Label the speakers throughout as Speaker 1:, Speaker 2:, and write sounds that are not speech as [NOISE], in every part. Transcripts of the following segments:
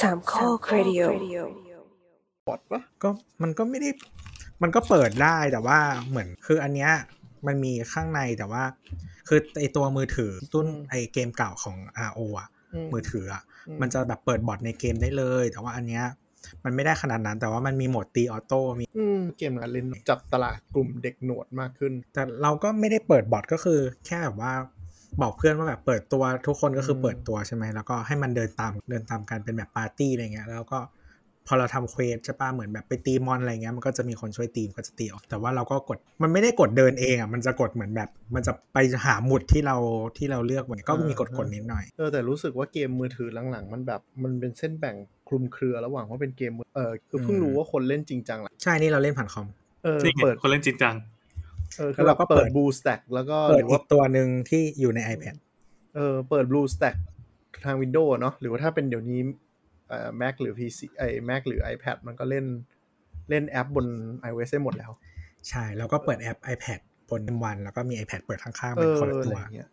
Speaker 1: สามข้อครดิโอ
Speaker 2: บอดปะ
Speaker 3: ก็มันก็ไม่ได้ มันก็เปิดได้แต่ว่าเหมือนคืออันเนี้ยมันมีข้างในแต่ว่า คือไอตัวมือถือรุ่นไอเกมเก่าของ RO อ่ะ มือถืออ่ะ มันจะแบบเปิดบอทในเกมได้เลย แต่ว่าอันเนี้ยมันไม่ได้ขนาดนั้น แต่ว่ามันมีโหมดตีออโต้มี
Speaker 2: อืมเกมนั้นเล่นจับตลาดกลุ่มเด็กหนวดมากขึ้น
Speaker 3: แต่เราก็ไม่ได้เปิดบอทก็คือ แค่แบบว่าบอกเพื่อนว่าแบบเปิดตัวทุกคนก็คือ
Speaker 2: ม
Speaker 3: เปิดตัวใช่ไหมแล้วก็ให้มันเดินตามเดินตามกันเป็นแบบปาร์ตี้อะไรเงี้ยแล้วก็พอเราทำเควสใช่ปะเหมือนแบบไปตีมอนอะไรเงี้ยมันก็จะมีคนช่วยตีมก็จะตีออกแต่ว่าเราก็กดมันไม่ได้กดเดินเองอ่ะมันจะกดเหมือนแบบ มันจะไปหาหมุดที่เราที่เราเลือกไว้ก็มีกดกดๆนิดหน่อย
Speaker 2: เออแต่รู้สึกว่าเกมมือถือหลังๆ มันแบบมันเป็นเส้นแบ่งคลุมเครือระหว่างว่าเป็นเกมมือเออคือเพิ่ง
Speaker 3: อืม
Speaker 2: รู้ว่าคนเล่นจริงจังละ
Speaker 3: ใช่นี่เราเล่นผ่านคอม
Speaker 2: เออ
Speaker 4: นี่ไง
Speaker 2: เปิด
Speaker 4: คนเล่นจริงจัง
Speaker 2: เออคือ
Speaker 3: แล้ว
Speaker 2: เรา
Speaker 3: เราก็
Speaker 2: ก็
Speaker 3: เปิ
Speaker 2: เปิ
Speaker 3: ด
Speaker 2: ดบูสแต็กแล้วก็
Speaker 3: เปิ
Speaker 2: หรื
Speaker 3: ด
Speaker 2: อ
Speaker 3: อี
Speaker 2: ว่าก
Speaker 3: ตัวหนึ่งที่อยู่ใน iPad
Speaker 2: เออเปิดบูสแต็กทางวินโดว์เนาะหรือว่าถ้าเป็นเดี๋ยวนี้เอ่อ Mac หรือ PC ไอ้ Mac หรือ iPad มันก็เล่นเล่นแอปบน iOS ได้หมดแล้ว
Speaker 3: ใช่แล้วก็เปิดแอป iPad บนวันแล้วก็มี iPad เปิดข้างๆ
Speaker 2: เอ
Speaker 3: เป็น
Speaker 2: อ
Speaker 3: คนละ
Speaker 2: อะไร
Speaker 3: ตัว
Speaker 2: อย่างเงี้ย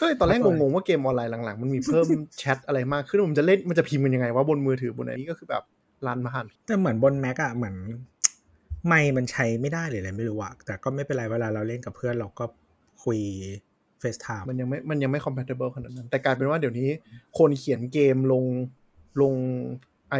Speaker 2: ก็เลยตอนแรกงงๆว่าเกมออนไลน์หลังๆ มันมีเพิ่ม [LAUGHS] แชทอะไรมากขึ้นมันจะเล่นมันจะพิมพ์กันยังไงว่าบนมือถือบนไหนนี้ก็คือแบบรันมาหัน
Speaker 3: แต่เหมือนบนแม็กอะเหมือน ไม่มันใช้ไม่ได้หรืออะไรไม่รู้อะแต่ก็ไม่เป็นไรเวลาเราเล่นกับเพื่อนเราก็คุยเฟซไทม์
Speaker 2: มันยังไม่มันยังไม่ compatible ขนาดนั้น แต่กลายเป็นว่าเดี๋ยวนี้คนเขียนเกมลงลง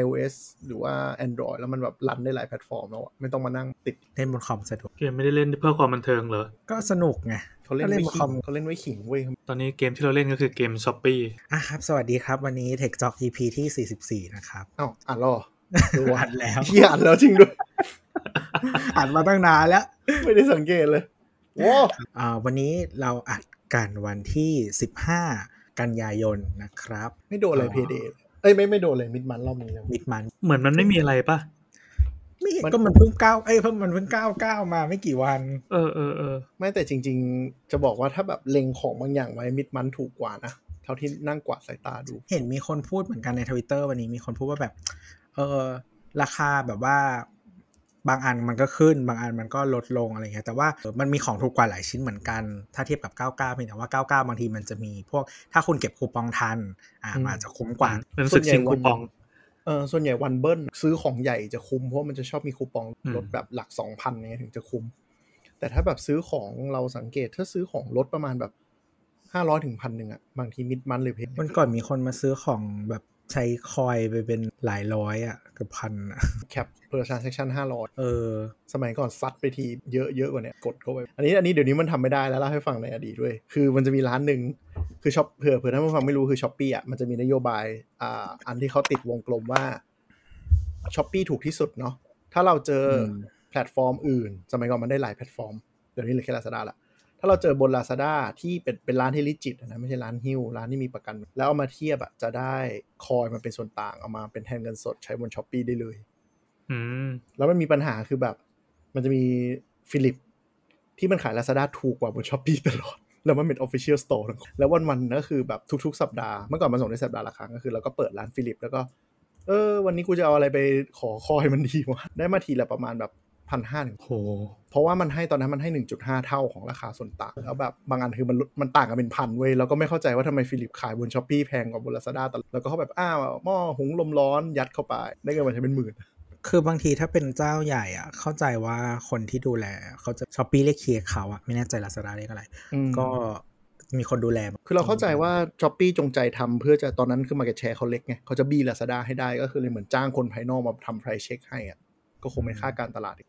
Speaker 2: iOS หรือว่า Android แล้วมันแบบรันได้หลายแพลตฟอร์มแล้วอะไม่ต้องมานั่งติด
Speaker 3: เล่นบนคอมสะดวก
Speaker 4: เกมไม่ได้เล่นเพื่อความบันเทิงเหรอ
Speaker 3: ก็สนุกไง
Speaker 2: เขาเล่น
Speaker 3: ก็เล่น
Speaker 2: ไว้
Speaker 3: บน
Speaker 2: ขิ
Speaker 3: คอง ม
Speaker 2: เขาเล่นไว้ขิงเว้ย
Speaker 4: ตอนนี้เกมที่เราเล่นก็คือเกมช้อปปี้
Speaker 3: อ่ะครับ สวัสดีครับ วันนี้ Tech Talk EP ที่ 44 นะครับ
Speaker 2: อ้าวอ่านร [LAUGHS] อดู
Speaker 3: อั
Speaker 2: อ่ะ
Speaker 3: ดแล้ว
Speaker 2: ที่อ่านแล้วจริงด้วย
Speaker 3: [LAUGHS] อัดมาตั้งนานแล้ว
Speaker 2: ไม่ได้สังเกตเลยโอ้
Speaker 3: อ่าวันนี้เราอัดกันวันที่ 15 กันยายนนะครับ
Speaker 2: ไม่โดนอะไรเพเดเอ้ยไม่ไม่โดนเลยมิดมันรอบนี้เลย
Speaker 3: มิดมัน
Speaker 4: เหมือนมันไม่มีอะไรปะ
Speaker 3: ไม่เห็น
Speaker 2: มัน
Speaker 3: ก็มันเพิ่งเก้าเอ้ยเพิ่งมันเพิ่งเก้าเก้ามาไม่กี่วัน
Speaker 4: เออเออเออ
Speaker 2: ไม่แต่จริงๆ จะบอกว่าถ้าแบบเล็งของบางอย่างไว้มิดมันถูกกว่านะ เท่าที่นั่งกวาดสายตาดู
Speaker 3: เห็นมีคนพูดเหมือนกันในทวิตเตอร์วันนี้มีคนพูดว่าแบบ เออราคาแบบว่า บางอันมันก็ขึ้น บางอันมันก็ลดลงอะไรเงี้ยแต่ว่าเออมันมีของถูกกว่าหลายชิ้นเหมือนกัน ถ้าเทียบกับ 99เพียงแต่ว่า 99 บางทีมันจะมีพวกถ้าคุณเก็บคูปองทัน อ่า
Speaker 2: อืม
Speaker 3: มันอาจจะคุ้มกว่า
Speaker 4: เป็นศึกชิงคูปอง
Speaker 2: เออส่วนใหญ่วันเบิ้ลซื้อของใหญ่จะคุ้ม เพราะมันจะชอบมีคูปอง
Speaker 4: อืม
Speaker 2: ลดแบบหลักสองพันเนี่ยถึงจะคุ้ม แต่ถ้าแบบซื้อของเราสังเกตถ้าซื้อของลดประมาณแบบห้าร้อยถึงพันหนึ่งอะบางทีมิดมันหรือเพน
Speaker 3: มันก่อนมีคนมาซื้อของแบบใช้คอยไปเป็นหลายร้อยอ่ะเกือบพันอ่ะ
Speaker 2: แคปเ e อร์ชันเซ c ชันห้าร้อย
Speaker 3: เออ
Speaker 2: สมัยก่อนซัดไปทีเยอะเยอะกว่าเนี้ยกดเข้าไป อันนี้อันนี้เดี๋ยวนี้มันทำไม่ได้แล้วเล่าให้ฟังในอดีตด้วย คือมันจะมีร้านหนึ่งคือช็อปเผื่อเผื่อท่านผู้ฟังไม่รู้คือช้อปปี้อ่ะมันจะมีนโยบายอ่าอันที่เขาติดวงกลมว่าช้อปปี้ถูกที่สุดเนาะถ้าเราเจออ
Speaker 3: ม
Speaker 2: แพลตฟอร์มอื่น สมัยก่อนมันได้หลายแพลตฟอร์ม เดี๋ยวนี้เหลือแค่ Lazada ละ ถ้าเราเจอบน Lazada ที่เป็นเป็นร้านที่ลิจิตอะนะไม่ใช่ร้านฮิ้วร้านที่มีประกัน แล้วเอามาเทียบอ่ะจะได้คอยมันเป็นส่วนต่างเอามาเป็นแทนเงินสดใช้บนช้อปปีได้เลย
Speaker 4: อืม
Speaker 2: แล้วมันมีปัญหาคือแบบ มันจะมีฟิลิปที่มันขาย Lazada ถูกกว่าบนช้อปปีตลอด [LAUGHS] แล้วมันเป็น Official Store ทั้งคู่แล้ววันๆก็คือแบบทุกๆ สัปดาห์ เมื่อก่อนมันส่งได้สัปดาห์ละครั้งก็คือเราก็เปิดร้านฟิลิปแล้วก็ เออ วันนี้กูจะเอาอะไรไปขอคอยมันดีวะ [LAUGHS] ได้มาทีละประมาณแบบพันห้าถึง
Speaker 3: โห
Speaker 2: เพราะว่ามันให้ตอนนั้นมันให้ 1.5 เท่าของราคาส่วนต่าง แล้วแบบบางอันคือมันลดมันต่างกันเป็นพันเว้ยเราก็ไม่เข้าใจว่าทำไมฟิลิปขายบนช้อปปีแพงกว่าบน Lazada ตลอดแล้วก็เขาแบบอ้าวหม้อหุงลมร้อนยัดเข้าไปได้เงินมาใช้เป็นหมื่น
Speaker 3: คือบางทีถ้าเป็นเจ้าใหญ่อ่ะ เข้าใจว่าคนที่ดูแลเขาจะช้อปปี้เรียกเคลียร์เขาอ่ะไม่แน่ใจลาซาด้าเรียกอะไร ก็มีคนดูแล
Speaker 2: คือเราเข้าใจว่าช้อปปีจงใจทำเพื่อจะตอนนั้นคือ Market Share เขาเล็กไงเขาจะบี้ Lazada ให้ได้ก็คือเลยเหมือนจ้างคนภายนอกมาทำ price check ให้อะก็คงเป็นค่าการตลาดอีก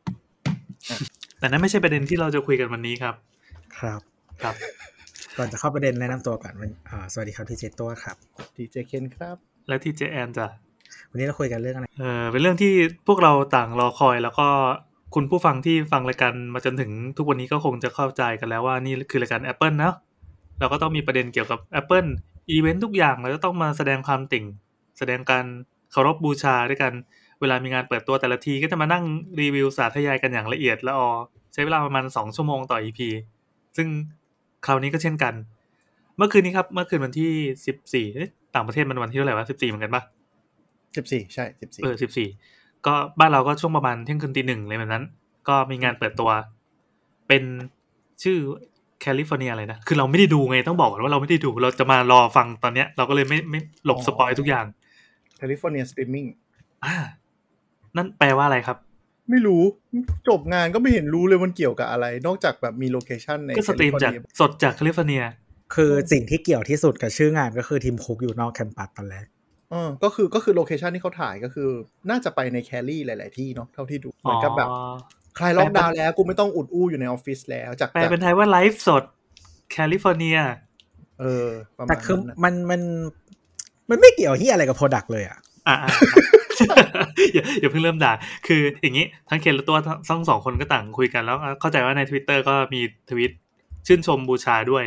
Speaker 4: แต่นั่นไม่ใช่ประเด็นที่เราจะคุยกันวันนี้ครับ
Speaker 3: ครับ
Speaker 4: ครับ
Speaker 3: ก่อนจะเข้าประเด็นแนะนำตัวก่อนวันอ่าสวัสดีครับที่เจตัวครับ
Speaker 2: ดีเจเคนครับ
Speaker 4: และที่เจแอนจ้ะ
Speaker 3: วันนี้เราคุยกันเรื่องอะไร
Speaker 4: เออเป็นเรื่องที่พวกเราต่างรอคอยแล้วก็คุณผู้ฟังที่ฟังรายการมาจนถึงทุกวันนี้ก็คงจะเข้าใจกันแล้วว่านี่คือรายการ Apple เนอะเราก็ต้องมีประเด็นเกี่ยวกับ Apple อีเวนต์ทุกอย่างเราจะต้องมาแสดงความติ่ง แสดงการเคารพบูชาด้วยกัน เวลามีงานเปิดตัวแต่ละทีก็จะมานั่งรีวิวสาธยายกันอย่างละเอียดละออใช้เวลาประมาณ 2 ชั่วโมงต่อ EP ซึ่งคราวนี้ก็เช่นกัน เมื่อคืนนี้ครับ เมื่อคืนวันที่ 14เอ๊ะต่างประเทศมันวันที่เท่าไหร่วะ14เหมือนกันปะ
Speaker 2: 14 ใช่
Speaker 4: เออสิบสี่ก็บ้านเราก็ช่วงประมาณเที่ยงคืนตีหนึ่งเลยแบบนั้น ก็มีงานเปิดตัว เป็นชื่อแคลิฟอร์เนียอะไรนะ คือเราไม่ได้ดูไงต้องบอกก่อนว่าเราไม่ได้ดู เราจะมารอฟังตอนเนี้ย เราก็เลยไม่ไม่หลบ
Speaker 2: อ๋อ
Speaker 4: สปอยทุกอย่าง
Speaker 2: California Streaming
Speaker 4: อ่านั่นแปลว่าอะไรครับ
Speaker 2: ไม่รู้จบงานก็ไม่เห็นรู้เลยมันเกี่ยวกับอะไร นอกจากแบบมีโลเคชันใน
Speaker 4: ก็สตรีมจาก
Speaker 2: California
Speaker 4: สดจากแคลิฟอร์เนีย
Speaker 3: คือสิ่งที่เกี่ยวที่สุดกับชื่องานก็คือทีมคุกอยู่นอกแคมปัสตอนแรก
Speaker 2: เออก็คือก็คือโลเคชันที่เขาถ่ายก็คือ น่าจะไปในแคลรี่หลาย ๆ ที่เนาะเท่าที่ดูเหมือนกับแบบคลายล็อกดาวน์แล้วกูไม่ต้องอุดอู้อยู่ในออฟฟิศแล้วจาก
Speaker 4: แปลเป็นไทยว่าไลฟ์สดแคลิฟอร์เนีย
Speaker 2: เออประมา
Speaker 3: แต่
Speaker 2: ณ
Speaker 3: คือ
Speaker 2: นั้นนะ
Speaker 3: มันมันมันไม่เกี่ยวที่อะไรกับโปรดักต์เลยอ่ะ
Speaker 4: อ่าอ่า [LAUGHS] อย่าอย่าเพิ่งเริ่มด่า คืออย่างนี้ทั้งเคนและตัวทั้งสองคนก็ต่างคุยกันแล้วเข้าใจว่าใน Twitter ก็มีทวิตชื่นชมบูชาด้วย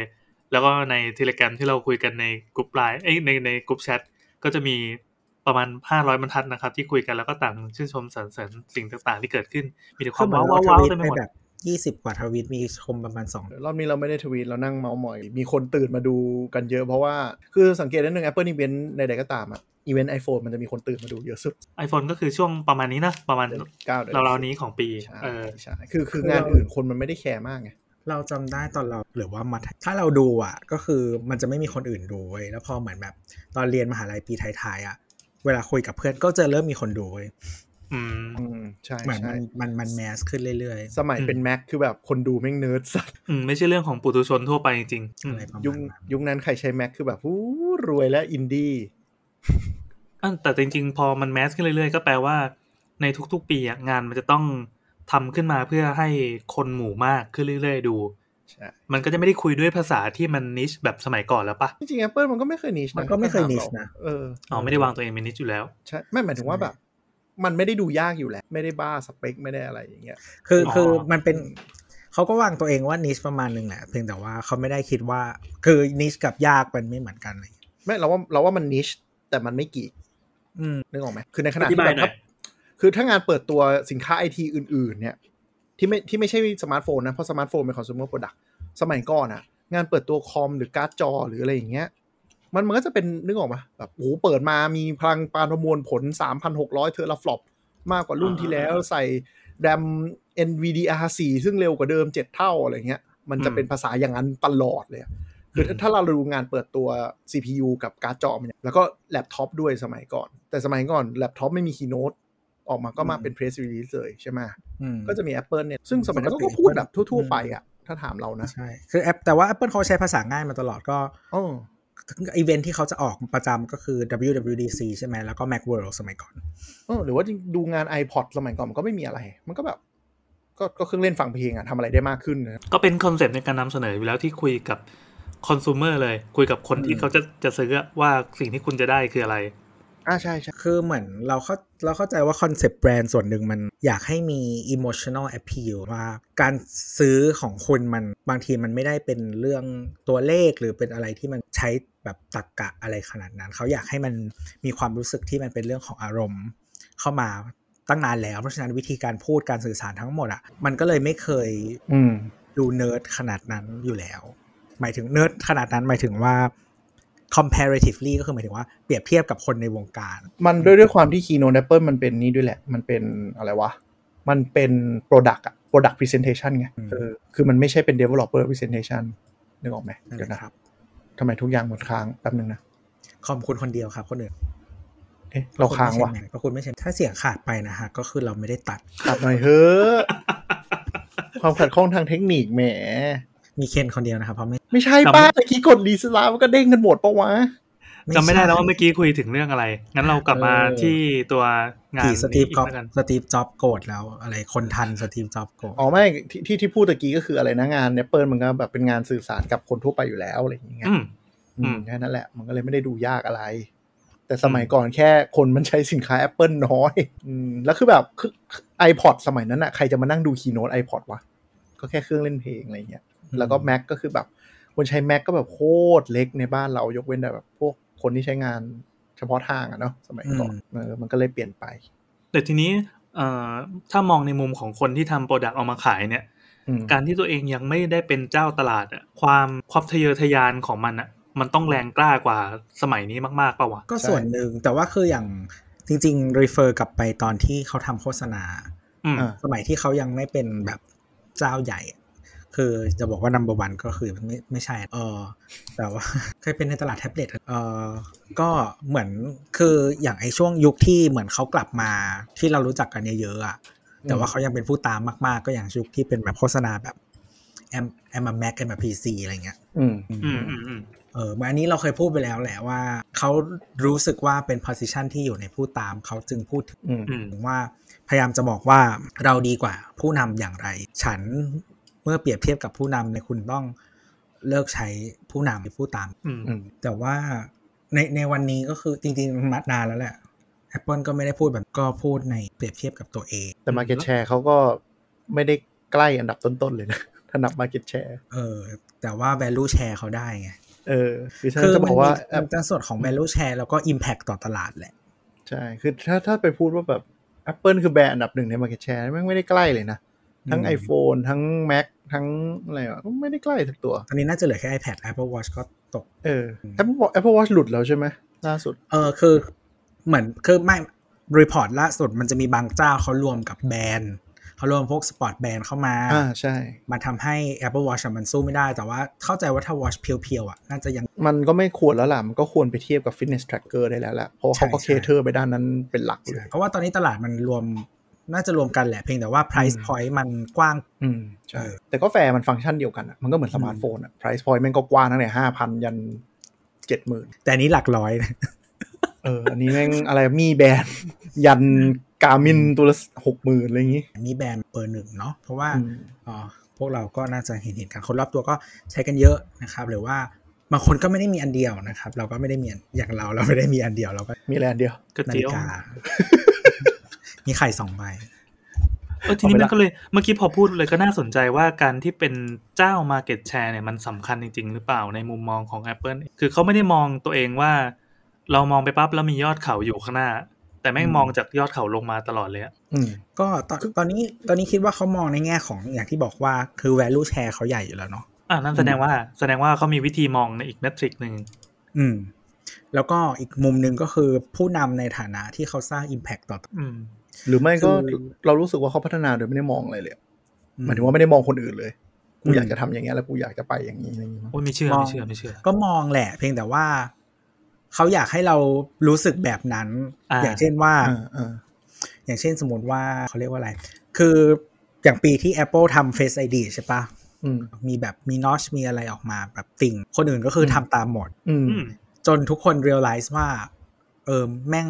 Speaker 4: แล้วก็ใน Telegram ที่เราคุยกันในกลุ่มไลน์เอ้ยในในกลุ่มแชทก็จะมีประมาณ 500บรรทัดนะครับ ที่คุยกันแล้วก็ต่างชื่นชมสรรเสริญสิ่งต่างๆ ที่เกิดขึ้น มีแต่ความว้าวว้าวว้าวเต็มไปหมด
Speaker 3: แบบยี่สิบกว่าทวีตมีชมประมาณสอง
Speaker 2: รอบนี้เราไม่ได้ทวีตเรานั่งเมาส์มอย มีคนตื่นมาดูกันเยอะเพราะว่าคือสังเกตได้หนึ่ง Apple Event ใด ๆ ก็ตามอะอีเวนต์ไอโฟนมันจะมีคนตื่นมาดูเยอะสุด
Speaker 4: iPhone ก็คือช่วงประมาณนี้นะ ประมาณ
Speaker 2: เดือนเก้าเดือน
Speaker 4: ราวๆนี้ของปี
Speaker 2: ใช่
Speaker 4: เออ
Speaker 2: ใช่คือคืองานอื่นคนมันไม่ได้แคร์มากไง
Speaker 3: เราจำได้ตอนเราหรือว่ามาถ้าเราดูอ่ะ ก็คือมันจะไม่มีคนอื่นดูเว้ยแล้วพอเหมือนแบบตอนเรียนมหาลัยปีท้ายๆอ่ะเวลาคุยกับเพื่อนก็จะเริ่มมีคนดูเว้ย
Speaker 4: อืม
Speaker 2: อืมใช่
Speaker 3: เหมือน
Speaker 2: ใช่
Speaker 3: มันมันมันแมสขึ้นเรื่อย
Speaker 2: สมัยเป็นแม็กคือแบบคนดูแม่งเนิร์ด [LAUGHS] สัส
Speaker 4: อืมไม่ใช่เรื่องของปุถุชนทั่วไปจริงๆ
Speaker 3: ๆ
Speaker 4: อื
Speaker 3: อะ
Speaker 4: ม
Speaker 3: ไรประมาณ
Speaker 2: ยุค
Speaker 3: นั้น
Speaker 2: ยุคนั้นใครใช้แม็กคือแบบอู้รวยและอินดี้
Speaker 4: อ่ะแต่จริงๆ พอมันแมสขึ้นเรื่อยๆ ก็แปลว่าในทุกๆ ปีอะงานมันจะต้องทำขึ้นมาเพื่อให้คนหมู่มากขึ้นเรื่อยๆ ดู
Speaker 2: ใช่
Speaker 4: มันก็จะไม่ได้คุยด้วยภาษาที่มันนิชแบบสมัยก่อนแล้วปะ
Speaker 2: จริงๆ Apple มันก็ไม่เคยนิชนะ
Speaker 3: มันก็ไม่เคยนิชนะ
Speaker 2: เออ
Speaker 4: อ๋อไม่ได้วางตัวเองเป็นนิชอยู่แล้ว
Speaker 2: ใช่ไม่หมายถึงว่าแบบ มันไม่ได้ดูยากอยู่แหละ ไม่ได้บ้าสเปค ไม่ได้อะไรอย่างเงี้ย
Speaker 3: คือ
Speaker 4: อ๋อ
Speaker 3: คือมันเป็นเขาก็วางตัวเองว่านิชประมาณหนึงแหละเพียงแต่ว่าเขาไม่ได้คิดว่าคือนิชกับยากมันไม่เหมือนกันอะไรอย่างเลย
Speaker 2: ไม่เราว่าเราว่ามันนิชแต่มันไม่กี่
Speaker 3: อืม
Speaker 2: นึกออกไหมคือในขณะ
Speaker 4: อธิ
Speaker 2: ที่
Speaker 4: บาย
Speaker 2: แบบ
Speaker 4: หน่
Speaker 2: ถ้า
Speaker 4: อย
Speaker 2: คือถ้างานเปิดตัวสินค้าไอทีอื่น ๆ เนี่ย ที่ไม่ที่ไม่ใช่สมาร์ทโฟนนะ เพราะสมาร์ทโฟนเป็น consumer product สมัยก่อนอะงานเปิดตัวคอมหรือการ์ดจอหรืออะไรอย่างเงี้ย มันมันก็จะเป็นนึกออกปะแบบโอ้โหเปิดมามีพลังปานประมวลผล 3,600 เทอราฟลอปมากกว่ารุ่นที่แล้วใส่แรม NVDR4 ซึ่งเร็วกว่าเดิม 7 เท่าอะไรเงี้ย มันจะ
Speaker 4: อืม
Speaker 2: เป็นภาษาอย่างนั้นตลอดเลยอะคือถ้า
Speaker 4: อืม
Speaker 2: ถ้าเราดูงานเปิดตัว CPU กับการ์ดจอมันเนี่ยแล้วก็แล็ปท็อปด้วยสมัยก่อน แต่สมัยก่อนแล็ปท็อปไม่มีคีโนตออกมาก็มา
Speaker 3: อืม
Speaker 2: เป็นเพรสรีลิสเลยใช่ไหม
Speaker 3: อืม
Speaker 2: ก็จะมี Apple เนี่ยซึ่งสมัยนั้น
Speaker 3: ปกติ
Speaker 2: ก็พูดแบบ
Speaker 3: Apple
Speaker 2: ทั่ว
Speaker 3: อื
Speaker 2: ๆ
Speaker 3: ม
Speaker 2: ไปอะถ้าถามเรานะ
Speaker 3: ใช่คือแอปแต่ว่า Apple เขาใช้ภาษาง่ายมาตลอดก็
Speaker 2: อ๋อ
Speaker 3: อีเวนท์ที่เขาจะออกประจำก็คือ WWDC ใช่ไหมแล้วก็ Macworld สมัยก่อน
Speaker 2: เออหรือว่าจริงดูงาน iPod สมัยก่อนมันก็ไม่มีอะไร มันก็แบบ ก็ก็เครื่องเล่นฟังเพลงอะทำอะไรได้มากขึ้นนะ
Speaker 4: ก็เป็นคอนเซปต์ในการนำเสนออยู่แล้วที่คุยกับคอน sumer เลย คุยกับคนที่เขาจะจะซื้อว่าสิ่งที่คุณจะได้คืออะไร
Speaker 2: อ่าใช่ใช่
Speaker 3: คือเหมือนเราเข้าเราเข้าใจว่าคอนเซปต์แบรนด์ส่วนหนึ่งมันอยากให้มี emotional appeal ว่าการซื้อของคุณมันบางทีมันไม่ได้เป็นเรื่องตัวเลขหรือเป็นอะไรที่มันใช้แบบตรรกะอะไรขนาดนั้น เขาอยากให้มันมีความรู้สึกที่มันเป็นเรื่องของอารมณ์ เข้ามาตั้งนานแล้ว เพราะฉะนั้นวิธีการพูดการสื่อสารทั้งหมดอะ่ะมันก็เลยไม่เคย
Speaker 2: อืม
Speaker 3: ดูเนิร์ดขนาดนั้นอยู่แล้ว หมายถึงเนิร์ดขนาดนั้นหมายถึงว่า comparatively ก็คือหมายถึงว่าเปรียบเทียบกับคนในวงการ
Speaker 2: มันด้วยด้วยความที่ Keynote Apple มันเป็นนี่ด้วยแหละ มันเป็นอะไรวะ มันเป็น Product อะ Product Presentation ไง
Speaker 3: อืม
Speaker 2: เออคือมันไม่ใช่เป็น Developer Presentation นึกออกไหม
Speaker 3: นั่นแห
Speaker 2: เดี๋ยว
Speaker 3: ละ
Speaker 2: นะครับ ทำไมทุกอย่างหมดค้างแป๊บนึงนะ
Speaker 3: คอมคุณคนเดียวครับคนอื่น
Speaker 2: เอ๊ะเราค้างว่ะ
Speaker 3: คุณไม่ใช่ไหมก็คุณไม่ใช่ถ้าเสียงขาดไปนะฮะ ก็คือเราไม่ได้ตัด
Speaker 2: ตัดหน่อยเฮ้ [LAUGHS] อะความขัดข้องทางเทคนิคแหม
Speaker 3: มีเคนคนเดียวนะครับเพราะไม่
Speaker 2: ไม่ใช่ป้าตะกี้กดรีสตาร์ทมันก็เด้งกันหมดปะวะ
Speaker 4: จำไม่ได้แล้วว่า
Speaker 3: ใช่
Speaker 4: เมื่อกี้คุยถึงเรื่องอะไร งั้นเรากลับมา
Speaker 2: เออ
Speaker 4: ที่ตัวงาน
Speaker 3: ผีสตีฟ
Speaker 4: นี้
Speaker 3: จ็อบ
Speaker 4: แล้วกัน
Speaker 3: สตีฟจ็อบโกรธแล้วอะไรคนทันสตีฟจ็อบโกรธ
Speaker 2: อ๋อไม่ที่ที่ที่พูดตะกี้ก็คืออะไรนะงานเนเปิลมันก็แบบเป็นงานสื่อสารกับคนทั่วไปอยู่แล้วอะไรอย่างเงี้ย
Speaker 4: อืม
Speaker 2: อืม
Speaker 4: อืม
Speaker 2: แค่นั้นแหละ มันก็เลยไม่ได้ดูยากอะไร แต่สมัยก่อนแค่คนมันใช้สินค้า Apple น้อยอืมแล้วคือแบบคือ iPod สมัยนั้นอะใครจะมานั่งดูคีโน t e iPod วะ ก็แค่เครื่องเล่นเพลงอะไรอย่างเงี้ยแล้วก็ Mac ก็คือแบบ คนใช้ Mac ก็แบบโคตรเล็กในบ้านเรายกเว้นแต่แบบพวกคนที่ใช้งานเฉพาะทางอะเนาะสมัยก่อนเออมันก็เลยเปลี่ยนไป
Speaker 4: แต่ทีนี้เอ่อถ้ามองในมุมของคนที่ทำโปรดักต์ออกมาขายเนี่ย
Speaker 2: อืม
Speaker 4: การที่ตัวเองยังไม่ได้เป็นเจ้าตลาดอะความความทะเยอทะยานของมันอะมันต้องแรงกล้ากว่าสมัยนี้มากๆป่าวะ
Speaker 3: ก็ส่วนหนึ่งแต่ว่าคืออย่างจริงๆ refer กลับไปตอนที่เขาทำโฆษณา
Speaker 4: อืม
Speaker 2: อ่า
Speaker 3: สมัยที่เขายังไม่เป็นแบบเจ้าใหญ่ ค คือจะบอกว่า number one ก็คือไม่ไม่ใช่เออแต่ว่า [LAUGHS] เคยเป็นในตลาดแท็บเล็ตเออก็เหมือนคืออย่างไอช่วงยุคที่เหมือนเขากลับมาที่เรารู้จักกันเยอะๆอะแต่ว่าเขายังเป็นผู้ตามมากๆ ก็อย่างยุคที่เป็นแบบโฆษณาแบบแอมแอมแม็กแอมพีซีอะไรเงี้ย
Speaker 2: อืม
Speaker 4: อืมอืมอืม
Speaker 3: เออมาอันนี้เราเคยพูดไปแล้วแหละว่าเขารู้สึกว่าเป็น position ที่อยู่ในผู้ตามเขาจึงพูดถึง
Speaker 2: อืม
Speaker 4: อืม
Speaker 3: ว่าพยายามจะบอกว่าเราดีกว่าผู้นำอย่างไร ฉันเมื่อเปรียบเทียบกับผู้นำเนี่ยคุณต้องเลิกใช้ผู้นำหรือผู้ตาม
Speaker 4: อืม
Speaker 2: อืม
Speaker 3: แต่ว่าในในวันนี้ก็คือจริงๆมันนานแล้วแหละ Apple ก็ไม่ได้พูดแบบก็พูดในเปรียบเทียบกับตัวเอง
Speaker 2: แต่ Market Share เขาก็ไม่ได้ใกล้อันดับต้นๆเลยนะ ถ้านับ Market Share
Speaker 3: เออ แต่ว่า value share เขาได้ไง
Speaker 2: เออคือฉันจะบอกว่าแอป
Speaker 3: มันจะส่วนของ value share แล้วก็ impact ต่อตลาดแหละ
Speaker 2: ใช่คือถ้าถ้าไปพูดว่าแบบ Apple คือแบรนด์อันดับหนึ่งใน Market Share แม่งไม่ได้ใกล้เลยนะ ทั้ง
Speaker 3: อืม
Speaker 2: iPhone ทั้ง Mac ทั้งอะไรอะก็ไม่ได้ใกล้สักตัว
Speaker 3: ตอนนี้น่าจะเหลือแค่ iPad Apple Watch ก็ตก
Speaker 2: เออ Apple Watch- Apple Watch หลุดแล้วใช่ไหมล่าสุด
Speaker 3: เออคือเหมือนคือไม่รีพอร์ตล่าสุดมันจะมีบางเจ้าเขารวมกับแบรนด์เขารวมพวกสปอร์ตแบรนด์เข้ามา
Speaker 2: อ่าใช่
Speaker 3: มาทำให้ Apple Watch อะมันสู้ไม่ได้ แต่ว่าเข้าใจว่าถ้า Watch เพียวๆอ่ะน่าจะยัง
Speaker 2: มันก็ไม่ควรแล้วล่ะ มันก็ควรไปเทียบกับ Fitness Tracker ได้แล้วแหละเพราะว่าเขาก็
Speaker 3: ใช่
Speaker 2: เค
Speaker 3: ใช่
Speaker 2: เทอร์ไปด้านนั้นเป็นหลักเลย
Speaker 3: เพราะว่าตอนนี้ตลาดมันรวมน่าจะรวมกันแหละเพียงแต่ว่า price
Speaker 2: อืม
Speaker 3: point มันกว้าง
Speaker 2: อืมใช่
Speaker 3: เออ
Speaker 2: แต่ก็แฟร์มันฟังก์ชันเดียวกันอะมันก็เหมือนสมาร์ทโฟนอะ price point แม่งก็กว้างตั้งแต่ห้าพันยันเจ็ดหมื่น
Speaker 3: แต่อันนี้หลักร้อย [LAUGHS] นะ
Speaker 2: เออ อันนี้แม่งอะไรมีแบรนด์ ยันกามินตัวละหกหมื่นอะไรอย่างงี้
Speaker 3: มีแบรนด์เบอร์หนึ่งเนาะเพราะว่า
Speaker 2: อืม
Speaker 3: อ๋อพวกเราก็น่าจะเห็นเห็นกันคนรอบตัวก็ใช้กันเยอะนะครับ หรือว่าบางคนก็ไม่ได้มีอันเดียวนะครับ เราก็ไม่ได้มีอันอย่างเราเราไม่ได้มีอันเดียวเราก็
Speaker 2: มีแลนด์เดียว
Speaker 4: กระ
Speaker 3: นา
Speaker 4: เจี
Speaker 3: ฬิ
Speaker 4: ยว
Speaker 3: กา [LAUGHS] มีไข่สองใบ
Speaker 4: เออทีนี้
Speaker 2: เอาไป
Speaker 4: มั
Speaker 2: ละ
Speaker 4: นก็เลยเมื่อกี้พอพูดเลยก็น่าสนใจว่าการที่เป็นเจ้า Market Share เนี่ยมันสำคัญจริง ๆ หรือเปล่าในมุมมองของ Apple คือเขาไม่ได้มองตัวเองว่า เรามองไปปั๊บแล้วมียอดเขาอยู่ข้างหน้า แต่แม่งมองจากยอดเขาลงมาตลอดเลยอะ
Speaker 2: อืม
Speaker 3: ก็ตอนตอนนี้ตอนนี้คิดว่าเขามองในแง่ของอย่างที่บอกว่าคือ value share เขาใหญ่อยู่แล้วเนาะ
Speaker 4: อ่านั่นแสดงว่าแสดงว่าเขามีวิธีมองในอีกเมทริกหนึ่ง
Speaker 3: อืม แล้วก็อีกมุมหนึ่งก็คือผู้นำในฐานะที่เขาสร้าง impact ต่อ
Speaker 4: อืม
Speaker 2: หรือไม่ก็
Speaker 3: คือ
Speaker 2: เรารู้สึกว่าเขาพัฒนาโดยไม่ได้มองอะไรเลยอะ
Speaker 3: อื
Speaker 2: หมายถึงว่าไม่ได้มองคนอื่นเลย กู
Speaker 3: อืม
Speaker 2: อยากจะทำอย่างเงี้ยแล้วกูอยากจะไปอย่างนี้อะไรอย่างงี้มั้ง
Speaker 4: โอ้ยไม่เชื่อ
Speaker 3: มอง
Speaker 4: ไม่เชื่อไม่เชื่อ
Speaker 3: ก็มองแหละ เพียงแต่ว่า เขาอยากให้เรารู้สึกแบบนั้น
Speaker 4: อ่า
Speaker 3: อย่างเช่นว่า
Speaker 2: อ่าอ่า
Speaker 3: อย่างเช่นสมมติว่าเขาเรียกว่าอะไร คืออย่างปีที่ Apple ทำ Face ID ใช่ปะ
Speaker 2: อืม
Speaker 3: มีแบบมีนอชมีอะไรออกมาแบบติ่ง คนอื่นก็คืออ
Speaker 2: ม
Speaker 3: ทำตามหมด
Speaker 2: อืม
Speaker 4: อืม
Speaker 3: จนทุกคน realize ว่า เออแม่ง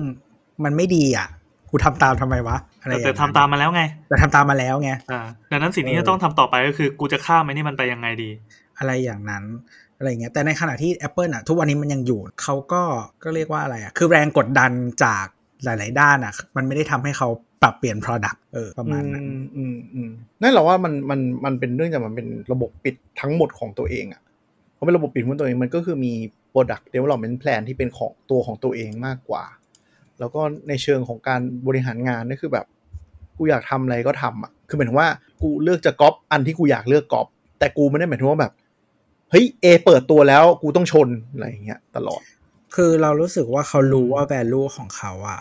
Speaker 3: มันไม่ดีอ่ะ กูทำตามทำไมวะ อะไรอ
Speaker 4: แต่
Speaker 3: ย่าง
Speaker 4: แต่
Speaker 3: เงี้ย
Speaker 4: ทำตามมาแล้วไง
Speaker 3: แต่ทำตามมาแล้วไง
Speaker 4: อ่า ดังนั้นสิ่งที่
Speaker 3: เออ
Speaker 4: จะต้องทำต่อไปก็คือ กูจะข้ามไอ้นี่มันไปยังไงดี
Speaker 3: อะไรอย่างนั้นอะไรอย่างเงี้ยแต่ในขณะที่ Apple อ่ะ ทุกวันนี้มันยังอยู่เขาก็ก็เรียกว่าอะไรอ่ะ คือแรงกดดันจากหลาย ๆ ด้านอ่ะ มันไม่ได้ทำให้เขาปรับเปลี่ยน product เออประมาณนั้น
Speaker 2: อืมอืมอืมนั่นเราว่ามันมันมันเป็นเรื่องจากมันเป็นระบบปิดทั้งหมดของตัวเองอะ่ะเพราะเป็นระบบปิดของตัวเองมันก็คือมี product development plan ที่เป็นของตัวของตัวเองมากกว่า แล้วก็ในเชิงของการบริหารงานนี่คือแบบ กูอยากทำอะไรก็ทำอ่ะคือหมายถึงว่ากูเลือกจะก๊อปอันที่กูอยากเลือกก๊อปแต่กูไม่ได้หมายถึงว่าแบบเฮ้ยเอเปิดตัวแล้วกูต้องชนอะไรอย่างเงี้ยตลอด
Speaker 3: คือเรารู้สึกว่าเขารู้ว่า value ของเขาอะ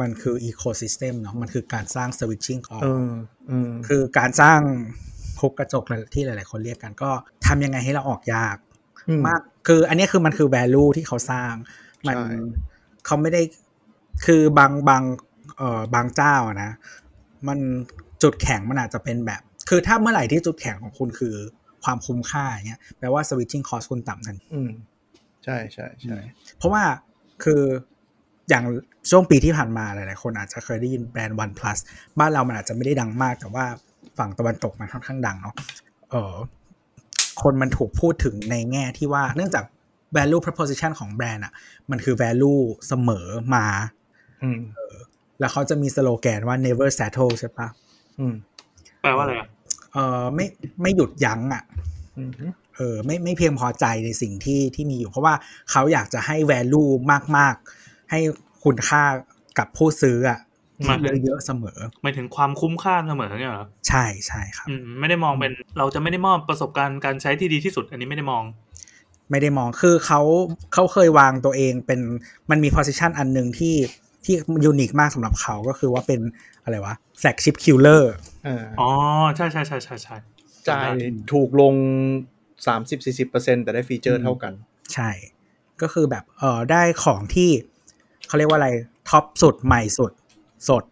Speaker 3: มันคือ ecosystem เนาะมันคือการสร้าง switching ของ
Speaker 2: เออเออ
Speaker 3: คือการสร้างคุกกระจกที่หลาย ๆ คนเรียกกันก็ทำยังไงให้เราออกยาก
Speaker 2: อืม
Speaker 3: มาก คืออันเนี้ยคือมันคือ value ที่เขาสร้าง มัน
Speaker 2: ใช่
Speaker 3: เขาไม่ได้คือบางบางเอ่อบางเจ้าอะนะ มันจุดแข็งมันอาจจะเป็นแบบ คือถ้าเมื่อไหร่ที่จุดแข็งของคุณคือความคุ้มค่าอย่างเงี้ยแปลว่า switching cost คุณต่ำทัน
Speaker 2: อืมใช่ใช่ใช่
Speaker 3: เพราะว่าคืออย่างช่วงปีที่ผ่านมาหลาย ๆ คนอาจจะเคยได้ยินแบรนด์ One Plus บ้านเรามันอาจจะไม่ได้ดังมาก แต่ว่าฝั่งตะวันตกมันค่อนข้างดังเนาะเออคนมันถูกพูดถึงในแง่ที่ว่า เนื่องจาก value proposition ของแบรนด์อะมันคือ value เสมอมา
Speaker 2: อืม
Speaker 3: แล้วเขาจะมีสโลแกนว่า never settle ใช่ปะ
Speaker 2: อืม
Speaker 4: แปลว่าอะไรอ่ะ
Speaker 3: เออไม่ไม่หยุดยั้งอะ
Speaker 2: อืม
Speaker 3: เออไม่ไม่เพียงพอใจในสิ่งที่ที่มีอยู่ เพราะว่าเขาอยากจะให้ value มาก ๆ ให้คุณค่ากับผู้ซื้ออะ
Speaker 4: มา
Speaker 3: เยอะๆเสมอ
Speaker 4: หมายถึงความคุ้มค่าเสมอเนี่ยเหรอ
Speaker 3: ใช่ใช่ครับ
Speaker 4: อืมไม่ได้มองเป็นเราจะไม่ได้มอบประสบการณ์การใช้ที่ดีที่สุด อันนี้ไม่ได้มอง
Speaker 3: ไม่ได้มองคือเขาเขาเคยวางตัวเองเป็นมันมี position อันหนึ่งที่ที่ยูนิคมากสำหรับเขาก็คือว่าเป็นอะไรวะ flagship killer
Speaker 2: อ่า
Speaker 4: อ๋อ ใช่ใช่ใช่ใช่ใช่
Speaker 2: จ่ายถูกลง 30-40%แต่ได้ฟีเจอร์เท่ากัน
Speaker 3: ใช่ ก็คือแบบเออได้ของที่เขาเรียกว่าอะไรท็อปสุดใหม่สุดสด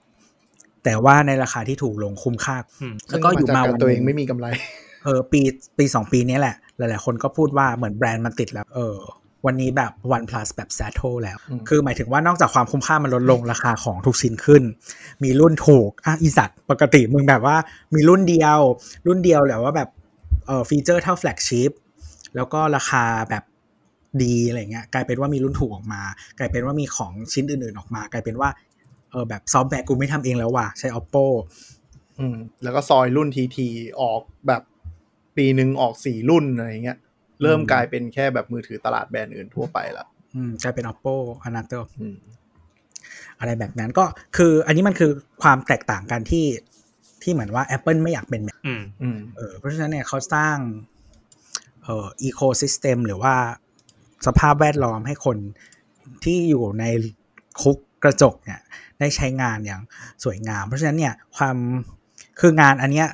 Speaker 3: แต่ว่าในราคาที่ถูกลงคุ้มค่า
Speaker 4: อืม
Speaker 3: แล้วก็อยู่มา
Speaker 2: ซึ่จก
Speaker 3: วั
Speaker 2: ร
Speaker 3: นหนึ่ง
Speaker 2: ตัวเองไม่มีกำไร [LAUGHS]
Speaker 3: เออปีปีสองปีนี้แหละ หลาย ๆ คนก็พูดว่าเหมือนแบรนด์มันติดแล้ว เออ วันนี้แบบ One Plus แบบ s a t t l e แล้ว
Speaker 2: อืม
Speaker 3: คือหมายถึงว่านอกจากความคุ้มค่ามันลดลงราคาของทุกชิ้นขึ้น มีรุ่นถูก อ่ะ อีสัตว์ปกติมึงแบบว่ามีรุ่นเดียว รุ่นเดียวแหละว่าแบบเออฟีเจอร์เท่าแฟลกชิพแล้วก็ราคาแบบดีอะไรเงี้ยกลายเป็นว่ามีรุ่นถูกออกมา กลายเป็นว่ามีของชิ้นอื่น ๆ ออกมา กลายเป็นว่าเออแบบซอฟต์แวร์กูไม่ทำเองแล้วว่ะใช้ Oppo
Speaker 2: อืมแล้วก็ซอยรุ่นทีทีออกแบบปีหนึ่งออกสี่รุ่นอะไรเงี้ย เริ่มกลายเป็นแค่แบบมือถือตลาดแบรนด์อื่นทั่วไปละ
Speaker 3: อืมกลายเป็น Oppo Another
Speaker 2: อืม
Speaker 3: อะไรแบบนั้นก็คืออันนี้มันคือความแตกต่างกันที่ที่เหมือนว่า Apple ไม่อยากเป็นแบบ
Speaker 4: อืม
Speaker 2: อืม
Speaker 3: เออเพราะฉะนั้นเนี่ยเขาสร้างเอ่ออีโคซิสเต็มหรือว่าสภาพแวดล้อมให้คนที่อยู่ในคุกกระจกเนี่ยได้ใช้งานอย่างสวยงาม เพราะฉะนั้นเนี่ยความคืองานอันเนี้ย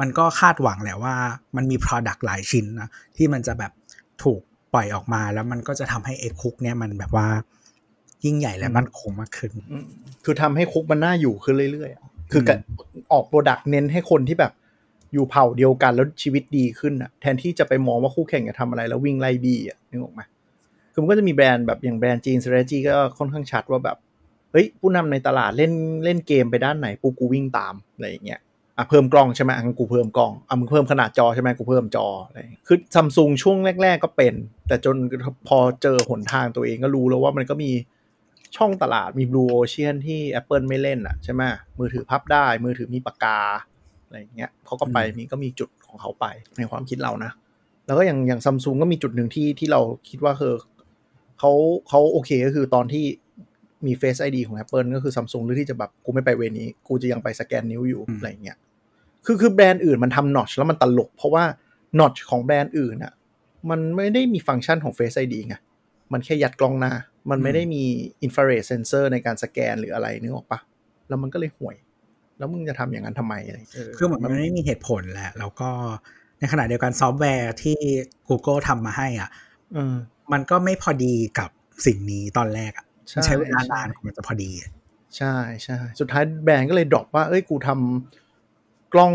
Speaker 3: มันก็คาดหวังแหละว่ามันมี Product หลายชิ้นนะที่มันจะแบบถูกปล่อยออกมา แล้วมันก็จะทำให้ไอ้คุกเนี่ยมันแบบว่ายิ่งใหญ่และมั่นคงมากขึ้น
Speaker 2: อืมคือทำให้คุกมันน่าอยู่ขึ้นเรื่อยๆอะคือการออกโปรดักต์เน้นให้คนที่แบบอยู่เผ่าเดียวกันแล้วชีวิตดีขึ้นอ่ะ แทนที่จะไปมองว่าคู่แข่งจะทำอะไรแล้ววิ่งไล่บี้อ่ะนึกออกไหมคือมันก็จะมีแบรนด์แบบอย่างแบรนด์จีนสเตรจีก็ค่อนข้างชัดว่าแบบเฮ้ยผู้นำในตลาดเล่นเล่นเกมไปด้านไหนปูกูวิ่งตามอะไรอย่างเงี้ย อ่ะเพิ่มกล้องใช่ไหมอ่ะงั้นกูเพิ่มกล้องอ่ะมึงเพิ่มขนาดจอใช่ไหมกูเพิ่มจออะไรอย่างเงี้ยคือซัมซุงช่วงแรก ๆ ก็เป็น แต่จนพอเจอหนทางตัวเองก็รู้แล้วว่ามันก็มีช่องตลาดมี Blue Ocean ที่ Apple ไม่เล่นอ่ะใช่ไหมมือถือพับได้ มือถือมีปากกาอะไรอย่างเงี้ยเขาก็ไปมีก็มีจุดของเขาไปในความคิดเรานะ แล้วก็อย่างอย่างซัมซุงก็มีจุดหนึ่งที่ที่เราคิดว่าคือเขาเขาโอเคก็คือตอนที่มี Face ID ของ Apple ก็คือซัมซุงเลือกที่จะแบบกูไม่ไปเวนี้ กูจะยังไปสแกนนิ้วอยู่
Speaker 3: อืม
Speaker 2: อะไรอย่างเงี้ย คือคือแบรนด์อื่นมันทำ notch แล้วมันตลก เพราะว่า notch ของแบรนด์อื่นอ่ะ มันไม่ได้มีฟังก์ชันของ Face ID ไง มันแค่ยัดกล้องหน้า มันไม่ได้มี infrared sensor ในการสแกนหรืออะไรนึกออกปะแล้วมันก็เลยห่วย แล้วมึงจะทำอย่างนั้นทำไมอะไร
Speaker 3: คือเหมือนมันไม่มีเหตุผลแหละ แล้วก็ในขณะเดียวกันซอฟต์แวร์ที่ Google ทำมาให้อ่ะ
Speaker 2: เออ
Speaker 3: มันก็ไม่พอดีกับสิ่งนี้ตอนแรกอ่ะ
Speaker 2: ใช่
Speaker 3: มันใช้เวลานานกว่ามันจะพอดี
Speaker 2: ใช่ใช่สุดท้ายแบรนด์ก็เลยดรอปว่า เอ้ยกูทำกล้อง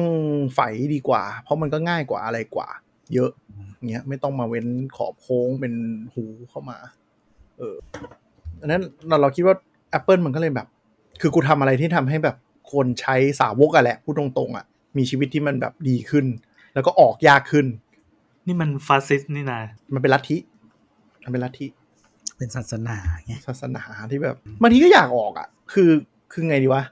Speaker 2: ไฟดีกว่า เพราะมันก็ง่ายกว่าอะไรกว่า เยอะเงี้ยไม่ต้องมาเว้นขอบโค้งเป็นหูเข้ามา เอออันนั้นเราเราคิดว่า Apple มันก็เลยแบบ คือกูทำอะไรที่ทำให้แบบคนใช้สาวกอะแหละพูดตรงๆอะมีชีวิตที่มันแบบดีขึ้น แล้วก็ออกยากขึ้น
Speaker 4: นี่มันฟาสซิสต์นี่นะ
Speaker 2: มันเป็นลัทธิมันเป็นลัทธิ
Speaker 3: เป็นศาสนาไง
Speaker 2: ศาสนาที่แบบบางทีก็อยากออกอะ่ะ คือคือไงดีวะ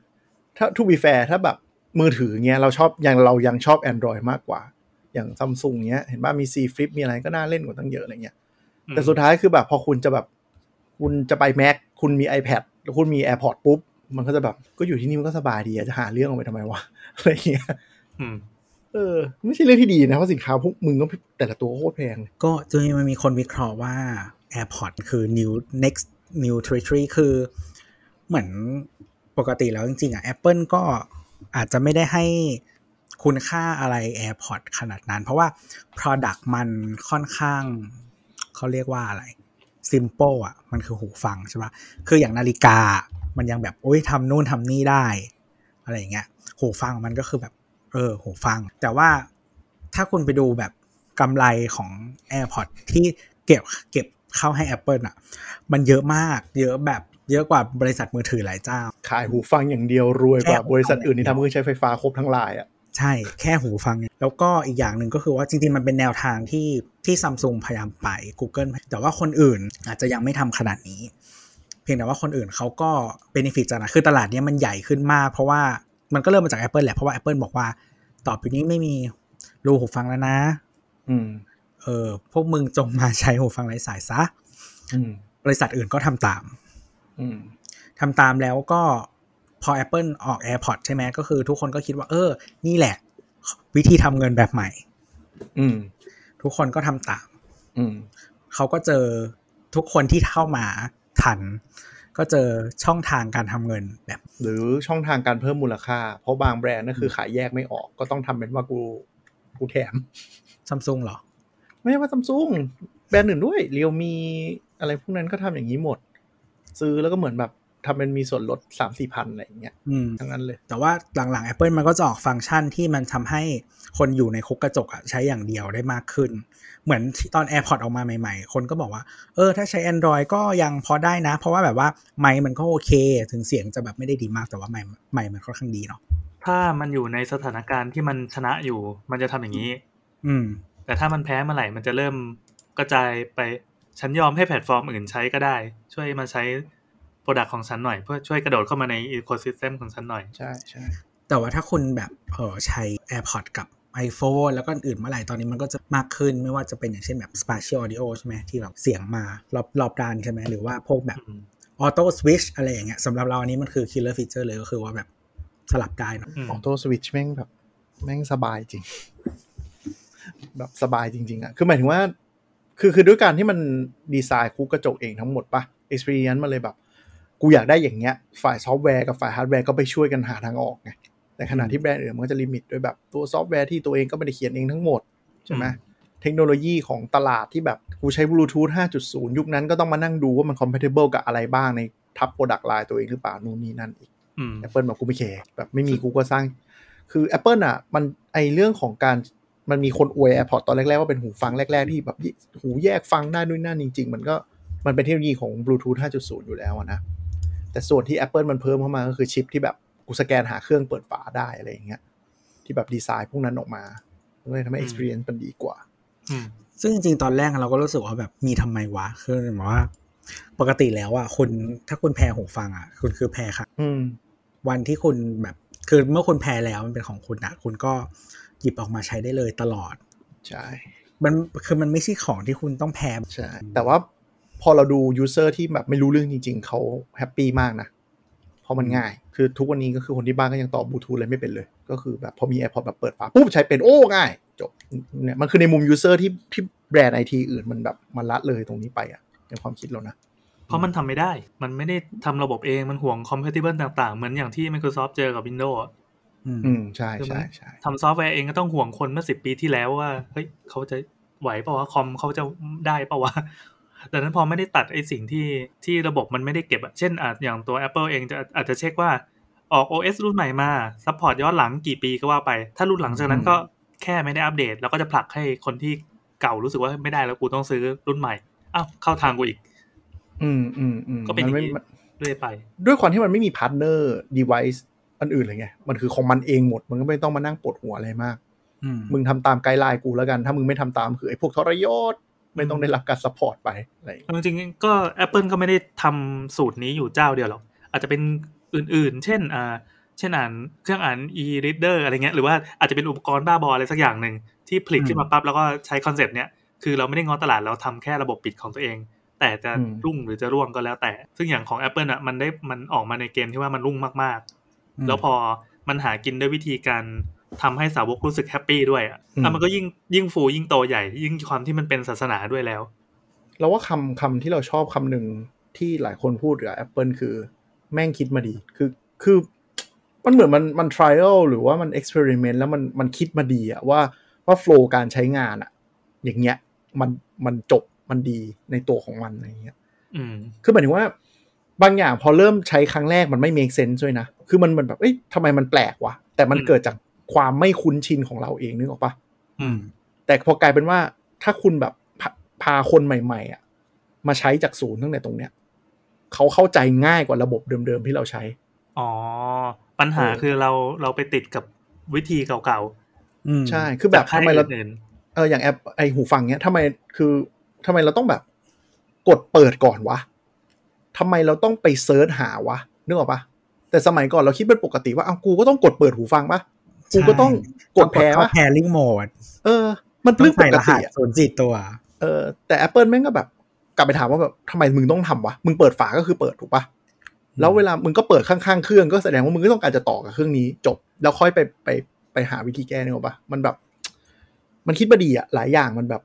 Speaker 2: ถ้าทูบีแฟร์ถ้าแบบมือถือเงี้ยเราชอบอย่างเรายังชอบ Android มากกว่า อย่างซัมซุงเงี้ยเห็นป่ะมี C Flip มีอะไรก็น่าเล่นกว่าตั้งเยอะอะไรเงี้ย
Speaker 4: อืม
Speaker 2: แต่สุดท้ายคือแบบพอคุณจะแบบ คุณจะไป Mac คุณมี iPad แล้วคุณมี AirPod ปุ๊บ มันก็จะแบบก็อยู่ที่นี่มันก็สบายดีอะจะหาเรื่องเอาไปทำไมวะ [LAUGHS] อะไรเงี้ย
Speaker 4: อืม
Speaker 2: เออ ไม่ใช่เรื่องที่ดีนะเพราะสินค้าพวกมึงก็แต่ละตัวก็โคตรแพง
Speaker 3: ก็จริงๆมันมีคนวิเคราะห์ว่า AirPod คือ new next new territory คือเหมือนปกติแล้วจริงๆอ่ะ Apple ก็อาจจะไม่ได้ให้คุณค่าอะไร AirPod ขนาดนั้น เพราะว่า Product มันค่อนข้างเขาเรียกว่าอะไร simple อ่ะ มันคือหูฟังใช่ปะคืออย่างนาฬิกา มันยังแบบโอ้ยทำนู่นทำนี่ได้ อะไรอย่างเงี้ย หูฟังมันก็คือแบบ เออ หูฟัง แต่ว่าถ้าคุณไปดูแบบกำไรของ AirPods ที่เก็บเก็บเข้าให้ Apple อ่ะ มันเยอะมาก เยอะแบบเยอะกว่าบริษัทมือถือหลายเจ้า
Speaker 2: ขายหูฟังอย่างเดียวรวยกว่าบริษัทอื่นที่ทำเครื่องใช้ไฟฟ้าครบทั้งลายอ่ะ
Speaker 3: ใช่แค่หูฟังเนี่ยแล้วก็อีกอย่างหนึ่งก็คือว่าจริงๆ มันเป็นแนวทางที่ที่ซัมซุงพยายามไป Google แต่ว่าคนอื่นอาจจะยังไม่ทำขนาดนี้ เพียงแต่ว่าคนอื่นเขาก็เบนฟิตจากนะคือตลาดเนี้ยมันใหญ่ขึ้นมาก เพราะว่ามันก็เริ่มมาจาก Apple แหละ เพราะว่า Apple บอกว่าต่อไปนี้ไม่มีรูหูฟังแล้วนะ
Speaker 2: อืม
Speaker 3: เออพวกมึงจงมาใช้หูฟังไร้สายซะ
Speaker 2: อืม
Speaker 3: บริษัทอื่นก็ทำตาม
Speaker 2: อืม
Speaker 3: ทำตามแล้วก็พอ Apple ออก AirPods ใช่ไหมก็คือทุกคนก็คิดว่า เออ นี่แหละ วิธีทำเงินแบบใหม่
Speaker 2: อืม
Speaker 3: ทุกคนก็ทำตาม
Speaker 2: อืม
Speaker 3: เขาก็เจอทุกคนที่เข้ามาทัน ก็เจอช่องทางการทำเงินแบบ
Speaker 2: หรือช่องทางการเพิ่มมูลค่า เพราะบางแบรนด์นั่นคือขายแยกไม่ออก ก็ต้องทำเป็นว่ากู กูแถม
Speaker 3: ซัมซุงเหรอ
Speaker 2: ไม่ใช่ว่าซัมซุงแบรนด์อื่นด้วยเรียวมีอะไรพวกนั้นก็ทำอย่างนี้หมด ซื้อแล้วก็เหมือนแบบทำเป็นมีส่วนลดสามสี่พันอะไรอย่างเงี้ย
Speaker 3: อืม
Speaker 2: ทั้งนั้นเลย
Speaker 3: แต่ว่าหลังๆ Apple มันก็จะออกฟังก์ชันที่มันทำให้คนอยู่ในคุกกระจกอะใช้อย่างเดียวได้มากขึ้น เหมือนที่ตอน AirPods ออกมาใหม่ๆ คนก็บอกว่า เออ ถ้าใช้ Android ก็ยังพอได้นะ เพราะว่าแบบว่าไมค์มันก็โอเค ถึงเสียงจะแบบไม่ได้ดีมากแต่ว่าไมค์ไมค์มันค่อนข้างดีเนาะ
Speaker 4: ถ้ามันอยู่ในสถานการณ์ที่มันชนะอยู่ มันจะทำอย่างนี้
Speaker 3: อืม
Speaker 4: แต่ถ้ามันแพ้เมื่อไหร่มันจะเริ่มกระจายไป ฉันยอมให้แพลตฟอร์มอื่นใช้ก็ได้ ช่วยมาใช้โปรดักของฉันหน่อย เพื่อช่วยกระโดดเข้ามาในอีโคซิสเต็มของฉันหน่อย
Speaker 2: ใช่ใช่
Speaker 3: แต่ว่าถ้าคุณแบบเออใช้ AirPods กับ iPhone แล้วก็อื่นเมื่อไหร่ตอนนี้มันก็จะมากขึ้นไม่ว่าจะเป็นอย่างเช่นแบบ Spatial Audio ใช่ไหมที่แบบเสียงมารอบรอบด้านใช่ไหมหรือว่าพวกแบบ
Speaker 4: อืม
Speaker 3: ออโต้สวิชอะไรอย่างเงี้ยสำหรับเราอันนี้มันคือคิลเลอร์ฟีเจอร์เลยก็คือว่าแบบสลับได้เนอะ
Speaker 4: อืม
Speaker 2: ออโต้สวิตช์แม่งแบบ แม่งสบายจริง [LAUGHS] แบบสบายจริง ๆอะคือหมายถึงว่า คือคือด้วยการที่มันดีไซน์คุกกระจกเองทั้งหมดปะ experience มันเลยแบบ กูอยากได้อย่างเงี้ย ฝ่ายซอฟต์แวร์กับฝ่ายฮาร์ดแวร์ก็ไปช่วยกันหาทางออกไงแต่ขณะที่แบรนด์อื่นมันก็จะลิมิตด้วยแบบตัวซอฟต์แวร์ที่ตัวเองก็ไม่ได้เขียนเองทั้งหมด ใช่ไหมเทคโนโลยีของตลาดที่แบบกูใช้บลูทูธ5.0 ยุคนั้นก็ต้องมานั่งดูว่ามัน compatible กับอะไรบ้างในทับโปรดักต์ไลน์ตัวเองหรือเปล่านู่นนี่นั่นอีก
Speaker 4: อืม
Speaker 2: Apple บอกกูไม่แคร์แบบไม่มีกูก็สร้าง คือ Apple อ่ะ มันไอเรื่องของการมันมีคนอวย AirPods ตอนแรก ๆ ว่าเป็นหูฟังแรก ๆ ที่แบบหูแยกฟังได้ด้วยนั่นจริง ๆ มันก็มันเป็นเทคโนโลยีของ Bluetooth 5.0 อยู่แล้วอะนะ แต่ส่วนที่ Apple มันเพิ่มเข้ามาก็คือชิปที่แบบกูสแกนหาเครื่องเปิดฝาได้อะไรอย่างเงี้ยที่แบบดีไซน์พวกนั้นออกมามันก็เลยทำให้
Speaker 4: อืม
Speaker 2: experience มันดีกว่า
Speaker 4: อืม
Speaker 3: ซึ่งจริงๆ ตอนแรกเราก็รู้สึกว่าแบบมีทำไมวะ คือหมายว่า ปกติแล้วอ่ะคุณถ้าคุณแพ้หูฟังอ่ะ คุณคือแพ้ค่ะ
Speaker 2: อืม
Speaker 3: วันที่คุณแบบคือเมื่อคุณแพ้แล้วมันเป็นของคุณอ่ะ คุณก็หยิบออกมาใช้ได้เลยตลอด
Speaker 2: ใช่
Speaker 3: มันคือมันไม่ใช่ของที่คุณต้องแพ้
Speaker 2: ใช่ แต่ว่าพอเราดูยูเซอร์ที่แบบไม่รู้เรื่องจริง ๆ เขาแฮปปี้มากนะ เพราะมันง่าย คือทุกวันนี้ก็คือคนที่บ้านก็ยังต่อบลูทูธเลยไม่เป็นเลย ก็คือแบบพอมี AirPod แบบเปิดฝาปุ๊บใช้เป็นโอ้ ง่าย จบเนี่ยมันคือในมุมยูเซอร์ที่ที่แบรนด์ไอทีอื่นมันแบบมันละเลยตรงนี้ไปอะในความคิดเรานะ
Speaker 4: เพราะมันทำไม่ได้ มันไม่ได้ทำระบบเอง มันห่วง compatible ต่างๆ เหมือนอย่างที่ Microsoft เจอกับ Windows อะ
Speaker 3: อืม
Speaker 2: อืม ใช่ใช่ใช่
Speaker 4: ทำซอฟต์แวร์เองก็ต้องห่วงคนเมื่อสิบปีที่แล้วว่า เฮ้ยเขาจะไหวเปล่าวะคอมเขาจะได้เปล่าวะ [LAUGHS] ดังนั้นพอไม่ได้ตัดไอ้สิ่งที่ที่ระบบมันไม่ได้เก็บอะเช่นอาจอย่างตัว Apple เองจะอาจจะเช็คว่าออก OS รุ่นใหม่มาซัพพอร์ตย้อนหลังกี่ปีก็ว่าไป ถ้ารุ่นหลังจากนั้นก็แค่ไม่ได้อัปเดต แล้วก็จะผลักให้คนที่เก่ารู้สึกว่าไม่ได้แล้วกูต้องซื้อรุ่นใหม่อ้าวเข้าทางกูอีก
Speaker 2: อืมอืมอืม
Speaker 4: ก็เป็นอ
Speaker 2: มั
Speaker 4: ย่าง
Speaker 2: ไม่
Speaker 4: นี้ เรื่อยไป
Speaker 2: ด้วยความที่มันไม่มีพาร์ทเนอร์ดีไวซ์อันอื่นเลยไง มันคือของมันเองหมด มันก็ไม่ต้องมานั่งปวดหัวอะไรมาก
Speaker 3: อืม
Speaker 2: มึงทำตามไกด์ไลน์กูแล้วกัน ถ้ามึงไม่ทำตามคือไอ้พวกทรยศ ไม่ต้องได้รับการสปอร์ตไปอะไรอย่างเงี้ย
Speaker 4: จริงๆก็ Apple ก็ไม่ได้ทำสูตรนี้อยู่เจ้าเดียวหรอก อาจจะเป็นอื่นๆ เช่นอ่าเช่นอ่านเครื่องอ่าน e-reader อะไรเงี้ยหรือว่าอาจจะเป็นอุปกรณ์บ้าบออะไรสักอย่างหนึ่งที่ผลิตขึ้นมาปั๊บแล้วก็ใช้คอนเซปต์เนี้ยคือเราไม่ได้ง้อตลาดเราทำแค่ระบบปิดของตัวเอง แต่จะรุ่งหรือจะร่วงก็แล้วแต่ ซึ่งอย่างของ Apple อ่ะมันได้มันออกมาในเกมที่ว่ามันรุ่งมากๆ แล้วพอมันหากินด้วยวิธีการทำให้สาวกรู้สึกแฮปปี้ด้วยอ่ะอ่ะมันก็ยิ่งยิ่งฟูยิ่งโตใหญ่ ยิ่งความที่มันเป็นศาสนาด้วยแล้ว
Speaker 2: เราว่าคำคำที่เราชอบคำหนึ่งที่หลายคนพูดกับ Apple คือแม่งคิดมาดี คือคือ มันเหมือนมันมัน trial หรือว่ามัน experiment แล้วมันมันคิดมาดีอะว่าว่า flow การใช้งานอะอย่างเงี้ยมันมันจบมันดีในตัวของมันอะไรอย่างเงี้ย
Speaker 4: อืม
Speaker 2: คือหมายถึงว่าบางอย่างพอเริ่มใช้ครั้งแรกมันไม่ make sense ด้วยนะ คือมันมันแบบ เอ้ยทำไมมันแปลกวะ แต่มัน
Speaker 4: อืม
Speaker 2: เกิดจากความไม่คุ้นชินของเราเองนึกออกปะ
Speaker 4: อืม
Speaker 2: แต่พอกลายเป็นว่าถ้าคุณแบบพาพาคนใหม่ ๆ อ่ะ มาใช้จากศูนย์ตั้งแต่ตรงเนี้ยเขาเข้าใจง่ายกว่าระบบเดิมๆที่เราใช้
Speaker 4: อ๋อ ปัญหา
Speaker 2: เออ
Speaker 4: คือเราเราไปติดกับวิธีเก่า
Speaker 3: อืม
Speaker 2: ใช่
Speaker 4: ๆ
Speaker 2: คือแบบ
Speaker 4: จกค่ย
Speaker 2: ทำไมเรา
Speaker 4: อื่น
Speaker 2: เอออย่างแอปไอหูฟังเนี้ยทำไมคือทำไมเราต้องแบบกดเปิดก่อนวะทำไมเราต้องไปเซิร์ชหาวะนึกออกปะแต่สมัยก่อนเราคิดเป็นปกติว่าเอากูก็ต้องกดเปิดหูฟังปะกูก็ต้องกดแพ้
Speaker 3: เข้า
Speaker 2: ปะ
Speaker 3: แพ้ลิงโหมด
Speaker 2: เออ มันเป็น
Speaker 3: ต้อ
Speaker 2: เรื่อ
Speaker 3: ง
Speaker 2: งป
Speaker 3: ใส่
Speaker 2: ก
Speaker 3: รหั
Speaker 2: ติ
Speaker 3: ส
Speaker 2: อะ
Speaker 3: ศูนย์สี่ตัว
Speaker 2: เออแต่ Apple แม่งก็แบบ กลับไปถามว่าแบบทำไมมึงต้องทำวะ มึงเปิดฝาก็คือเปิดถูกปะแล้วเวลามึงก็เปิดข้างๆเครื่องก็แสดงว่ามึงก็ต้องการจะต่อกับเครื่องนี้จบ แล้วค่อยไปไปไปหาวิธีแก้เนี่ยหรอกปะมันแบบ มันคิดมาดีอะหลายอย่างมันแบบ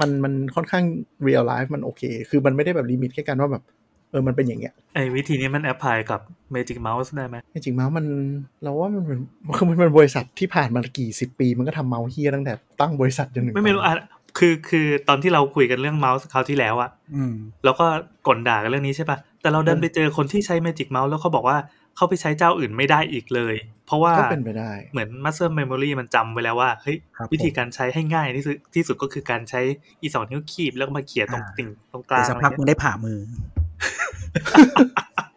Speaker 2: มันมันค่อนข้างเรียลไลฟ์มันโอเค คือมันไม่ได้แบบลิมิตแค่การว่าแบบ เออมันเป็นอย่างเงี้ย
Speaker 4: ไอ้วิธีนี้มันแอพพลายกับ Magic Mouse ได้ไหม
Speaker 2: จริงๆเมาส์มันเราว่ามันเป็นคือมันเป็นบริษัทที่ผ่านมากี่สิบปี มันก็ทำเมาส์เฮียตั้งแต่ตั้งบริษัทจนถึง
Speaker 4: ไม่ไม่รู้
Speaker 2: ตอน
Speaker 4: อ่ะคือคือตอนที่เราคุยกันเรื่องเมาส์คราวที่แล้วอะ
Speaker 3: อืม
Speaker 4: เราก็ก่นด่ากันเรื่องนี้ใช่ปะแต่เราดันไปเจอคนที่ใช้ Magic Mouse แล้วเขาบอกว่าเขาไปใช้เจ้าอื่นไม่ได้อีกเลย เพราะว่า
Speaker 2: นี้ก็เป็นไปได้
Speaker 4: เหมือน Master Memory มันจำไว้แล้วว่าเฮ้ย
Speaker 3: ครับผม
Speaker 4: วิธีการใช้ให้ง่ายที่สุดที่สุดก็คือการใช้อีสองนิ้วคีบแล้วก็มาเขี่ยตรง
Speaker 3: อ่า
Speaker 4: ติ่งตรงกลา
Speaker 3: แต่
Speaker 4: ง
Speaker 3: สัก
Speaker 4: อะไร
Speaker 3: พักมึ
Speaker 4: เงี้ย
Speaker 3: งได้ผ่ามือ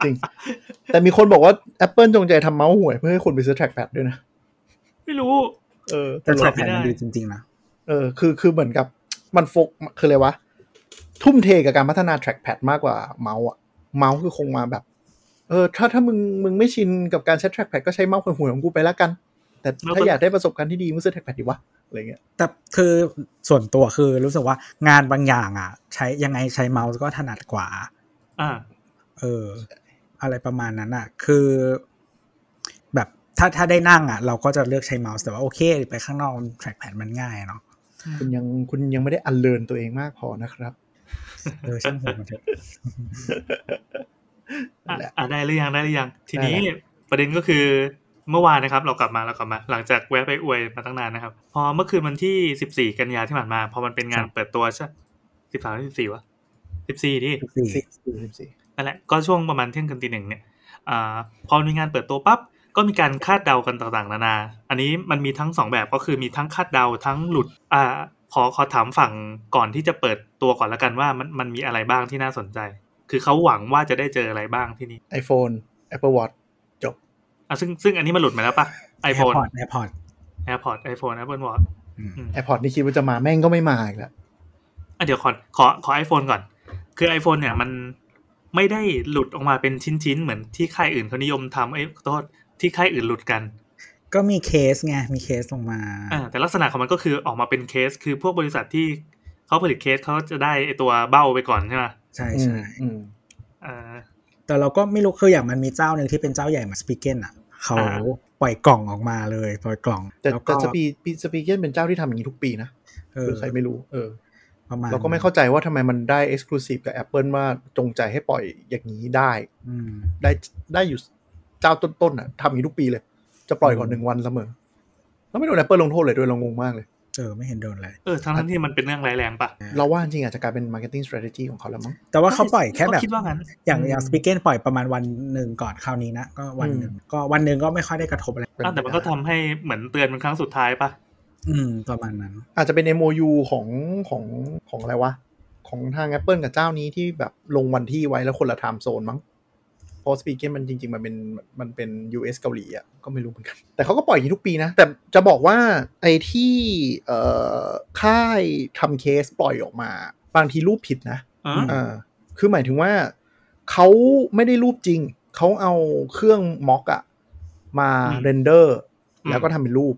Speaker 2: จริง แต่มีคนบอกว่า Apple จงใจทำเมาส์ห่วยเพื่อให้คนไปซื้อ trackpad ด้วยนะ
Speaker 4: ไม่รู้
Speaker 2: เออ
Speaker 3: แต่
Speaker 2: ตล
Speaker 3: แท็ก
Speaker 2: ก
Speaker 3: แผ่นมันดีจริงๆนะ
Speaker 2: เออคือคือเหมือนกับมันโฟกคืออะไรวะ ทุ่มเทกับการพัฒนา trackpad มากกว่าเมาส์อะเมาส์คือคงมาแบบ เออ ถ้าถ้ามึงมึงไม่ชินกับการใช้ trackpad ก็ใช้เมาส์ห่วยๆของกูไปละกัน แต่
Speaker 4: แล้วก็
Speaker 2: ถ้าอยากได้ประสบการณ์ที่ดีมึงซื้อ trackpad ดีวะอะไรเงี้ย
Speaker 3: แต่คือส่วนตัวคือรู้สึกว่างานบางอย่างอ่ะ ใช้ยังไงใช้เมาส์ก็ถนัดกว่า
Speaker 4: อ่า
Speaker 3: เออ อะไรประมาณนั้นอ่ะ คือ แบบถ้าถ้าได้นั่งอ่ะ เราก็จะเลือกใช้เมาส์แต่ว่าโอเค ไปข้างนอกแท็กแผ่นมันง่ายเนาะ
Speaker 2: คุณยังคุณยังไม่ได้อันเลินตัวเองมากพอนะครับ
Speaker 3: เออช่างหัวมัน [LAUGHS] เถอะ
Speaker 4: อ่ะ
Speaker 2: แหละ
Speaker 4: อ่ะได้หรือยังได้หรือยัง ทีนี้
Speaker 2: ได้แล้ว
Speaker 4: ประเด็นก็คือเมื่อวานนะครับ เรากลับมาเรากลับมา หลังจากแวะไปอวยมาตั้งนานนะครับ พอเมื่อคืนวันที่สิบสี่กันยาที่ผ่านมา พอมันเป็นงาน
Speaker 3: ครับ
Speaker 4: เปิดตัวใช่สิบสามสิบสี่วะสิบสี่ดิ
Speaker 3: สี่
Speaker 2: สี่สิบสี่
Speaker 4: นั่นแหละก็ช่วงประมาณเที่ยงคืนตีหนึ่งเนี่ยอาพอมีงานเปิดตัวปั๊บก็มีการคาดเดากันต่างๆ นานา อันนี้มันมีทั้งสองแบบก็คือมีทั้งคาดเดาทั้งหลุดอ่าขอขอถามฝั่งก่อนที่จะเปิดตัวก่อนละกันว่ามันมันมีอะไรบ้างที่น่าสนใจ คือเขาหวังว่าจะได้เจออะไรบ้างที่นี่
Speaker 2: iPhone Apple Watch
Speaker 4: อ่ะซึ่งซึ่งอันนี้มันหลุดมาแล้วปะ iPhone
Speaker 3: แอร์พอร์ต
Speaker 4: AirPod iPhone Apple Watch อืม
Speaker 2: AirPod นี่คิดว่าจะมาแม่งก็ไม่มาอีกแล้ว
Speaker 4: อ่ะเดี๋ยวขอขอขอ iPhone ก่อน คือ iPhone เนี่ยมันไม่ได้หลุดออกมาเป็นชิ้นๆเหมือนที่ค่ายอื่นเขานิยมทำเอ้ยขอโทษที่ค่ายอื่นหลุดกัน
Speaker 3: ก็มีเคสไง มีเคสลงมา
Speaker 4: อ่าแต่ลักษณะของมันก็คือออกมาเป็นเคส คือพวกบริษัทที่เขาผลิตเคสเขาจะได้ไอตัวเบ้าไปก่อนใช่ไหม
Speaker 3: ใช่
Speaker 2: อืม
Speaker 3: ใช่
Speaker 2: อืม
Speaker 4: อ่า
Speaker 3: แต่เราก็ไม่รู้คืออย่างมันมีเจ้าหนึ่งที่เป็นเจ้าใหญ่เหมาสปีเกนอ่ะ เขา
Speaker 4: อ่า
Speaker 3: ปล่อยกล่องออกมาเลยปล่อยกล่อง
Speaker 2: แต่
Speaker 3: ล้วก็
Speaker 2: แต่สปีปีสปีเกนเป็นเจ้าที่ทำอย่างนี้ทุกปีนะ
Speaker 3: เอ
Speaker 2: เอ
Speaker 3: อ
Speaker 2: อใครไม่รู้เออ
Speaker 3: ประมาณ
Speaker 2: เราก็ไม่เข้าใจว่าทำไมมันได้ Exclusive กับ Apple ว่าจงใจให้ปล่อยอย่างนี้ได้
Speaker 3: อืม
Speaker 2: ได้ได้อยู่เจ้าต้นๆอ่ะทำอย่างนี้ทุกปีเลย จะปล่อยก่อนหนึ่งวันเสมอ แล้วไม่โดน Apple ลงโทษเลยด้วยเรางงมากเลย
Speaker 3: เออไม่เห็นโดนเลย
Speaker 4: เออทั้งทั้งที่มันเป็นเรื่องร้ายแรงปะ
Speaker 2: เราว่าจริงๆอาจจะกลายเป็น marketing strategy ของเขาแล้วมั้ง
Speaker 3: แต่ว่าเขาปล่อยแค่แบบ
Speaker 4: ก็คิดว่างั้น
Speaker 3: อย่าง
Speaker 2: อืม
Speaker 3: อย่างสปีเกนปล่อยประมาณวันหนึ่งก่อนคราวนี้นะ ก็วันหนึ่งก็วันหนึ่งก็ไม่ค่อยได้กระทบอะไร
Speaker 2: เป็ไป
Speaker 4: อ้าว
Speaker 2: ได้
Speaker 4: แต่มันก็ทำให้เหมือนเตือนเป็นครั้งสุดท้ายปะ
Speaker 3: อืมประมาณนั้น
Speaker 2: อาจจะเป็น MOU ของของของอะไรวะ ของทาง Apple กับเจ้านี้ที่แบบลงวันที่ไว้แล้วคนละ time zone มั้งเพอสปีเกนมันจริง ๆ มันเป็นมันเป็น US เกาหลีอ่ะก็ไม่รู้เหมือนกัน แต่เขาก็ปล่อยอย่างนี้ทุกปีนะ แต่จะบอกว่าไอ้ที่เอ่อค่ายทำเคสปล่อยออกมา บางทีรูปผิดนะ
Speaker 4: อ๋อ
Speaker 3: ม
Speaker 2: เออคือหมายถึงว่าเขาไม่ได้รูปจริง เขาเอาเครื่องม็อกอะมาเรนเดอร์แล้วก็ทำเป็นรูป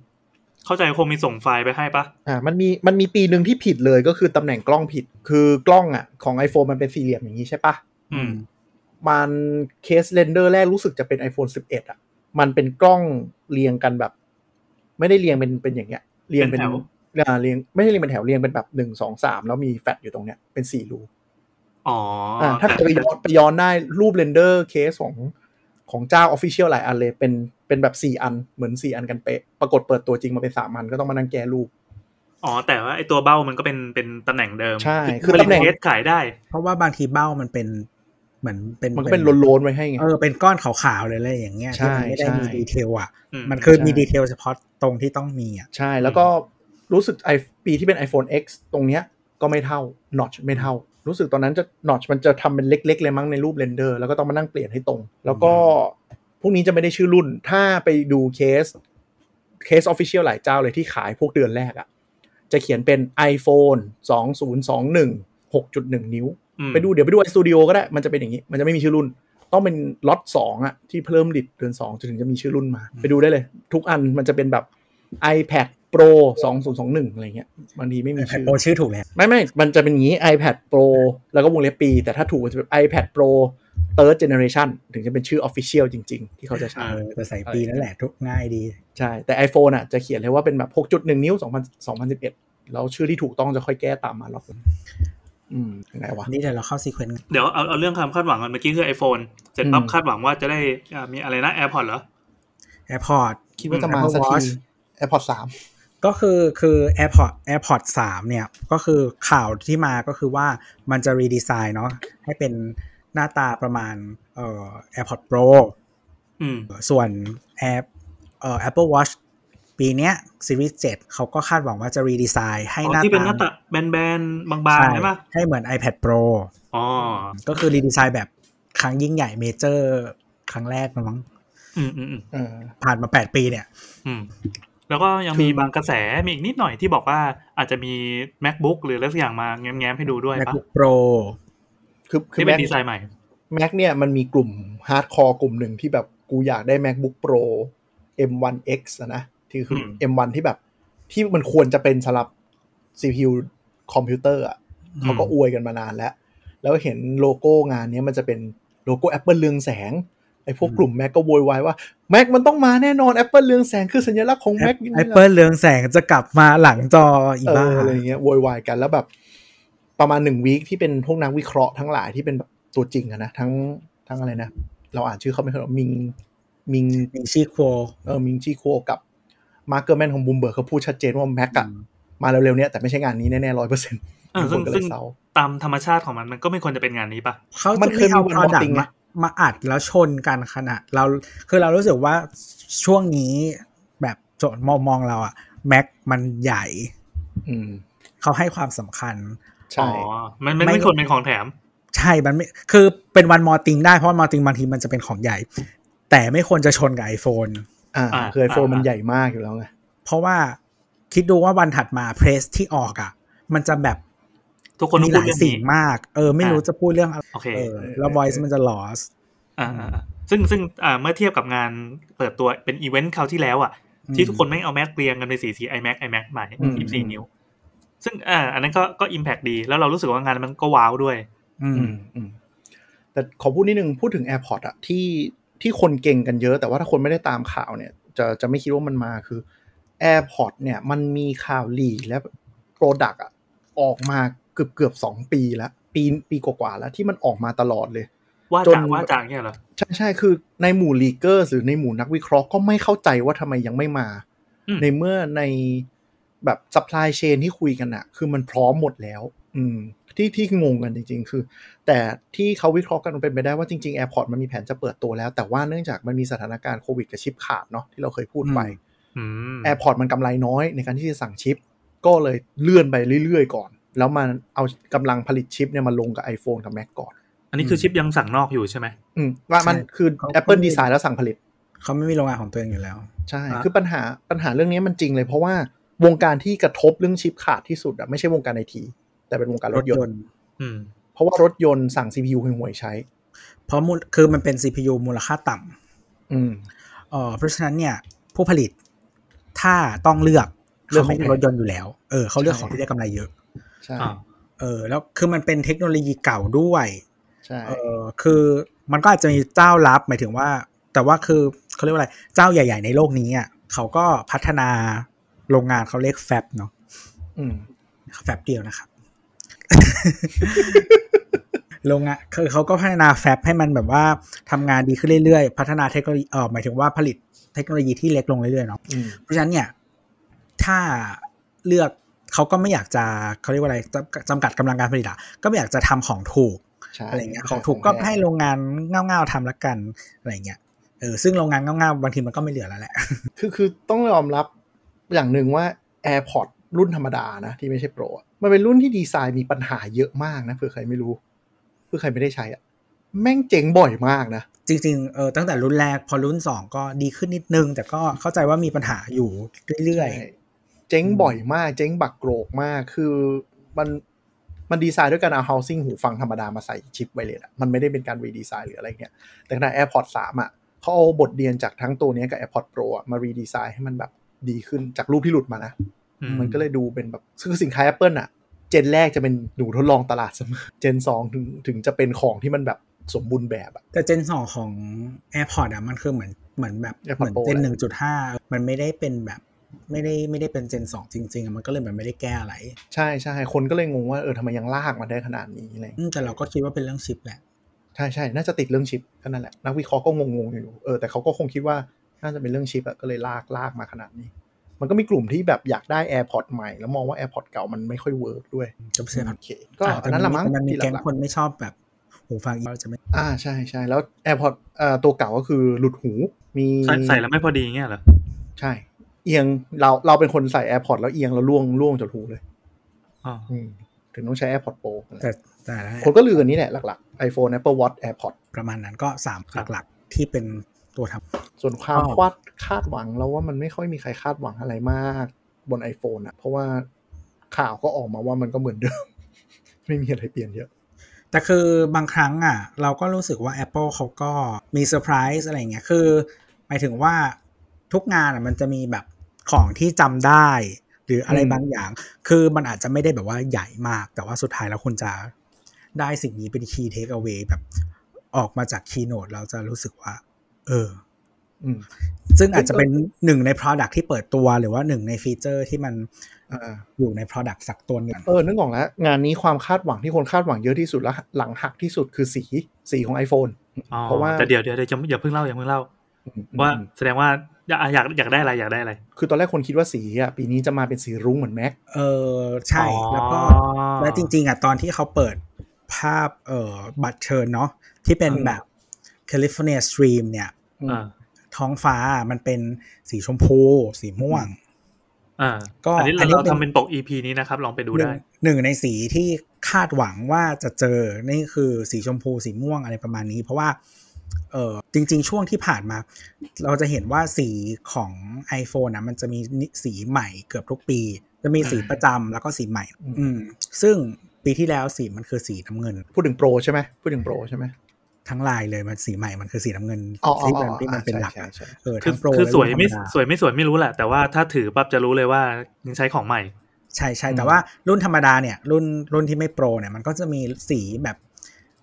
Speaker 4: เข้าใจคงมีส่งไฟล์ไปให้ปะ
Speaker 2: อ่ามันมีมันมีปีหนึ่งที่ผิดเลยก็คือตำแหน่งกล้องผิด คือกล้องอ่ะของ iPhone มันเป็นสี่เหลี่ยมอย่างนี้ใช่ปะ
Speaker 4: อืม
Speaker 2: มันเคสเรนเดอร์แรกรู้สึกจะเป็น iPhone 11 อ่ะ มันเป็นกล้องเรียงกันแบบ ไม่ได้เรียงเป็นเป็นอย่างเงี้ย เรียงเป็น
Speaker 4: เป็นแถว
Speaker 2: อ่าเรียงไม่ได้เรียงเป็นแถวเรียงเป็นแบบหนึ่งสองสามแล้วมีแฟลชอยู่ตรงเนี้ยเป็นสี่รู
Speaker 4: อ๋ออ
Speaker 2: อ่าถ้าใคร
Speaker 4: แต่
Speaker 2: ไปย้อนไปย้อนได้รูปเรนเดอร์เคสของของเจ้าออฟฟิเชียลหลายอันเลยเป็นเป็นแบบ 4 อันเหมือน 4 อันกันเป๊ะ ปรากฏเปิดตัวจริงมาเป็นสามอันก็ต้องมานั่งแก้รูป
Speaker 4: อ๋อแต่ว่าไอตัวเบ้ามันก็เป็นเป็นตำแหน่งเดิม
Speaker 2: ใช่คื
Speaker 4: คือ
Speaker 2: อ
Speaker 4: ตำ
Speaker 2: ตำ
Speaker 4: แห
Speaker 2: แหน่
Speaker 4: น่ง
Speaker 2: ง
Speaker 4: เคสขายได้
Speaker 3: เพราะว่าบางทีเบ้ามันเป็นเหมือนเป็น
Speaker 2: มันก็เป็นโลนๆไว้ให้ไง
Speaker 3: เออเป็นก้อนขาวๆเลยอะไรอย่างเงี้ย
Speaker 2: ใช่
Speaker 3: ที่มันไม่ได้มี
Speaker 2: ใช่
Speaker 3: ดีเทลอ่ะ
Speaker 4: อืม
Speaker 3: มันคือ
Speaker 2: ใช่
Speaker 3: มีดีเทลเฉพาะตรงที่ต้องมีอ่ะ
Speaker 2: ใช่แล้วก็รู้สึกไอปีที่เป็น iPhone X ตรงเนี้ยก็ไม่เท่า notch ไม่เท่า รู้สึกตอนนั้นจะ notch มันจะทำเป็นเล็ก ๆ เลยมั้งในรูปเรนเดอร์แล้วก็ต้องมานั่งเปลี่ยนให้ตรง แล้วก็พวกนี้จะไม่ได้ชื่อรุ่น ถ้าไปดูเคสเคสออฟฟิเชียลหลายเจ้าเลยที่ขายพวกเดือนแรกอะ่ะ จะเขียนเป็น iPhone 2021 6.1 นิ้ว
Speaker 4: อืม
Speaker 2: ไปดูเดี๋ยวไปดูไอสตูดิโอก็ได้ มันจะเป็นอย่างนี้ มันจะไม่มีชื่อรุ่น ต้องเป็นล็อตสองอะที่เพิ่มดิดเดือนสองจนถึงจะมีชื่อรุ่นมา ไปดูได้เลย ทุกอันมันจะเป็นแบบ iPad Pro 2021 อะไรเงี้ยบางทีไม่มีชื่อ
Speaker 3: โอชื่อถูกแล้ว
Speaker 2: ไม่ไม่มันจะเป็นอย่างนี้ iPad Pro แล้วก็วงเล็บปี แต่ถ้าถูกมันจะเป็น iPad Pro Third Generation ถึงจะเป็นชื่อ Official จริง ๆ ที่เขาจะใช้
Speaker 3: เออแต่ใส่ปีนั่นแหละทุกง่ายดี
Speaker 2: ใช่ แต่ iPhone อ่ะจะเขียนเลยว่าเป็นแบบ 6.1 นิ้ว 2000 2011 แล้วชื่อที่ถูกต้องจะค่อยแก้ตามมาหรอก อืมยังไงวะ
Speaker 3: นี่เดี๋ยวเราเข้าซีเควนต์
Speaker 4: เดี๋ยวเอาเอาเรื่องความคาดหวังกันเมื่อกี้คือ iPhone เสร็จปั๊บ
Speaker 2: อืม
Speaker 4: คาดหวังว่าจะได้อ่ามีอะไรนะ AirPods เหรอ
Speaker 3: แอร์พอร์ต
Speaker 2: คิดว่าจะมา
Speaker 3: Apple
Speaker 2: สักที
Speaker 3: Watch
Speaker 2: AirPods สาม
Speaker 3: ก็คือคือ AirPod AirPod 3 เนี่ย ก็คือข่าวที่มาก็คือว่ามันจะรีดีไซน์เนาะให้เป็นหน้าตาประมาณเอ่อ AirPod Pro
Speaker 4: อืม
Speaker 3: ส่วน Air เอ่อ Apple Watch ปีเนี้ย Series 7 เขาก็คาดหวังว่าจะรีดีไซน์ให้
Speaker 4: อ๋
Speaker 3: ห
Speaker 4: อ
Speaker 3: น้า
Speaker 4: ที่เป็นหน้า
Speaker 3: ตา
Speaker 4: ตาแบนๆ บางๆ ใช่ไหม
Speaker 3: ให้เหมือน iPad Pro
Speaker 4: อ๋อ
Speaker 3: ก็คือรีดีไซน์แบบครั้งยิ่งใหญ่เมเจอร์ ครั้งแรกนะมั้ง
Speaker 4: อืมอืมอืม
Speaker 2: เออ
Speaker 3: ผ่านมา 8 ปีเนี่ย
Speaker 4: อืม แล้วก็ยังมีบางกระแส มีอีกนิดหน่อยที่บอกว่าอาจจะมี macbook หรืออะไรสักอย่างมาแง้มๆ ให้ดูด้วยปะ
Speaker 3: MacBook Pro
Speaker 2: คือคือ
Speaker 4: ที่เป็น
Speaker 2: Mac
Speaker 4: ดีไซน์ใหม่
Speaker 2: Mac เนี่ยมันมีกลุ่มฮาร์ดคอร์กลุ่มหนึ่งที่แบบกูอยากได้ MacBook Pro M1X อะนะที่คืออ
Speaker 4: ม
Speaker 2: M1 ที่แบบที่มันควรจะเป็นสำหรับ CPU คอมพิวเตอร์อ่ะเขาก็อวยกันมานานแล้ว แล้วเห็นโลโก้งานเนี้ยมันจะเป็นโลโก้ Apple เรืองแสง ไอ้พวกกลุ่ม Mac ก็โวยวายว่า Mac มันต้องมาแน่นอน Apple เรืองแสงคือสัญลักษณ์ของ Mac ยังไงล่ะ
Speaker 3: Apple เรืองแสงจะกลับมาหลังจออี
Speaker 2: เอ
Speaker 3: บ้า
Speaker 2: ออะไรอย่างเงี้ยโวยวายกันแล้วแบบ ประมาณหนึ่งวีคที่เป็นพวกนักวิเคราะห์ทั้งหลายที่เป็นแบบตัวจริงอะนะทั้งทั้งอะไรนะ เราอ่านชื่อเขาไม่ค่อยออกมิงมิง
Speaker 3: มีชื่อโค
Speaker 2: เออมิงชีโคกับมาร์เกอร์แมนของบูมเบิร์กเขาพูดชัดเจนว่าแม็กอะมาเร็วๆเนี้ยแต่ไม่ใช่งานนี้แน่ๆร้อยเปอร์เซ็นต์
Speaker 4: เออซึ่ง
Speaker 2: ก็เล
Speaker 4: ซึ่
Speaker 2: ย
Speaker 4: ง
Speaker 2: เศร้า
Speaker 4: ตามธรรมชาติของมันมันก็ไม่ควรจะเป็นงานนี้ปะ
Speaker 3: เขา
Speaker 2: มั
Speaker 3: จะ
Speaker 2: นเค
Speaker 3: ไม่
Speaker 2: ยมี
Speaker 3: เอา
Speaker 2: วัน
Speaker 3: พอดัก
Speaker 2: Morning
Speaker 3: มามาอัดแล้วชนกันขนาดเราคือเรารู้สึกว่าช่วงนี้แบบโจทย์มองมองเราอะแม็กมันใหญ่
Speaker 2: อืม
Speaker 3: เขาให้ความสำคัญ
Speaker 4: อ๋
Speaker 2: ใช่
Speaker 4: อ มันมัน
Speaker 3: ไม่
Speaker 4: ไม่ควรเป็นของแถม
Speaker 3: ใช่ มันไม่ คือเป็นวันมอติงได้เพราะมอติงบางทีมันจะเป็นของใหญ่ แต่ไม่ควรจะชนกับ iPhone
Speaker 2: อ่า
Speaker 4: อ่า
Speaker 2: คือไอโฟน
Speaker 4: อ่ามั
Speaker 2: มันใหญ่มากอยู่แล้วไง
Speaker 3: เพราะว่าคิดดูว่าวันถัดมาเพรสที่ออกอะ่ะ มันจะแบบ
Speaker 4: ทุกคนต้
Speaker 3: มี
Speaker 4: อง
Speaker 3: ห
Speaker 4: พูด
Speaker 3: ลาย
Speaker 4: เรื่อง
Speaker 3: สิ่
Speaker 4: นี้
Speaker 3: งมาก เออ ไม่รู้
Speaker 4: อ่ะ
Speaker 3: จะพูดเรื่องอะไร
Speaker 4: โอเค
Speaker 3: เออแล้ว voice มันจะ loss
Speaker 4: อ่าอ่าอ่าซึ่งซึ่งอ่าเมื่อเทียบกับงานเปิดตัวเป็นอีเวนต์คราวที่แล้วอ่ะ
Speaker 3: อืม
Speaker 4: ที่ทุกคนไม่เอาแม็กเรียงกันเป็นสีสี iMac iMac ใหม่
Speaker 3: อืม
Speaker 4: 24 นิ้ว ซึ่งอ่าอันนั้นก็ก็อิมแพกดี แล้วเรารู้สึกว่างานมันก็ว้าวด้วย
Speaker 3: อืม
Speaker 2: อืมอืมแต่ขอพูดนิดนึงพูดถึง AirPods อะที่ที่คนเก่งกันเยอะ แต่ว่าถ้าคนไม่ได้ตามข่าวเนี่ย จะจะไม่คิดว่ามันมาคือ AirPods เนี่ย มันมีข่าวลีกและโปรดักต์อะออกมาเกือบเกือบสองปีแล้ว ปีปีกว่าๆแล้วที่มันออกมาตลอดเลย
Speaker 4: ว่า
Speaker 2: จน
Speaker 4: จากว่าจากเนี่ยเหรอ
Speaker 2: ใช่ใช่คือในหมู่ลีกเกอร์หรือในหมู่นักวิเคราะห์ก็ไม่เข้าใจว่าทำไมยังไม่มา
Speaker 4: อืม
Speaker 2: ในเมื่อในแบบซัพพลายเชนที่คุยกันอะคือมันพร้อมหมดแล้ว อืม ที่ที่งงกันจริง ๆ คือ แต่ที่เขาวิเคราะห์กันมันเป็นไปได้ว่าจริงๆ AirPod มันมีแผนจะเปิดตัวแล้ว แต่ว่าเนื่องจากมันมีสถานการณ์โควิดกับชิปขาดเนาะที่เราเคยพูดไป
Speaker 4: อืม
Speaker 2: AirPod มันกำไรน้อยในการที่จะสั่งชิป ก็เลยเลื่อนไปเรื่อยๆ ก่อน แล้วมันเอากำลังผลิตชิปเนี่ยมาลงกับ iPhone กับ Mac ก่อน
Speaker 4: อันนี้คือชิปยังสั่งนอกอยู่ใช่ไหม
Speaker 2: อืมว่ามัน
Speaker 3: ใช่
Speaker 2: คือ
Speaker 3: เขา
Speaker 2: Apple ดีไซน์แล้วสั่งผลิต
Speaker 3: เขาไม่มีโรงงานของตัวเองอยู่แล้ว
Speaker 2: ใช่
Speaker 4: อ่ะ
Speaker 2: คือปัญหาปัญหาเรื่องนี้มันจริงเลยเพราะว่าวงการที่กระทบเรื่องชิปขาดที่สุดอะไม่ใช่วงการไอที แต่เป็นวงการรถยนต์
Speaker 4: อืม
Speaker 2: เพราะว่ารถยนต์สั่ง CPU ห่วยๆใช้
Speaker 3: เพราะมูลคือมันเป็น CPU มูลค่าต่
Speaker 2: อืม
Speaker 3: ำเออเพราะฉะนั้นเนี่ยผู้ผลิตถ้าต้องเลือก
Speaker 2: เลือกข
Speaker 3: เขา
Speaker 2: อง
Speaker 3: ไม่ได้รถยนต์อยู่แล้ว เออเขาเลือก
Speaker 2: ใช่
Speaker 3: ของที่ได้กำไรเยอะ
Speaker 2: ใช่
Speaker 4: อ่า
Speaker 3: เออ แล้วคือมันเป็นเทคโนโลยีเก่าด้วย
Speaker 2: ใช่
Speaker 3: เออคือมันก็อาจจะมีเจ้าลับหมายถึงว่า แต่ว่าคือเขาเรียกว่าอะไรเจ้าใหญ่ ๆ ในโลกนี้อ่ะเขาก็พัฒนาโรงงานเขาเรียกแฟบเนาะ
Speaker 2: อืม
Speaker 3: แฟบเดียวนะครับ โรงงานคือเขาก็พัฒนาแฟบให้มันแบบว่าทำงานดีขึ้นเรื่อยๆ พัฒนาเทคโนโลยีเออหมายถึงว่าผลิตเทคโนโลยีที่เล็กลงเรื่อยๆเนาะ
Speaker 2: อืม
Speaker 3: เพราะฉะนั้นเนี่ยถ้าเลือกเขาก็ไม่อยากจะเขาเรียกว่าอะไรจำจำกัดกำลังการผลิตอะก็ไม่อยากจะทำของถูก
Speaker 2: ใช่
Speaker 3: อะไรเงี้ยของถูกก็ให้โรงงานเง่าๆทำละกันอะไรเงี้ยเออซึ่งโรงงานเง่าๆบางทีมันก็ไม่เหลือแล้วแหละ
Speaker 2: คือคือต้องยอมรับอย่างหนึ่งว่า AirPod รุ่นธรรมดานะ ที่ไม่ใช่โปรอะมันเป็นรุ่นที่ดีไซน์มีปัญหาเยอะมากนะเผื่อใครไม่รู้เผื่อใครไม่ได้ใช้อะแม่งเจ๋งบ่อยมากนะ
Speaker 3: จริงๆเออตั้งแต่รุ่นแรกพอรุ่น 2 ก็ดีขึ้นนิดนึง แต่ก็เข้าใจว่ามีปัญหาอยู่เรื่อย
Speaker 2: ใช่เจ๊ง
Speaker 3: อืม
Speaker 2: บ่อยมาก เจ๊งบักโกรกมาก คือมันมันดีไซน์ด้วยการเอา housing หูฟังธรรมดามาใส่ชิปไวเลสอะมันไม่ได้เป็นการรีดีไซน์หรืออะไรเงี้ย แต่ขณะ AirPods 3อ่ะเขาเอาบทเรียนจากทั้งตัวเนี้ยกับ AirPods Pro อะมารีดีไซน์ให้มันแบบดีขึ้นจากรูปที่หลุดมานะ
Speaker 4: อื
Speaker 2: มันก็เลยดูเป็นแบบคือสินค้า Apple อ่ะ เจนแรกจะเป็นหนูทดลองตลาดเสมอ เจน 2 ถึงถึงจะเป็นของที่มันแบบสมบูรณ์แบบอะ
Speaker 3: ๆ แต่เจน 2 ของ AirPod อ่ะมันคือเหมือนเหมือนแบบ
Speaker 2: AirPod
Speaker 3: เหมือน
Speaker 2: Pro
Speaker 3: เจน
Speaker 2: แหละ
Speaker 3: 1.5 มันไม่ได้เป็นแบบ ไม่ได้ไม่ได้เป็นเจนสองจริงๆอะมันก็เลยแบบไม่ได้แก้อะไร
Speaker 2: ใช่ใช่คนก็เลยงงว่าเออทำไมยังลากมาได้ขนาดนี้อะไรอย่างเงี้ย
Speaker 3: อืมแต่เราก็คิดว่าเป็นเรื่องชิปแหละ
Speaker 2: ใช่ใช่น่าจะติดเรื่องชิปก็นั่นแหละนักวิเคราะห์ก็งงๆอยู่เออแต่เขาก็คงคิดว่าน่าจะเป็นเรื่องชิปอะก็เลยลากลากมาขนาดนี้ มันก็มีกลุ่มที่แบบอยากได้ AirPod ใหม่แล้วมองว่า AirPod เก่ามันไม่ค่อยเวิร์กด้วย
Speaker 3: จะไม่ใช่ผัด
Speaker 2: โอเคก็อันนั้นละมั้ง
Speaker 3: มันมี
Speaker 2: ที่ห
Speaker 3: แก๊ง
Speaker 2: ลักๆ
Speaker 3: คนไม่ชอบแบบหูฟังอีกจะไม่
Speaker 2: อ่าใช่ใช่แล้ว AirPod เอ่อตัวเก่าก็คือหลุดหูมี
Speaker 4: ใส่ใส่แล้วไม่พอดีอย่างเงี้ยเหรอ
Speaker 2: ใช่ เอียงเราเราเป็นคนใส่ AirPod แล้วเอียงแล้วล่วงล่วงจดหูเลย
Speaker 4: อ๋อ
Speaker 2: อืมถึงต้องใช้ AirPod Pro
Speaker 3: แต่แต่ละ
Speaker 2: คนก็ลือกันนี้แหละหลักๆ iPhone Apple Watch AirPod
Speaker 3: ประมาณนั้นก็สามหลักๆที่เป็นตัวทำ
Speaker 2: ส่วนความ
Speaker 3: อ๋อ
Speaker 2: คาดคาดหวังเราว่ามันไม่ค่อยมีใครคาดหวังอะไรมากบน iPhone อะเพราะว่าข่าวก็ออกมาว่ามันก็เหมือนเดิม [LAUGHS] ไม่มีอะไรเปลี่ยนเยอะ
Speaker 3: แต่คือบางครั้งอ่ะ เราก็รู้สึกว่า Apple เขาก็มีเซอร์ไพรส์อะไรอย่างเงี้ยคือหมายถึงว่าทุกงานอ่ะมันจะมีแบบของที่จำได้ หรืออะไร
Speaker 2: อืม
Speaker 3: บางอย่าง คือมันอาจจะไม่ได้แบบว่าใหญ่มาก แต่ว่าสุดท้ายแล้วคุณจะได้สิ่งนี้เป็น key take away แบบออกมาจาก keynote เราจะรู้สึกว่า เออ
Speaker 2: อืม
Speaker 3: ซึ่งอาจจะเป็นหนึ่งใน product ที่เปิดตัวหรือว่าหนึ่งในฟีเจอร์ที่มัน
Speaker 2: อ่า
Speaker 3: อยู่ใน product สักตัวหนึ่ง
Speaker 2: เออนึกออกแล้ว งานนี้ความคาดหวังที่คนคาดหวังเยอะที่สุดและหลังหักที่สุดคือสีสีของ iPhone
Speaker 4: อ๋อ
Speaker 2: เพราะว่า
Speaker 4: แต่เดี๋ยวเดี๋ยวเดี๋ยวจะอย่าเพิ่งเล่าอย่าเพิ่งเล่า
Speaker 2: อืม
Speaker 4: ว่าแสดงว่าอยากอยากอยากได้อะไรอยากได้อะไร
Speaker 2: คือตอนแรกคนคิดว่าสีอ่ะปีนี้จะมาเป็นสีรุ้งเหมือนแม็ก
Speaker 3: เออใช่แล้วก็ แล้วจริงๆอ่ะตอนที่เขาเปิดภาพเอ่อบัตรเชิญเนาะที่เป็น
Speaker 2: อืม
Speaker 3: แบบ California Stream เนี่ย
Speaker 4: อ่า
Speaker 3: ท้องฟ้ามันเป็นสีชมพู สีม่วง
Speaker 4: อ่า
Speaker 3: ก็
Speaker 4: อันนี้
Speaker 3: อันนี้
Speaker 4: เรา
Speaker 3: เป็น
Speaker 4: ทำเป็นปก EP นี้นะครับ ลองไปดู
Speaker 3: หนึ่
Speaker 4: ได้
Speaker 3: งหนึ่งในสีที่คาดหวังว่าจะเจอ นี่คือสีชมพูสีม่วงอะไรประมาณนี้ เพราะว่าเออจริง ๆ ช่วงที่ผ่านมา เราจะเห็นว่าสีของ iPhone นะมันจะมีสีใหม่เกือบทุกปี จะมีสีประจำแล้วก็สีใหม่ อืมซึ่งปีที่แล้วสีมันคือสีน้ำเงิน
Speaker 2: พูดถึงโปรใช่ไหมพูดถึงโปรใช่ไหม
Speaker 3: ทั้งลายเลยมันสีใหม่มันคือสีน้ำเงิน
Speaker 2: อ๋ออ๋อ
Speaker 3: ที่
Speaker 2: อ๋
Speaker 3: มัน
Speaker 2: อ
Speaker 3: ที่มันเป็นหลัก
Speaker 2: ใช่
Speaker 3: อะ
Speaker 2: ใช่ใช่
Speaker 3: เออ
Speaker 4: คื
Speaker 3: ทั้
Speaker 4: อง
Speaker 3: โปร
Speaker 4: คือสวย
Speaker 3: และรุ่น
Speaker 4: ไม่
Speaker 3: ธรรดา
Speaker 4: สวยไม่สวยไม่รู้แหละ แต่ว่าถ้าถือปั๊บจะรู้เลยว่ายังใช้ของใหม่
Speaker 3: ใช่ใช่แต่ว่ารุ่นธรรมดาเนี่ย รุ่นรุ่นที่ไม่โปรเนี่ยมันก็จะมีสีแบบ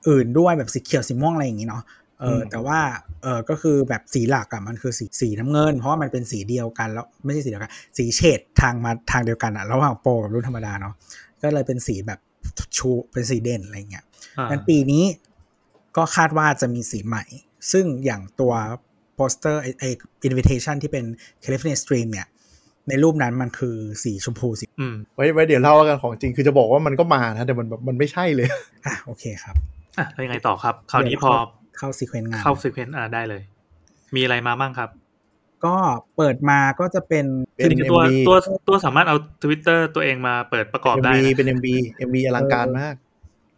Speaker 3: อื่นด้วยแบบสีเขียวสีม่วงอะไรอย่างนี้เนาะเอออแต่ว่าเออก็คือแบบสีหลักอะมันคือสีสีน้ำเงิน เพราะว่ามันเป็นสีเดียวกันแล้วไม่ใช่สีเดียวกัน สีเฉดทางมาทางเดียวกันอะระหว่างโปรกับรุ่นธรรมดาเนาะก็เลยเป็นสีแบบชูเป็นสีเด่นอะไรอย่างเงี้ย
Speaker 4: อ่า
Speaker 3: งั้นปีนี้ก็คาดว่าจะมีสีใหม่ ซึ่งอย่างตัวโปสเตอร์ไอไอ invitation ที่เป็น California Stream เนี่ย ในรูปนั้นมันคือสีชมพูสี
Speaker 4: อืม
Speaker 2: ไว้ไว้เดี๋ยวเล่ากันของจริงคือจะบอกว่ามันก็มานะแต่มันแบบมันไม่ใช่เลย
Speaker 3: อ่ะโอเคครับ
Speaker 4: อ่ะแล้วยังไงต่อครับ คราวนี้พอ
Speaker 3: เข้าซีเควนต์งาน
Speaker 4: เข้าซีเควนต์อ่าได้เลย มีอะไรมาบ้างครับ
Speaker 3: ก็เปิดมาก็จะเป็น
Speaker 2: เป็น
Speaker 4: คือตัว
Speaker 2: MV
Speaker 4: ตัวตัวสามารถเอา Twitter ตัวเองมาเปิดประกอบได้
Speaker 2: MV
Speaker 4: นะ
Speaker 2: เป็น MV MV อลังการมาก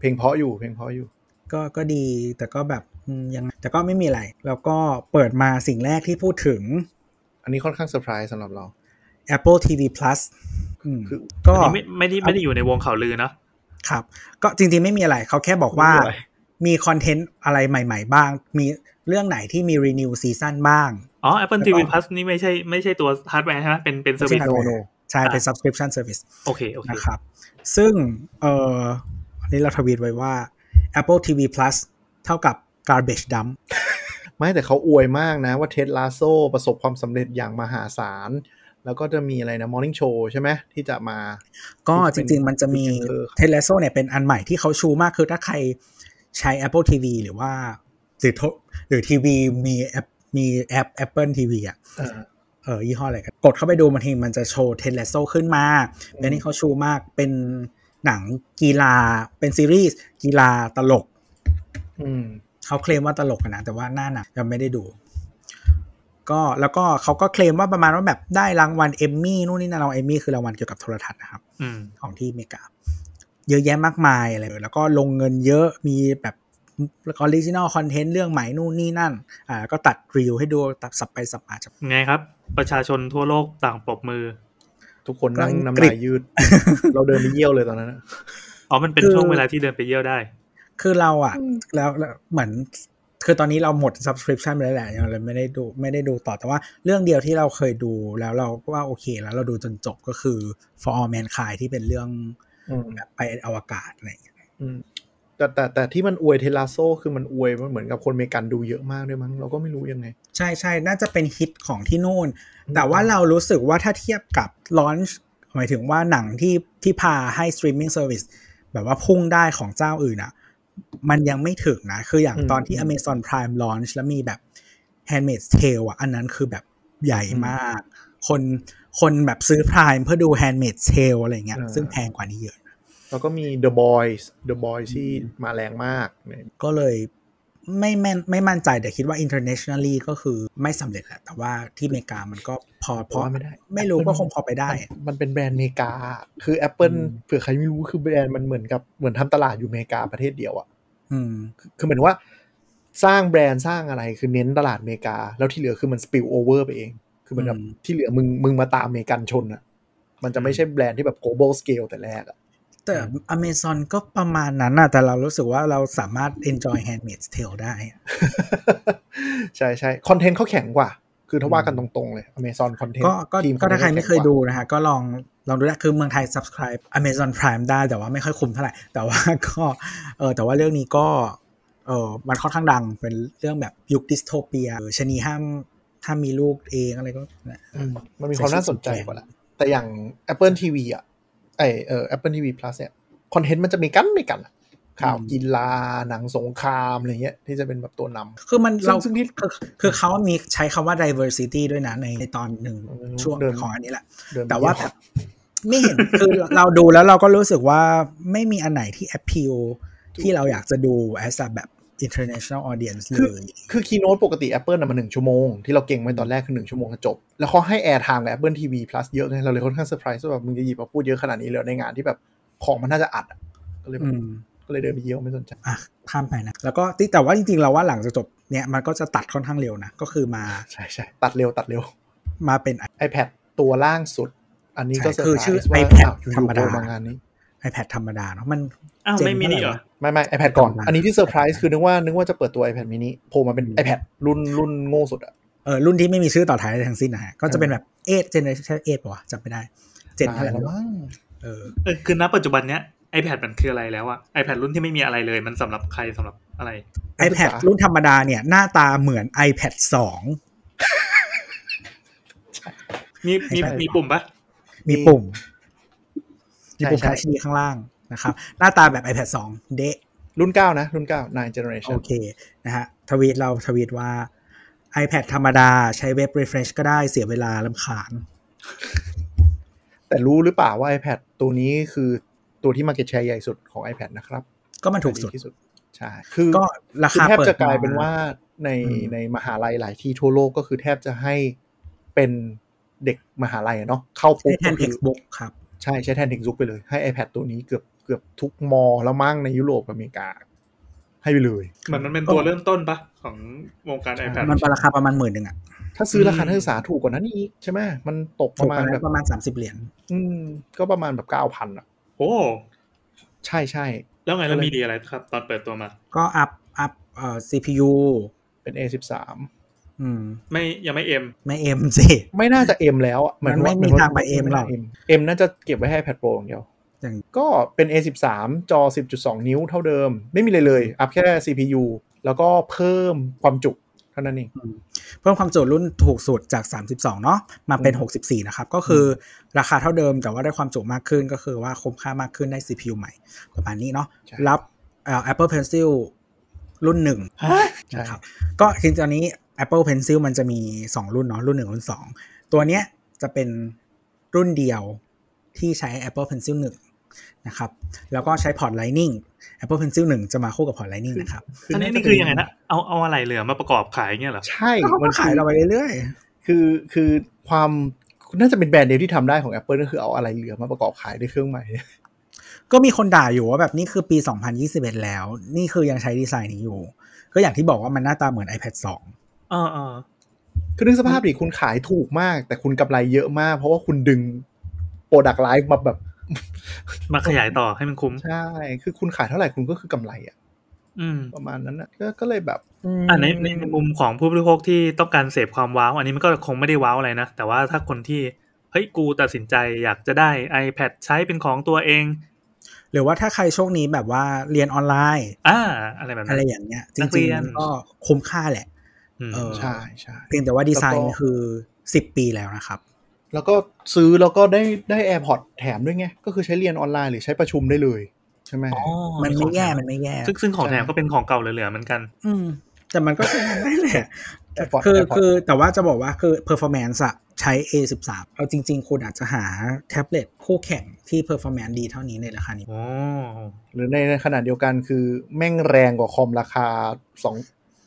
Speaker 2: เพลงเพราะอยู่เพลงเพราะอยู่
Speaker 3: ก็ก็ดีแต่ก็แบบอืมยังแต่ก็ไม่มีอะไร แล้วก็เปิดมาสิ่งแรกที่พูดถึง
Speaker 2: อันนี้ค่อนข้างเซอร์ไพรส์สำหรับเรา
Speaker 3: Apple TV Plus อืม
Speaker 2: คือ
Speaker 3: ก็
Speaker 4: อันนี้ไม่ไม่ได้ไม่ได้อยู่ในวงข่าวลือเนาะ
Speaker 3: ครับ ก็จริงๆไม่มีอะไรเขาแค่บอกว่า
Speaker 2: ไม่มีอะไร
Speaker 3: มีคอนเทนต์อะไรใหม่ ๆ บ้าง มีเรื่องไหนที่มี renew ซีซั่นบ้าง
Speaker 4: อ๋อ Apple
Speaker 3: แล้วก็
Speaker 4: TV Plus นี่ไม่ใช่ไม่ใช่ตัวฮาร์ดแวร์ใช่ไหมเป็นเป็นเซอร์วิส
Speaker 3: ไม่ใช่
Speaker 2: no no
Speaker 3: ใช่เป็น
Speaker 4: อ่ะ
Speaker 3: subscription service
Speaker 4: โอเคโอเค
Speaker 3: นะครับ ซึ่งเอ่ออันนี้เราทวีตไว้ว่า Apple TV Plus เท่ากับ garbage dump
Speaker 2: ไม่แต่เขาอวยมากนะว่าเท็ดลาโซประสบความสำเร็จอย่างมหาศาล แล้วก็จะมีอะไรนะ Morning Show ใช่ไหมที่จะมา
Speaker 3: ก็
Speaker 2: ที่
Speaker 3: จ
Speaker 2: เป็น
Speaker 3: ริง ๆ มันจะมี
Speaker 2: feature ครับ
Speaker 3: t e l e s o เนี่ยเป็นอันใหม่ที่เขาชูมากคือถ้าใครใช้ Apple TV หรือว่าหรือโทรหรือทีวีมีแอปมีแอป Apple TV อ่ะ
Speaker 2: เออ
Speaker 3: เออยี่ห้ออะไรกันกดเข้าไปดูบางทีมันจะโชว์เทเลโซขึ้นมาเป็นที่เขาชูมากเป็นหนังกีฬาเป็นซีรีส์กีฬาตลก
Speaker 2: อืม
Speaker 3: เขาเคลมว่าตลกอะนะ แต่ว่าหน้าหนังยังไม่ได้ดู ก็แล้วก็เขาก็เคลมว่าประมาณว่าแบบได้รางวัลเอมมี่นู่นนี่นั่นรางวัลเอมมี่คือรางวัลเกี่ยวกับโทรทัศน์นะครับ
Speaker 4: อืม
Speaker 3: ของที่อเมริกา เยอะแยะมากมายอะไรแล้วก็ลงเงินเยอะมีแบบออริจินอลคอนเทนต์เรื่องใหม่นู่นนี่นั่นอ่าแล้วก็ตัดรีวให้ดูตัดสับไปสับมา
Speaker 4: ไงครับ ประชาชนทั่วโลกต่างปรบมือ
Speaker 2: ทุกคนนั่ง
Speaker 3: กำลัง
Speaker 2: น้ำ
Speaker 3: กริ
Speaker 2: ลา
Speaker 3: บ
Speaker 2: ยยืด เราเดินไปเยี่ยวเลยตอนนั้นอะ
Speaker 4: อ๋อ มันเป็น
Speaker 3: คือ
Speaker 4: ช่วงเวลาที่เดินไปเยี่ยวได้
Speaker 3: คือเราอะแล้วแล้วเหมือนคือตอนนี้เราหมด subscription ไปแล้วแหละยังเลยไม่ได้ดูไม่ได้ดูต่อแต่ว่าเรื่องเดียวที่เราเคยดูแล้วเราก็ว่าโอเคแล้วเราดูจนจบก็คือ for all mankind ที่เป็นเรื่อง
Speaker 2: อืม
Speaker 3: แบบไปอวกาศอะไรอย่างเงี้ย
Speaker 2: อืม แต่แต่แต่ที่มันอวยเทลาโซคือมันอวยมันเหมือนกับคนอเมริกันดูเยอะมากด้วยมั้งเราก็ไม่รู้ยังไง
Speaker 3: ใช่ใช่น่าจะเป็นฮิตของที่นู่น
Speaker 2: อืม
Speaker 3: แต่ว่าเรารู้สึกว่าถ้าเทียบกับลอนช์หมายถึงว่าหนังที่ที่พาให้สตรีมมิ่งเซอร์วิสแบบว่าพุ่งได้ของเจ้าอื่นอะมันยังไม่ถึงนะ คืออย่างตอนที่ Amazon Prime Launch แล้วมีแบบ Handmaid's Tale อะอันนั้นคือแบบใหญ่มาก คนคนแบบซื้อ Prime เพื่อดู Handmaid's Tale อะไรเงี้ย
Speaker 2: อ่า
Speaker 3: ซึ่งแพงกว่านี้เยอะ
Speaker 2: แล้วก็มี The Boys The Boys ที่มาแรงมากเนี่ย
Speaker 3: ก็เลยไม่แม่นไม่มั่นใจแต่คิดว่า internationally ก็คือไม่สำเร็จแหละแต่ว่าที่อเมริกามันก็พอพ
Speaker 2: ผม
Speaker 3: อ
Speaker 2: ว่าไม่ได้
Speaker 3: ไม่รู้ก็คงพอไปได้
Speaker 2: มันมันเป็นแบรนด์อเมริกา คือ Apple
Speaker 3: อืม
Speaker 2: เผื่อใครไม่รู้คือแบรนด์มันเหมือนกับเหมือนทำตลาดอยู่อเมริกาประเทศเดียวอะ
Speaker 3: อืม
Speaker 2: คือเหมือนว่าสร้างแบรนด์สร้างอะไรคือเน้นตลาดอเมริกา แล้วที่เหลือคือมันสปิลโอเวอร์ไปเอง คือเหมือนแบบ
Speaker 3: อืม
Speaker 2: ที่เหลือมึงมึงมาตามอเมริกันชนอะมันจะไม่ใช่แบรนด์ที่แบบ global scale แต่แรกอะ [LAUGHS]
Speaker 3: แต่ Amazon ก็ประมาณนั้นนะแต่เรารู้สึกว่าเราสามารถ enjoy handmade tale ได้
Speaker 2: ใช่ใช่คอนเทนต์เขาแข็งกว่า คือถ้าว่ากันตรงๆเลย Amazon Content
Speaker 3: ก็ก็
Speaker 2: ทีม
Speaker 3: ก็ถ้าใคร
Speaker 2: Content
Speaker 3: ไม่เคยดูนะฮะ ก็ลองลองดูได้คือเมืองไทย subscribe Amazon Prime ได้แต่ว่าไม่ค่อยคุ้มเท่าไหร่ แต่ว่าก็เออแต่ว่าเรื่องนี้ก็เออมันค่อนข้างดังเป็นเรื่องแบบยุคดิสโทเปียเออชะนีห้ามห้ามมีลูกเองอะไรก็นะ
Speaker 2: อืมมันมีความน่าสนใจกว่าละแต่อย่าง Apple TV อ่ะไอเออ Apple TV Plus เนี่ยคอนเทนต์มันจะมีกันไม่กันอะข่าว
Speaker 3: อืม
Speaker 2: กีฬาหนังสงครามอะไรเงี้ยที่จะเป็นแบบตัวนำ
Speaker 3: คือมัน
Speaker 2: ซึ่ง
Speaker 3: เรา
Speaker 2: ซึ่งที่
Speaker 3: คือคือเขามีใช้คำว่า diversity ด้วยนะในในตอนหนึ่ง
Speaker 2: อืม
Speaker 3: ช่วง
Speaker 2: เดิน
Speaker 3: ของอันนี้แหละ
Speaker 2: เดินไป
Speaker 3: แต่ว่า
Speaker 2: เย
Speaker 3: แบ
Speaker 2: อะ
Speaker 3: บไม่เห็น คือเราดูแล้วเราก็รู้สึกว่าไม่มีอันไหนที่ appeal ที่เราอยากจะดู as a แบบ international audience
Speaker 2: คื
Speaker 3: เลย
Speaker 2: คือคีย์โน้ตปกติ Apple น่ะมันหนึ่งชั่วโมง ที่เราเก่งไว้ตอนแรกคือหนึ่งชั่วโมงก็จบ แล้วเขาให้ Air Time กับ Apple TV Plus เยอะไงเราเลยค่อนข้างเซอร์ไพรส์ว่าแบบมึงจะหยิบมาพูดเยอะขนาดนี้เลยในงานที่แบบของมันน่าจะอัดอะก็เลยแบ
Speaker 3: อื
Speaker 2: บ
Speaker 3: ม
Speaker 2: ก็เลยเดินไปเยี่ยวไม่สนใจ
Speaker 3: อ่ะข้ามไปนะ แล้วก็ที่แต่ว่าจริงๆเราว่าหลังจากจบเนี่ยมันก็จะตัดค่อนข้างเร็วนะ ก็คือมา
Speaker 2: ใช่ใช่ตัดเร็วตัดเร็ว
Speaker 3: มาเป็น
Speaker 2: iPad ตัวล่างสุด อันนี้ก็
Speaker 3: ใช่
Speaker 2: เซอร์ไพร
Speaker 3: คือชื่อ
Speaker 2: ส์ว่า
Speaker 3: iPad
Speaker 2: อ้าวอยู่ๆ
Speaker 3: ธรรมดา
Speaker 2: โผล่มางานนี้
Speaker 3: iPad ธรรมดาเนาะมัน
Speaker 4: อ้าว
Speaker 3: เจ๋ง
Speaker 4: ไม่มินิเหรอ
Speaker 3: มาก
Speaker 2: ไม่ไม่ iPad ก่อน
Speaker 3: ธรรมดา
Speaker 2: อันนี้ที่เซอร์ไพรส์คือนึกว่านึกว่าจะเปิดตัว iPad mini โผล่มาเป็น iPad รุ่นรุ่นโง่สุดอะ
Speaker 3: เออรุ่นที่ไม่มีชื่อต่อท้ายอะไรทั้งสิ้นนะฮะ ก็จะเป็นแบบเอทเจเนอเรชั่นเอทป่ะวะจำไม่ได้เจนอะไร
Speaker 2: นานแล้วมั้ง
Speaker 3: เออ
Speaker 4: เออคือณปัจจุบันเนี้ย iPad มันคืออะไรแล้วอะ iPad รุ่นที่ไม่มีอะไรเลย มันสำหรับใครสำหรับอะไร
Speaker 3: iPad รุ่นธรรมดาเนี่ยหน้าตาเหมือน iPad 2
Speaker 4: มีมี
Speaker 3: ใช่
Speaker 4: มีปุ่มปะ
Speaker 3: มีปุ่ม
Speaker 2: ใช่
Speaker 3: มีปุ่ม
Speaker 2: ใช่
Speaker 3: ทัชดีข้างล่างนะครับ หน้าตาแบบ iPad 2 เดะ
Speaker 2: รุ่นเก้านะรุ่นเก้า nine
Speaker 3: โอ
Speaker 2: generation
Speaker 3: เคนะฮะทวีตเราทวีตว่า iPad ธรรมดาใช้เว็บ refresh ก็ได้เสียเวลาลำคาญ
Speaker 2: แต่รู้หรือเปล่าว่า iPad ตัวนี้คือตัวที่ market share ใหญ่สุดของ iPad นะครับ
Speaker 3: ก็มันถูกสุด
Speaker 2: ที่สุด ใช่ คือ
Speaker 3: ก็รา
Speaker 2: คือ
Speaker 3: คา
Speaker 2: แทบ
Speaker 3: เปิด
Speaker 2: จะกลาย
Speaker 3: ม
Speaker 2: เป็นว่าใน
Speaker 3: อืม
Speaker 2: ในมหาลัยหลายที่ทั่วโลกก็คือแทบจะให้เป็นเด็กมหาลัยอะเนาะเข้าปุ๊
Speaker 3: ใช้
Speaker 2: บ
Speaker 3: แท
Speaker 2: ก็
Speaker 3: น
Speaker 2: คือ
Speaker 3: textbook ครับ
Speaker 2: ใช่ใช้แทนเด็กซุกไปเลย ให้ iPad ตัวนี้เกือบเกือบทุกมอแล้วมั้งในยุโรปกับอเมริกา ให้ไปเลย
Speaker 4: เหมือนมันเป็นตัวเริ่มต้นปะของวงการ iPad
Speaker 3: มันราคาประมาณหมื่นหนึ่งอะ
Speaker 2: ถ้าซื้อราคา
Speaker 4: อืม
Speaker 2: นักศึกษาถูกกว่านั้นอีกใช่ไหมมันตก
Speaker 3: ป
Speaker 2: ประระมา
Speaker 3: มาณ
Speaker 2: ณแบบ
Speaker 3: ประมาณ 30 เหรียญ
Speaker 2: อืมก็ประมาณแบบเก้าพันอ่ะ
Speaker 4: โอ้
Speaker 2: ใช่ใช่
Speaker 4: แล้วไงแล้วมีดีอะไรครับ ตอนเปิดตัวมา
Speaker 3: ก็อัพอัพเอ่อ CPU
Speaker 2: เป็น A13
Speaker 3: อืม
Speaker 4: ไม่ยังไม่เอ็ม
Speaker 3: ไม่เอ็มสิ
Speaker 2: ไม่น่าจะเอ็มแล้วอะ
Speaker 3: มัน
Speaker 2: ว่า
Speaker 3: ไม่มี
Speaker 2: นว่
Speaker 3: ทางไปเอ็มหรอก
Speaker 2: เอ็มน่าจะเก็บไว้ให้ iPad Pro อย่างเดียว
Speaker 3: อย่าง
Speaker 2: ก็เป็น A13 จอ 10.2 นิ้วเท่าเดิม ไม่มีเลยเลย อัพแค่ CPU แล้วก็เพิ่มความจุเท่านั้นเอง
Speaker 3: เพิ่มความจุรุ่นถูกสุดจาก 32 เนาะมาเป็น
Speaker 2: อืม
Speaker 3: 64 นะครับ ก็คือราคาเท่าเดิมแต่ว่าได้ความจุมากขึ้นก็คือว่าคุ้มค่ามากขึ้นได้ CPU ใหม่ประมาณนี้เนาะ
Speaker 2: ใช่
Speaker 3: รับเอ่อ Apple Pencil รุ่นหนึ่ง
Speaker 2: ใช่
Speaker 3: นะครับก็จริงๆตอนนี้ Apple Pencil มันจะมี 2 รุ่นเนาะรุ่นหนึ่งรุ่น 2 ตัวเนี้ยจะเป็นรุ่นเดียวที่ใช้ Apple Pencil 1 นะครับ แล้วก็ใช้พอร์ต Lightning Apple Pencil 1 จะมาคู่กับพอร์ต Lightning นะครับ
Speaker 4: อันนี้นี่คือยังไงนะ เอาเอาอะไรเหลือมาประกอบขายเงี้ยเหรอ
Speaker 2: ใช่
Speaker 3: ก็เขา
Speaker 2: มั
Speaker 3: ก็
Speaker 2: น
Speaker 3: ขา
Speaker 2: ขายย
Speaker 3: เรา
Speaker 2: เรา
Speaker 3: ไปเรื่อยๆ
Speaker 2: คือคือความน่าจะเป็นแบรนด์เดียวที่ทำได้ของ Apple ก็คือเอาอะไรเหลือมาประกอบขายในเครื่องใหม่
Speaker 3: ก็มีคนด่าอยู่ว่าแบบนี่คือปี 2021 แล้ว นี่คือยังใช้ดีไซน์นี้อยู่ ก็อย่างที่บอกว่ามันหน้าตาเหมือน iPad
Speaker 4: อ่าอ่า
Speaker 2: คือนึกสภาพดิคุณขายถูกมาก แต่คุณกำไรเยอะมาก เพราะว่าคุณดึงโปรดักต์ไลฟ์มาแบบ [LAUGHS]
Speaker 4: มาขยายต่อให้มันคุ้ม
Speaker 2: ใช่ คือคุณขายเท่าไหร่คุณก็คือกำไรอะ
Speaker 4: อืม
Speaker 2: ประมาณนั้นอะก็ก็เลยแบบ
Speaker 4: อ่าในในในมุมของผู้บริโภคที่ต้องการเสพความว้าว อันนี้มันก็คงไม่ได้ว้าวอะไรนะ แต่ว่าถ้าคนที่ เฮ้ย กูตัดสินใจอยากจะได้ iPad ใช้เป็นของตัวเอง
Speaker 3: 2 หรือว่าถ้าใครโชคนี้แบบว่าเรียนออนไลน์
Speaker 4: อ่า อะไรแบบ
Speaker 3: อะ
Speaker 4: นั้
Speaker 3: ไร
Speaker 4: น
Speaker 3: อย่างเงี้ย จ
Speaker 4: นัก
Speaker 3: ริ
Speaker 4: เรี
Speaker 3: ง
Speaker 4: ยน
Speaker 3: ๆก็คุ้มค่าแหละ
Speaker 4: อืม
Speaker 3: เออ
Speaker 2: ใช่ใช่
Speaker 3: เพียงแต่ว่าดีไซน์มันคือ 10 ปีแล้วนะครับ
Speaker 2: แล้วก็ซื้อแล้วก็ได้ได้ AirPods แถมด้วยไง ก็คือใช้เรียนออนไลน์หรือใช้ประชุมได้เลยใช่ไหม
Speaker 3: มันไม่แย่มันไม่แย่
Speaker 4: ซึ่งซึ่งของแถม
Speaker 2: ใช่
Speaker 4: ก็เป็นของเก่าเหลือๆเหมือนกัน
Speaker 3: อืม แต่มันก็ใช้งานได้แหละ
Speaker 2: AirPods
Speaker 3: คือ
Speaker 2: AirPods
Speaker 3: คือแต่ว่าจะบอกว่าคือ performance อะใช้ A 1 3เอาจริง ๆ คุณอาจจะหาแท็บเล็ตคู่แข่งที่ performance ดีเท่านี้ในราคานี้
Speaker 4: โอ้
Speaker 2: หรือในขณะเดียวกันคือแม่งแรงกว่าคอมราคาสอง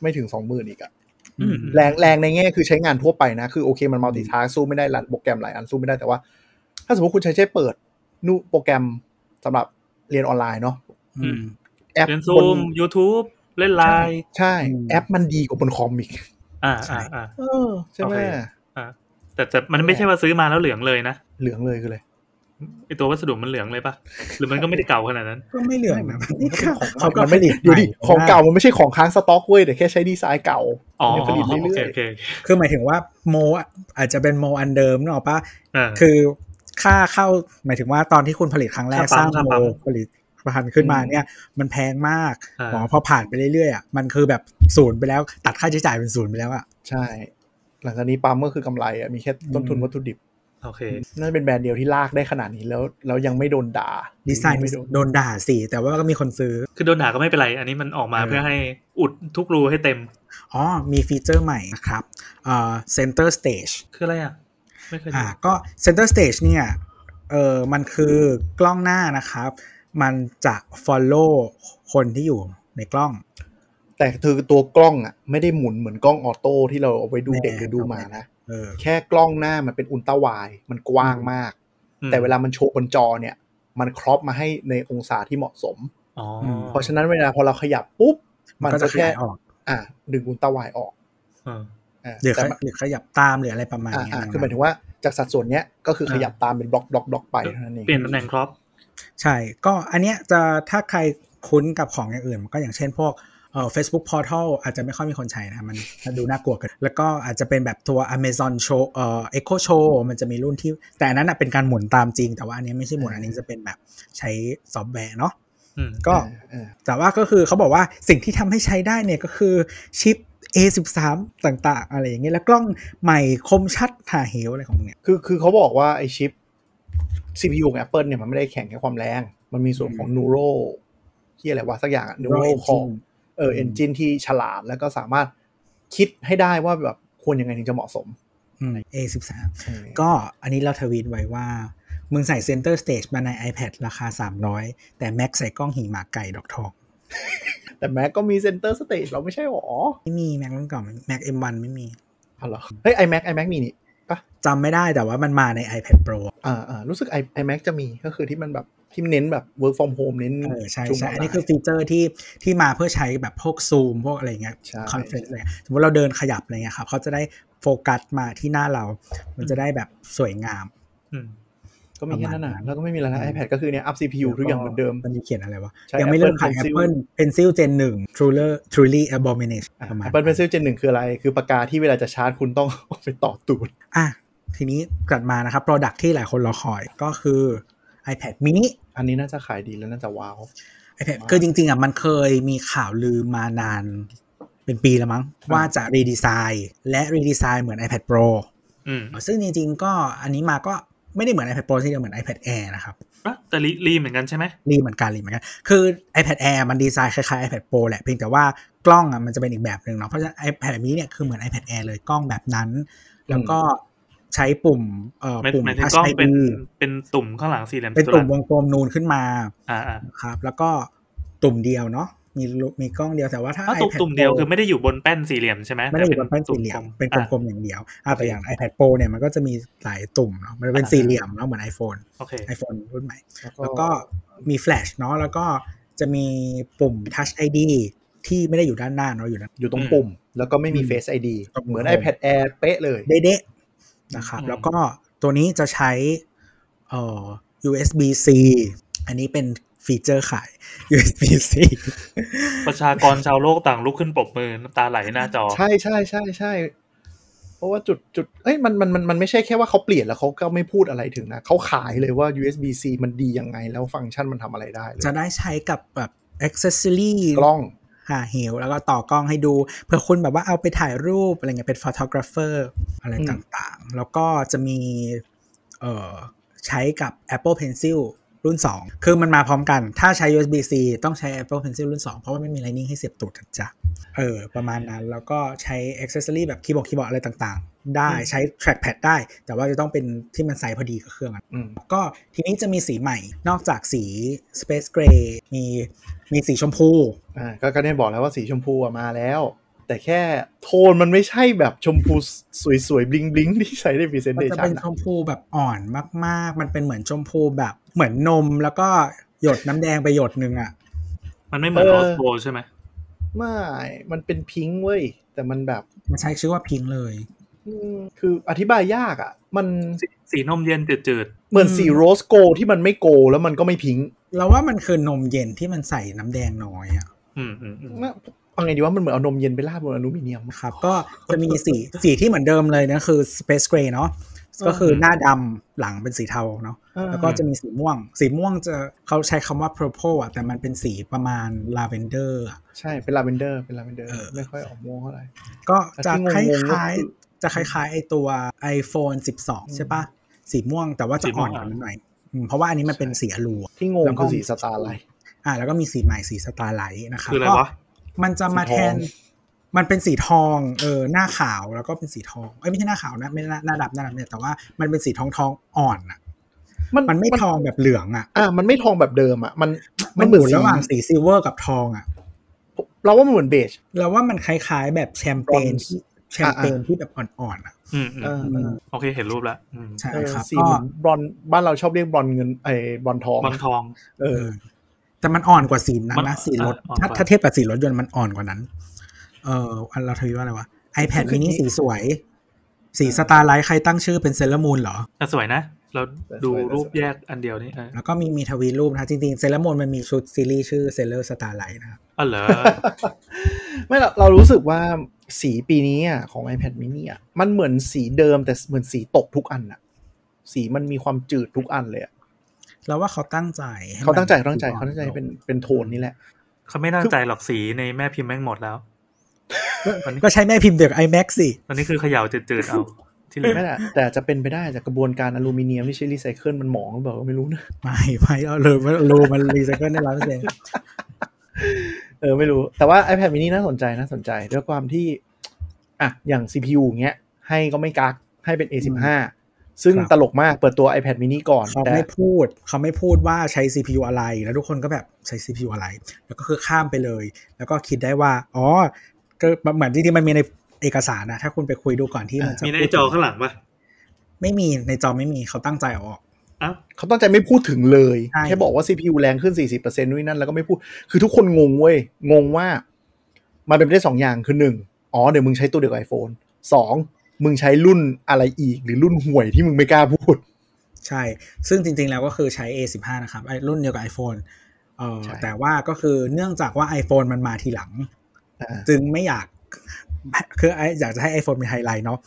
Speaker 2: ไม่ถึงสองหมื่นอีกอะ
Speaker 4: อืม
Speaker 2: แรงแรงในแง่คือใช้งานทั่วไปนะ คือโอเคมันมัลติทาสสู้ไม่ได้หลัดโปรแกรมหลายอันสู้ไม่ได้แต่ว่า ถ้าสมมติคุณใช้ใช้เปิดนู่นโปรแกรมสำหรับเรียนออนไลน์เนาะ
Speaker 3: อืม
Speaker 2: แอป
Speaker 4: เล่นซู
Speaker 2: บน
Speaker 4: ม YouTube เล่นไลน์
Speaker 2: ใช่
Speaker 3: อืม
Speaker 2: แอปมันดีกว่าบนคอมอีก
Speaker 4: อ่า
Speaker 3: ใช่
Speaker 4: อ่าอ่า
Speaker 2: ใช่ไหม
Speaker 4: โอเค แต่แต่มันไม่ใช่ว่าซื้อมาแล้วเหลืองเลยนะ
Speaker 2: เหลืองเลยคือเลย
Speaker 4: ไอตัววัสดุมันเหลืองเลยปะหรือมันก็ไม่ได้เก่าขนาดนั้น
Speaker 3: ก็ไม่เหลืองนะ
Speaker 2: มันก็เป็นของ
Speaker 3: เขาก็
Speaker 2: มันไม่
Speaker 3: ผลิต
Speaker 2: เดี๋ยวดิ
Speaker 3: ใหม่
Speaker 2: ของเก่ามันไม่ใช่ของค้างสต็อกเว้ยแต่แค่ใช้ดีไซน์เก่า
Speaker 4: อ๋อ
Speaker 2: มันยังผลิต
Speaker 4: โอ
Speaker 2: เรื่
Speaker 4: เค
Speaker 2: อย
Speaker 4: โอเค
Speaker 3: คือหมายถึงว่าโมอะอาจจะเป็นโมอันเดิมเนกอะปะ
Speaker 4: อ่า
Speaker 3: คือค่าเข้าหมายถึงว่าตอนที่คุณผลิตครั้งแรก
Speaker 4: ค่า
Speaker 3: ส
Speaker 4: ปั๊
Speaker 3: ร้าม ง
Speaker 4: ค่า
Speaker 3: โม
Speaker 4: ปั๊ม
Speaker 3: ผลิตพันขึ้นมาเนี่ย มันแพงมาก
Speaker 4: อ่า
Speaker 3: หมอพอผ่านไปเรื่อยๆอ่ะมันคือแบบศูนย์ไปแล้วตัดค่าใช้จ่ายเป็นศูนย์ไปแล้วอ่ะ
Speaker 2: ๆใช่ หลังจากนี้ปั๊มก็คือกำไรอะมีแค่ต้นทุน
Speaker 3: อืม
Speaker 2: วัตถุดิบ
Speaker 4: โอเค
Speaker 2: น่าจะเป็นแบรนด์เดียวที่ลากได้ขนาดนี้แล้วแล้วยังไม่โดนด่า
Speaker 3: ดีไซน์
Speaker 2: ไม่โดน
Speaker 3: โดนด่าสิแต่ว่าก็มีคนซื้อ
Speaker 4: คือโดนด่าก็ไม่เป็นไร อันนี้มันออกมา
Speaker 3: เออ
Speaker 4: เพื่อให้อุดทุกรูให้เต็ม
Speaker 3: อ๋อมีฟีเจอร์ใหม่นะครับเอ่อ center stage
Speaker 4: คืออะไรอ่ะ ไม่เคยดู
Speaker 3: อ่าก็ center stage เนี่ยเออมันคือกล้องหน้านะครับ มันจะ follow คนที่อยู่ในกล้อง
Speaker 2: แต่คือตัวกล้องอ่ะไม่ได้หมุนเหมือนกล้องออโต้ที่เราเอาไว้ดูเด็กหรือดูหมานะ
Speaker 3: เออ
Speaker 2: แค่กล้องหน้ามันเป็นอุลตราไวด์มันกว้างมาก
Speaker 4: อืม
Speaker 2: แต่เวลามันโชว์บนจอเนี่ย มันครอปมาให้ในองศาที่เหมาะสม
Speaker 4: อ๋อ
Speaker 2: เพราะฉะนั้นเวลาพอเราขยับปุ๊บ
Speaker 3: มันก็จะขยายออก
Speaker 2: อ่ะดึงอุลตราไวด์ออก
Speaker 4: เออ
Speaker 2: อ่ะ
Speaker 3: หรือข
Speaker 2: แต่
Speaker 3: ย
Speaker 2: มัน
Speaker 3: หรือขยับตามหรืออะไรประมาณ
Speaker 2: อ่ะ
Speaker 3: เนี้ย
Speaker 2: อ่ะ
Speaker 3: นะ
Speaker 2: คือหมายถึงว่าจากสัดส่วนเนี้ยก็คือขยับตามเป็นบล็อกบล็อกบล็อกไปเท่านั้นเอง
Speaker 4: เปลี่ยนตำแหน่งครอป
Speaker 3: ใช่ ก็อันเนี้ยจะถ้าใครคุ้นกับของอย่างอื่น ก็อย่างเช่นพวกเอ่อ Facebook Portal อาจจะไม่ค่อยมีคนใช้นะมันมันดูน่ากลัวเกัน แล้วก็อาจจะเป็นแบบตัว Amazon Show เอ่อ Echo Show มันจะมีรุ่นที่ แต่อันนั้นนะเป็นการหมุนตามจริง แต่ว่าอันเนี้ยไม่ใช่หมุนอันนี้จะเป็นแบบใช้ซอฟต์แวร์เนาะ
Speaker 4: อืม
Speaker 3: ก็
Speaker 2: เออ
Speaker 3: แต่ว่าก็คือเขาบอกว่าสิ่งที่ทำให้ใช้ได้เนี่ยก็คือชิป A13 ต่างๆ อะไรอย่างเงี้ยแล้วกล้องใหม่คมชัดถ่าเหวอะไรของมึงเนี่ย
Speaker 2: คือคือเขาบอกว่าไอชิป CPU ของ Apple เนี่ยมันไม่ได้แข่งแค่ความแรง มันมีส่วนของ Neuro ที่อะไรวะสักอย่างอะ Neuro
Speaker 3: Neural
Speaker 2: ของ
Speaker 3: Engine
Speaker 2: เออ Engine ที่ฉลาดแล้วก็สามารถคิดให้ได้ว่าแบบควรยังไงถึงจะเหมาะสม
Speaker 3: อืม A13 ก็อันนี้เราทวีตไว้ว่า มึงใส่ Center Stage มาใน iPad ราคา 300 แต่ Mac ใส่กล้องหิมะไก่ดอกทอง
Speaker 2: แต่แม็กก็มี Center Stage เราไม่ใช่หรอ
Speaker 3: ไม่มี Mac รุ่นเก่าไม่มี Mac M1 ไม่มี
Speaker 2: อ๋อเหรอเฮ้ย iMac iMac มีนี่
Speaker 3: จำไม่ได้แต่ว่ามันมาใน iPad Pro
Speaker 2: อ่าอ่ารู้สึก i iMac จะมีก็คือที่มันแบบที่เน้นแบบ work from home เน้น
Speaker 3: เออใช่
Speaker 2: ชุม
Speaker 3: ใช่อันนี้
Speaker 2: ไล
Speaker 3: คือฟีเจอร์ที่ที่มาเพื่อใช้แบบพวก Zoom พวกอะไรอย่างเงี้ย
Speaker 2: ใช่
Speaker 3: คอนเฟรนซ์อะไรเงี้ยสมมติเราเดินขยับอะไรเงี้ยครับเขาจะได้โฟกัสมาที่หน้าเรา มันจะได้แบบสวยงาม
Speaker 4: อืม
Speaker 2: ก็มีแค่นั้น
Speaker 3: ประมา
Speaker 2: น่ะ
Speaker 3: ณนั้น
Speaker 2: แล้วก็ไม่มีอะไรแล้ว iPad ก็คือเนี่ย up CPU ทุกอย่างเหมือนเดิม
Speaker 3: มันจะเขียนอะไรวะ
Speaker 2: ใช่
Speaker 3: ยังไม่เริ่มขาย
Speaker 2: Apple Pencil
Speaker 3: Apple Pencil Gen 1 Truly Truly Abomination
Speaker 2: อ่ะ
Speaker 3: ประมาณ
Speaker 2: Apple Pencil Gen 1คืออะไร คือปากกาที่เวลาจะชาร์จคุณต้อง [LAUGHS] เอาไปต่อตูด
Speaker 3: อ่ะทีนี้กลับมานะครับ Product ที่หลายคนรอคอยก็คือ iPad mini
Speaker 2: อันนี้น่าจะขายดีแล้วน่าจะว้าว
Speaker 3: iPad
Speaker 2: ว้าว
Speaker 3: คือจริงๆอ่ะมันเคยมีข่าวลือมานานเป็นปีแล้วมั้ง ว่าจะรีดีไซน์และรีดีไซน์เหมือน iPad Pro
Speaker 4: อืม
Speaker 3: ซึ่งจริงๆก็อันนี้มาก็ไม่ได้เหมือน iPad Pro ที่เดียวเหมือน iPad Air นะครับ
Speaker 4: อ่ะแต่รีรีเหมือนกันใช่ไหม
Speaker 3: รีเหมือนกันรีเหมือนกัน คือ iPad Air มันดีไซน์คล้ายๆ iPad Pro แหละเพียงแต่ว่ากล้องอ่ะมันจะเป็นอีกแบบหนึ่งเนาะเพราะฉะนั้น iPad mini เนี่ยคือเหมือน iPad Air เลยกล้องแบบนั้น แล้วก็ใช้ปุ่มเอ่อ
Speaker 4: หมาย
Speaker 3: ปุ่ม
Speaker 4: หมายถึง
Speaker 3: Touch
Speaker 4: กล้องเป็น
Speaker 3: ID
Speaker 4: เป็นตุ่มข้างหลังสี่เหลี่ยม
Speaker 3: เป็น
Speaker 4: จัตุ
Speaker 3: ตุ่
Speaker 4: รั
Speaker 3: ม
Speaker 4: ส
Speaker 3: วงกลมนูนขึ้นมา
Speaker 4: อ่าอ่า
Speaker 3: ครับ แล้วก็ตุ่มเดียวเนาะมีรูมีกล้องเดียวแต่ว่าถ้า
Speaker 4: ถ้าตุ่ม
Speaker 3: iPad
Speaker 4: ตุ่มเดียว
Speaker 3: Pro
Speaker 4: คือไม่ได้อยู่บนแป้นสี่เหลี่ยมใช่ไหม
Speaker 3: ไม่ได้อยู่บนแป้นสี่เหลี่ยมเป็นก
Speaker 4: อ่ะ
Speaker 3: ลมๆอย่างเดียวอ่ะแต่อย่าง iPad Pro เนี่ยมันก็จะมีหลายตุ่มเนาะมันเป็น
Speaker 4: อ่า
Speaker 3: สี่เหลี่ยมเนาะเหมือน iPhone
Speaker 4: โอเค
Speaker 3: iPhone รุ่นใหม่ แล้วก็มีแฟลชเนาะแล้วก็จะมีปุ่ม Touch ID ที่ไม่ได้อยู่ด้านหน้าเนาะอยู่ด้าน
Speaker 2: อยู่ตรงปุ่ม แล้วก็ไม่มี
Speaker 3: อืม
Speaker 2: Face ID
Speaker 3: ตรงปุ่ม
Speaker 2: เหมือน iPad Air เป๊ะเลย
Speaker 3: เด๊ะๆนะครับ
Speaker 4: อืม
Speaker 3: แล้วก็ตัวนี้จะใช้เอ่อ USB C อันนี้เป็นฟีเจอร์ขาย USB
Speaker 4: [LAUGHS]
Speaker 3: C
Speaker 4: ประชากรชาวโลกต่างลุกขึ้นปรบมือน้ำตาไหลหน้าจอ
Speaker 2: ใช่ใช่ใช่ใช่โ ราะว่าจุดจุดเอ้ยมันมันมันมันไม่ใช่แค่ว่าเขาเปลี่ยนแล้วเขาก็ไม่พูดอะไรถึงนะเขาขายเลยว่า USB C มันดียังไงแล้วฟังก์ชันมันทำอะไรได้เลย
Speaker 3: จะได้ใช้กับแบบอ็อกเซอรี่
Speaker 2: กล้อง
Speaker 3: หาเหวแล้วก็ต่อกล้องให้ดู เผื่อคุณแบบว่าเอาไปถ่ายรูปอะไรเงี้ยเป็นฟ o ท o กราฟเฟอร์อะไร
Speaker 2: อืม
Speaker 3: ต่างๆ แล้วก็จะมีเอ่อใช้กับ Apple Pencil รุ่น 2 คือมันมาพร้อมกันถ้าใช้ USB-C ต้องใช้ Apple Pencil รุ่น 2 เพราะว่าไม่มี Lightning ให้เสียบตูดนะจ้ะเออ ประมาณนั้น แล้วก็ใช้ Accessory แบบคีย์บอร์ดคีย์บอร์ดอะไรต่างๆ ได้ใช้ Trackpad ได้ แต่ว่าจะต้องเป็นที่มันไซส์พอดีกับเครื่องอะ
Speaker 2: อืม
Speaker 3: ก็ทีนี้จะมีสีใหม่นอกจากสี Space Gray มีมีสีชมพู
Speaker 2: อ่าก็ก็ได้บอกแล้วว่าสีชมพูอะมาแล้ว แต่แค่โทนมันไม่ใช่แบบชมพูสวยๆบลิงบลิงๆที่ใช้ใน
Speaker 3: มันจะเป็น
Speaker 2: presentation
Speaker 3: ชมพูแบบอ่อนมาก ๆ มันเป็นเหมือนชมพูแบบเหมือนนมแล้วก็หยดน้ำแดงไปหยดหนึ่งอะ
Speaker 4: มันไม่เหมือน
Speaker 2: เอ
Speaker 4: อ
Speaker 2: อ
Speaker 4: อสโบใช่ไหม
Speaker 2: ไม่ มันเป็นพิงค์เว้ย แต่มันแบบ
Speaker 3: มันใช้ชื่อว่าพิงค์เลย
Speaker 2: อืมคืออธิบายยากอะ่ะ มัน
Speaker 4: สีสีนมเย็นจืด
Speaker 2: เหมือนสีโรสโกลที่มันไม่โกลแล้วมันก็ไม่พิงค์
Speaker 3: เราว่ามันคือนมเย็นที่มันใส่น้ำแดงน้อยอะ
Speaker 4: ๆอืมอืมอืม
Speaker 2: นะเอาไงดีว่ามันเหมือนเอานมเย็นไปราดบนอลูมิเนียม
Speaker 3: ครับก็จะมีสีสีที่เหมือนเดิมเลยนะคือ Space Gray เนาะก็คือหน้าดำหลังเป็นสีเทาเนาะ แล้วก็จะมีสีม่วง สีม่วงจะเขาใช้คำว่า purple อ่ะ แต่มันเป็นสีประมาณ lavender อ่ะ
Speaker 2: ใช่เป็นลาเวนเดอร์เป็นลาเวนเดอร์
Speaker 3: เออ
Speaker 2: ไม่ค่อยออกม่วงเท่าไหร่
Speaker 3: ก็จะ
Speaker 2: แต่
Speaker 3: ค
Speaker 2: ที่
Speaker 3: ล
Speaker 2: งงๆก็
Speaker 3: ้าย
Speaker 2: คือ
Speaker 3: ๆ จะคล้ายๆไอตัว iPhone 12 ใช่ปะสีม่วงแต่ว่าจะอ่อนกว่านั้นหน่อยอืมเพราะว่าอันนี้มันเป็น
Speaker 2: ใช่
Speaker 3: สีอลูอะ
Speaker 2: ที่งง
Speaker 3: แล้วก็
Speaker 2: คือสีสตาร์ไลท์
Speaker 3: อ่ะแล้วก็มีสีใหม่สีสตาร์ไลท์นะครับ
Speaker 4: คืออะไร
Speaker 3: ก็
Speaker 4: วะ
Speaker 3: มันจะมา
Speaker 2: สีทอง
Speaker 3: แทน มันเป็นสีทองเออหน้าขาวแล้วก็เป็นสีทองเอ้ยไม่ใช่หน้าขาวนะไม่ใช่หน้าหน้าดำหน้าดำเนี่ยแต่ว่ามันเป็นสีทองทองๆอ่อนอ่ะมันไม่ทองแบบเหลืองอ่ะ
Speaker 2: อ่ะมันไม่ทองแบบเดิมอ่ะมัน
Speaker 3: มันหมุนระหว่างสีซิลเวอร์กับทองอ่ะ
Speaker 2: เราว่ามันเหมือนเบจ
Speaker 3: เราว่ามันคล้ายๆแบบแชมเปญ
Speaker 2: Bronze
Speaker 3: ที่แชมเปญที่แบบอ่อนๆอ่ะ
Speaker 4: อืมอืม
Speaker 2: เออ
Speaker 3: อื
Speaker 2: เอ
Speaker 3: ม
Speaker 2: อ
Speaker 4: โอเคเห็นรูปแล้วอืม
Speaker 3: ใช่
Speaker 2: เออ
Speaker 3: ครับ
Speaker 2: สี
Speaker 3: ก็
Speaker 2: เหมือนบรอนซ์บ้านเราชอบเรียกบรอนซ์เงินไอ้บรอนซ์ทอง
Speaker 4: บางทอง
Speaker 2: เอ
Speaker 3: เอ
Speaker 2: อ
Speaker 3: อ แต่มันอ่อนกว่าสีนั้น
Speaker 4: มั
Speaker 3: นะ
Speaker 4: น
Speaker 3: สีรถ
Speaker 4: อ่อนกว่า
Speaker 3: ถ้าถ้าเทียบกับสีรถยนต์มันอ่อนกว่านั้น เอออันเราทวีตว่าอะไรวะ iPad
Speaker 2: ก็คือ
Speaker 3: mini สีสวย สีสตาร์ไลท์ใครตั้งชื่อเป็นเซเลมูนเหรอ
Speaker 4: แต่สวยนะ เราดู
Speaker 2: แต่สวย
Speaker 4: รูปแยกอันเดียวนี่เออ
Speaker 3: แล้วก็มีมีทวีตรูปนะจริงๆเซเลมูนมันมีชุดซีรีส์ชื่อเซเลอร์สตาร์ไลท์นะครับ
Speaker 4: อ๋อเหรอ
Speaker 2: [LAUGHS] ไม่เราเรารู้สึกว่าสีปีนี้อ่ะของ iPad mini อ่ะมันเหมือนสีเดิมแต่เหมือนสีตกทุกอันอ่ะ สีมันมีความจืดทุกอันเลยอะ
Speaker 3: เราว่าเขาตั้งใจห้มัน
Speaker 2: เขาตั้งใจเขาตั้งใจเขาตั้งใจ
Speaker 3: อ่อล
Speaker 2: เป็นเป็นโทนนี่แหละ
Speaker 4: เขาไม่น่าใจหรอกสีในแม่พิมพ์แม่งหมดแล้ว
Speaker 3: ก็ใช้แม่พิมพ์เด็ก iMac สิ
Speaker 4: ตอนนี้คือเขย่าจืดๆเอา ที่เหลื
Speaker 2: ไม่
Speaker 4: อ
Speaker 2: แหละแต่จะเป็นไปได้จากกระบวนการอลูมิเนียมที่ใช้รีไซเคิลมันหมองหรือเปล่าก็ไม่รู้นะ
Speaker 3: ไม่ไม่เอาเลยมันรูมันรีไซเคิลได้ร้อยเปอร์เซ็นต์
Speaker 2: เออไม่รู้ แต่ว่า iPad mini น่าสนใจน่าสนใจด้วยความที่อ่ะอย่าง CPU อย่างเงี้ยให้ก็ไม่กักให้เป็น A15 ซึ่ง
Speaker 3: ครับ
Speaker 2: ตลกมากเปิดตัว iPad mini ก่อน
Speaker 3: เขา
Speaker 2: แต่
Speaker 3: ไม่พูดเขาไม่พูดว่าใช้ CPU อะไร แล้วทุกคนก็แบบใช้ CPU อะไร แล้วก็คือข้ามไปเลย แล้วก็คิดได้ว่า อ๋อก็เหมือนจริงๆมันมีในเอกสารนะ ถ้าคุณไปคุยดูก่อนที่มันจะ
Speaker 4: มีใน
Speaker 3: พูด
Speaker 4: จอข้างหลังปะ
Speaker 3: ไม่มีในจอไม่มีเขาตั้งใจเอาออก
Speaker 4: อ้าว
Speaker 2: เขาตั้งใจไม่พูดถึงเลย
Speaker 3: ใช่
Speaker 2: แค่บอกว่า CPU แรงขึ้น 40%นู่นนั่นแล้วก็ไม่พูด คือทุกคนงงเว้ย งงว่า มันเป็นไปได้สองอย่างคือหนึ่งอ๋อเดี๋ยวมึงใช้ตัวเดียวกับ iPhone สองมึงใช้รุ่นอะไรอีก หรือรุ่นห่วยที่มึงไม่กล้าพูด
Speaker 3: ใช่ ซึ่งจริงๆแล้วก็คือใช้ A15 นะครับไอ้รุ่นเดียวกับ iPhone เอ่อ
Speaker 2: ใช่
Speaker 3: แต่ว่าก็คือเนื่องจากว่า iPhone มันมาทีหลัง
Speaker 2: อ่า
Speaker 3: จึงไม่อยาก [LAUGHS] คือไอ้อยากจะให้ iPhone เป็นไฮไลท์เนาะ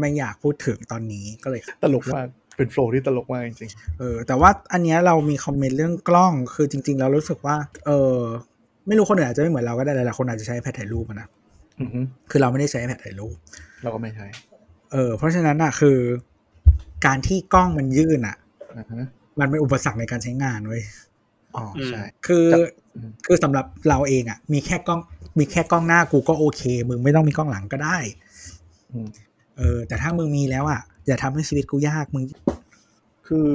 Speaker 3: ไม่อยากพูดถึงตอนนี้ก็เลย
Speaker 2: ตลกมาก เป็นโฟลว์ที่ตลกมากจริง
Speaker 3: เออแต่ว่าอันเนี้ยเรามีคอมเมนต์เรื่องกล้องคือจริงๆเรารู้สึกว่าเออไม่รู้คนอื่นอาจจะไม่เหมือนเราก็ได้หลายๆคนอาจจะใช้ iPad ถ่ายรูปอะนะ
Speaker 2: ๆอือฮึ
Speaker 3: คือเราไม่ได้ใช้ iPad ถ่ายรูป
Speaker 2: เราก็ไม่ใช่
Speaker 3: เออเพราะฉะนั้นอ่ะคือ การที่กล้องมันยื่นอ่ะ
Speaker 2: อ่าฮะ
Speaker 3: มันเป็นอุปสรรคในการใช้งานเว้ย
Speaker 2: อ๋อใช่
Speaker 3: คือ
Speaker 2: ครับอืม
Speaker 3: คือสำหรับเราเองอ่ะมีแค่กล้องมีแค่กล้องหน้ากูก็โอเค มึงไม่ต้องมีกล้องหลังก็ได้
Speaker 2: อืม
Speaker 3: เออแต่ถ้ามึงมีแล้วอ่ะอย่าทำให้ชีวิตกูยากมึง
Speaker 2: คือ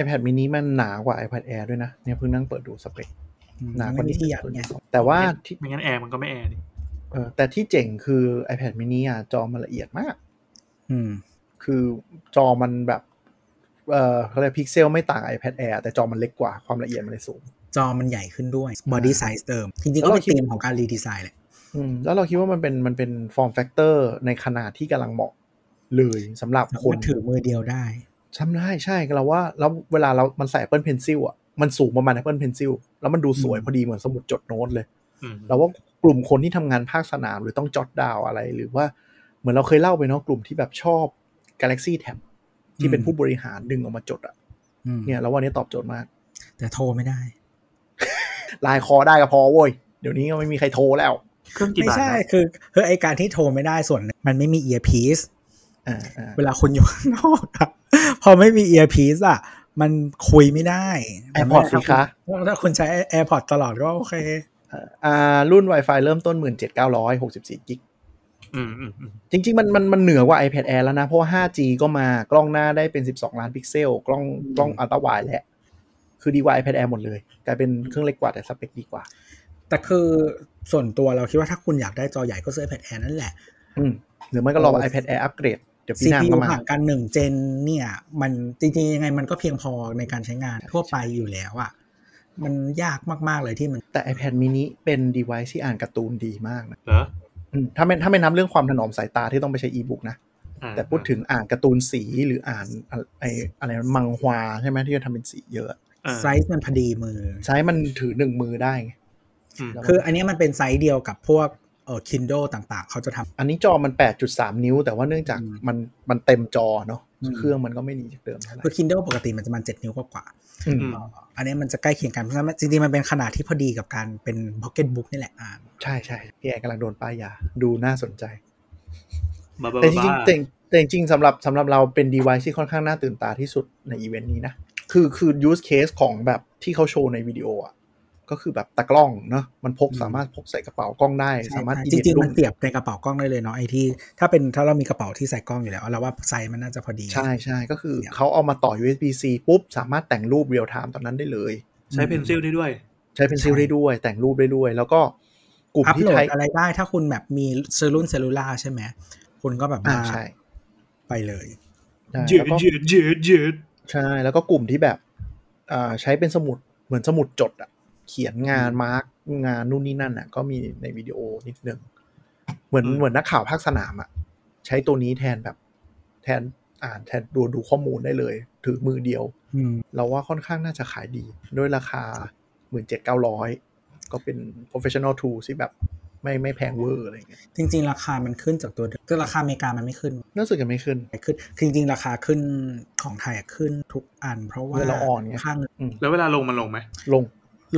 Speaker 2: iPad mini มันหนากว่า iPad Air ด้วยนะ เนี่ยเพิ่งนั่งเปิดดูสเปคหนากว่า
Speaker 3: ไม่มี
Speaker 2: นี้
Speaker 3: ที่ยัดไง
Speaker 2: แต่ว่าที่
Speaker 4: ไม่งั้นแอร์มันก็ไม่แอร์ดิ
Speaker 2: เออแต่ที่เจ๋งคือ iPad mini อ่ะจอมันละเอียดมาก
Speaker 3: อืม
Speaker 2: คือจอมันแบบเออเขาเรียกพิกเซลไม่ต่าง iPad Air แต่จอมันเล็กกว่าความละเอียดมันเลยสูง
Speaker 3: จอมันใหญ่ขึ้นด้วยบอดี้ไซส์เดิมจริงๆ
Speaker 2: แล้
Speaker 3: ก็
Speaker 2: วเรา
Speaker 3: เป็น
Speaker 2: คิด
Speaker 3: ธีมของการรีดีไซน์แหละ
Speaker 2: อืมแล้วเราคิดว่ามันเป็นมันเป็น form factor ในขนาดที่กำลังเหมาะเลยสำหรับ
Speaker 3: สา
Speaker 2: ค
Speaker 3: มาร
Speaker 2: น
Speaker 3: ถถือมือเดียวได้
Speaker 2: จำได้ใช่เราว่าแล้วเวลาเรามันใส่ Apple Pencil อ่ะมันสูงประมาณ Apple Pencil แล้วมันดูสวย
Speaker 3: อืม
Speaker 2: พอดีเหมือนสมุดจดโน้ตเลย
Speaker 4: อืม
Speaker 2: เราว่ากลุ่มคนที่ทำงานภาคสนามหรือต้องจดดาวอะไร หรือว่า เหมือนเราเคยเล่าไปเนาะกลุ่มที่แบบชอบ Galaxy Tab ที่เป็นผู้บริหารดึงออกมาจดอะ
Speaker 3: อืม
Speaker 2: เนี่ยเราว่าอันนี้ตอบโจทย์มาก
Speaker 3: แต่โทรไม่ได้
Speaker 2: ไลน์คอได้ก็พอเว้ย เดี๋ยวนี้ก็ไม่มีใครโทรแล้ว
Speaker 4: เครื่องกี่
Speaker 3: ไม่
Speaker 4: บาท
Speaker 3: ใช่
Speaker 4: นะ
Speaker 3: คือคือไอการที่โทรไม่ได้ส่วนหนึ่งมันไม่มี earpiece
Speaker 2: อ่าอ่า
Speaker 3: เวลาคุณอยู่ข้างนอกอะ [LAUGHS] พอไม่มี earpiece อะมันคุยไม่ได้
Speaker 2: แอร์พอร์ตสิคะ
Speaker 3: ถ้าคุณใช้ AirPod ตลอดก็โอเค
Speaker 2: อ่าอ่ารุ่น Wi-Fi เริ่มต้น 17,964กิก
Speaker 4: อืมอืมอืม
Speaker 2: จริงๆ มันมันมันเหนือกว่า iPad Air แล้วนะ เพราะว่า 5G ก็มากล้องหน้าได้เป็น 12 ล้านพิกเซล กล้องกล้องอัลตราไวแหละ คือดีกว่า iPad Air หมดเลย กลายเป็นเครื่องเล็กกว่าแต่สเปคดีกว่า
Speaker 3: แต่คือส่วนตัวเราคิดว่าถ้าคุณอยากได้จอใหญ่ก็ซื้อ iPad Air นั่นแหละ
Speaker 2: อืมหรือไม่ก็รอ iPad Air อัปเกรด เดี๋ยวปีหน้า
Speaker 3: CPU
Speaker 2: ก็มา
Speaker 3: ห่างกันหนึ่งเจนเนี่ย มันจริงๆยังไงมันก็เพียงพอในการใช้งานทั่วไปอยู่แล้วอะมันยากมากๆเลยที่มัน
Speaker 2: แต่ iPad mini เป็น device ที่อ่านการ์ตูนดีมากนะ
Speaker 4: เหรอ
Speaker 2: อืมถ้าไม่ถ้าไม่นับเรื่องความถนอมสายตาที่ต้องไปใช้ e-book นะ
Speaker 4: อ่า
Speaker 2: แต่พูดถึงอ่านการ์ตูนสีหรืออ่านอะไออะไรมังฮวาใช่ไหมที่จะทำเป็นสีเยอะ
Speaker 4: อ่า
Speaker 3: ไซส์มันพอดีมือ
Speaker 2: ใช้มันถือหนึ่งมือได้ไง
Speaker 4: อืม
Speaker 2: แล้วก็
Speaker 3: คืออันเนี้ยมันเป็นไซส์เดียวกับพวกเออ Kindle ต่างๆ เขาจะท
Speaker 2: อันนี้จอมัน 8.3 นิ้ว แต่ว่าเนื่องจาก
Speaker 3: อืม
Speaker 2: มันมันเต็มจอเนาะ
Speaker 3: อืม
Speaker 2: เครื่องมันก็ไม่หนีจากเดิมเท่าไห
Speaker 3: ำ
Speaker 2: ร่
Speaker 3: คือ Kindle ปกติมันจะประมันเจ็ดนิ้วกว่า
Speaker 2: อืม
Speaker 4: อืม
Speaker 3: ๆอันเนี้ยมันจะใกล้เคียงกันเพราะฉะนั้นจริงๆมันเป็นขนาดที่พอดีกับการเป็น Pocket Book นี่แหละอ่าน
Speaker 2: ใช่ใช่พี่แอนกำลังโดนป้ายยา ดูน่าสนใจ
Speaker 4: บ้าบ้า
Speaker 2: แต่จริง
Speaker 4: บ้า
Speaker 2: ๆแต่แต่จริงๆสำหรับสำหรับเราเป็น device ที่ค่อนข้างน่าตื่นตาที่สุดในอีเวนต์นี้นะ คือคือ use case ของแบบที่เขาโชว์ในวิดีโออ่ะก็คือแบบตะกล้องเนาะมันพกสามารถพกใส่กระเป๋ากล้องได้สามารถ
Speaker 3: จ
Speaker 2: edit
Speaker 3: ริง
Speaker 2: รู
Speaker 3: ๆ
Speaker 2: ป
Speaker 3: มันเสียบในกระเป๋ากล้องได้เลยเนาะไอที่ถ้าเป็นถ้าเรามีกระเป๋าที่ใส่กล้องอยู่แล้วเราว่าไซส์มันน่าจะพอดี
Speaker 2: ใช่ใช่ก็คือ
Speaker 3: เนี่ย
Speaker 2: เขาเอามาต่อ USB-C ปุ๊บ สามารถแต่งรูปเรียลไทม์ตอนนั้นได้เลย
Speaker 4: ใช้เพนซิลได้ด้วย
Speaker 2: ใช้เป็นซิลได้ด้วย แต่งรูปได้ด้วย แล้วก็กลุ่ม
Speaker 3: อัพ
Speaker 2: ที่
Speaker 3: โหล
Speaker 2: ใช้
Speaker 3: ดอะไรได้ถ้าคุณแบบมีเซลลุ่นเซลลูล่าใช่ไหมคุณก็แบบว่า
Speaker 2: อ่าใช่
Speaker 3: ไปเลย
Speaker 2: ใช่
Speaker 4: เยืด
Speaker 2: แล้วก็
Speaker 4: เยืดเยืดเยืด
Speaker 2: ใช่แล้วก็กลุ่มที่แบบอ่าใช้เป็นสมุดเหมือนสมุดจดอะเขียนงานมาร์กงานนู่นนี่นั่นอะก็มีในวิดีโอนิดนึงเหมือนเหมือนนักข่าวภาคสนามอะใช้ตัวนี้แทนแบบแทนอ่านแทนดูดูข้อมูลได้เลย ถือมือเดียว
Speaker 3: อืม
Speaker 2: เราว่าค่อนข้างน่าจะขายดี ด้วยราคา 17,900 ก็เป็น professional tool ที่แบบไม่ไม่แพงเวอร์อะไรอย่างเงี้ย
Speaker 3: จริง ๆ ราคามันขึ้นจากตัวเดิมคือราคาอเมริกามันไม่ขึ้น
Speaker 2: น่าสึกจะไม่ขึ้น
Speaker 3: ไม่ขึ้นคือจริง ๆ ราคาขึ้นของไทยอะขึ้นทุกอัน เพราะว่า
Speaker 2: เงินเราอ่อนไง
Speaker 3: ค่าเงิน
Speaker 4: แล้วเวลาลงมันลงไหม
Speaker 2: ลง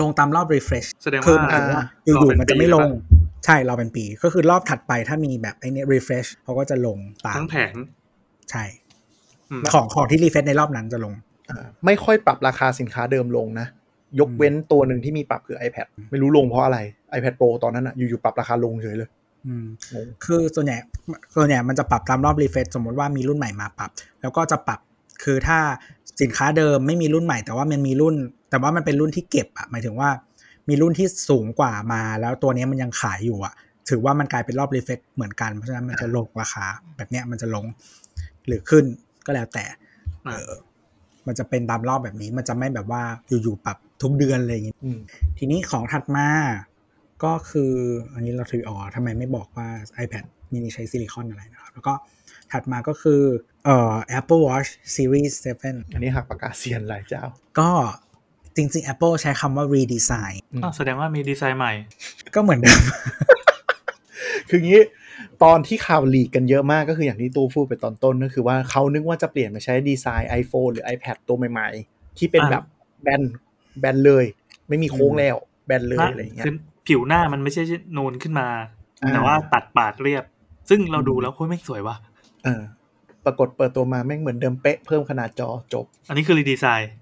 Speaker 3: ลงตามรอบ refresh
Speaker 4: แสดง
Speaker 3: คื
Speaker 4: ว่า
Speaker 3: หมายถึงว่าอ
Speaker 4: อ่า
Speaker 3: ยู่
Speaker 4: รอเป็น
Speaker 3: ๆมันจะไม่ล
Speaker 4: ปีแล้ว
Speaker 3: ง
Speaker 4: ปะ
Speaker 3: ใช่เราเป็นปี ก็คือรอบถัดไปถ้ามีแบบไอเนี้ย refresh เขาก็จะลงตาม
Speaker 4: ทั้งแผง
Speaker 3: ใช่
Speaker 4: อืม
Speaker 3: ของของที่ refresh ในรอบนั้นจะลง
Speaker 2: อ่าไม่ค่อยปรับราคาสินค้าเดิมลงนะ ยกเว้นตัวหนึ่งที่มีปรับคือ iPad ไม่รู้ลงเพราะอะไร iPad Pro ตอนนั้นอะอยู่ๆปรับราคาลงเฉยเลย
Speaker 3: อืม
Speaker 2: งง
Speaker 3: คือส่วนใหญ่ส่วนใหญ่มันจะปรับตามรอบรีเฟซสมมติว่ามีรุ่นใหม่มาปรับ แล้วก็จะปรับคือถ้าสินค้าเดิมไม่มีรุ่นใหม่ แต่ว่ามันมีรุ่น แต่ว่ามันเป็นรุ่นที่เก็บอะหมายถึงว่า มีรุ่นที่สูงกว่ามา แล้วตัวเนี้ยมันยังขายอยู่อะถือว่ามันกลายเป็นรอบรีเฟซเหมือนกันเพราะฉะนั้นมันจะลงราคา แบบเนี้ยมันจะลงหรือขึ้นก็แล้วแต่เออมันจะเป็นตามรอบแบบนี้ มันจะไม่แบบว่าอยู่ๆปรับทุกเดือนเลยอย่างงี้
Speaker 2: อืม
Speaker 3: ทีนี้ของถัดมาก็คืออันนี้เราถืออ๋อทำไมไม่บอกว่า iPad mini ใช้ซิลิคอนอะไรนะครับ แล้วก็ถัดมาก็คือเอ่อ Apple Watch Series
Speaker 2: อันนี้หักปากกาเซียนหลายเจ้า
Speaker 3: 7 ก็จริงๆ Apple ใช้คำว่า redesign
Speaker 4: อ้าวแสดงว่ามีดีไซน์ใหม่
Speaker 3: ก็เหมือน
Speaker 4: [LAUGHS]
Speaker 3: เดิม
Speaker 2: คืองี้ตอนที่ข่าวลีกกันเยอะมากก็คืออย่างที่ตู้พูดไปตอนต้นก็คือว่าเขานึกว่าจะเปลี่ยนมาใช้ดีไซน์ iPhone หรือ iPad ตัวใหม่ๆ ที่เป็นแบบแบนแบนเลย ไม่มีโค้งแล้ว แบนเลย
Speaker 4: นะ
Speaker 2: อะไรอย่างเงี้ย
Speaker 4: คือผิวหน้ามันไม่ใช่นูนขึ้นมา
Speaker 2: อ่า
Speaker 4: แต่ว่าตัดปาดเรียบ ซึ่งเราดูแล้วโอ้ยไม่งสวยว่ะ
Speaker 2: เออปรากฏเปิดตัวมาแม่งเหมือนเดิมเป๊ะเพิ่มขนาดจอจบ
Speaker 4: อันนี้คือรีดีไซน์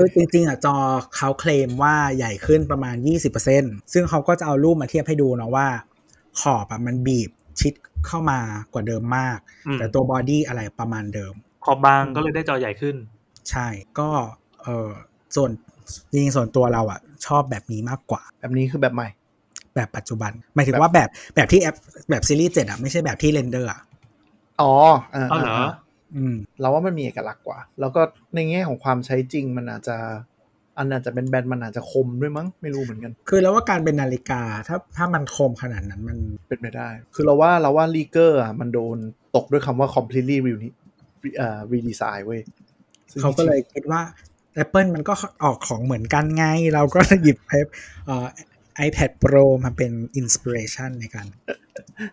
Speaker 3: ก็คือจริงๆอ่ะจอเขาเคลมว่าใหญ่ขึ้นประมาณ 20%ซึ่งเขาก็จะเอารูปมาเทียบให้ดูเนาะว่า ขอบอ่ะมันบีบชิดเข้ามากว่าเดิมมาก
Speaker 4: อืม
Speaker 3: แต่ตัวบอดี้อะไรประมาณเดิม
Speaker 4: ขอบบางก็เลยได้จอใหญ่ขึ้น
Speaker 3: ใช่ก็เออส่วนจริงๆส่วนตัวเราอะชอบแบบนี้มากกว่า
Speaker 2: [LAUGHS] แบบนี้คือแบบใหม่
Speaker 3: แบบปัจจุบันหมายถึงว่าแบบแบบที่แอปแบบซีรีส์เจ็ดอะไม่ใช่แบบที่เรนเดอร์อะ
Speaker 2: อ๋อเออ
Speaker 4: เอาเหรอ
Speaker 3: อืม
Speaker 2: เราว่ามันมีเอกลักษณ์กว่า แล้วก็ในแง่ของความใช้จริงมันอาจจะ อันอาจจะเป็นแบนมันอาจจะคมด้วยมั้งไม่รู้เหมือนกัน
Speaker 3: คือแล้วว่าการเป็นนาฬิกาถ้าถ้ามันคมขนาดนั้นมัน
Speaker 2: เป็นไปได้ คือเราว่าเราว่าลีเกอร์อ่ะมันโดนตกด้วยคำว่า completely re เอ่อ redesign เว้ยซึ่ง
Speaker 3: เขาก็เลยคิดว่า Apple มันก็ออกของเหมือนกันไง เราก็หยิบไอเอ่อไอ iPad Pro มาเป็นอินสปิเรชันในการ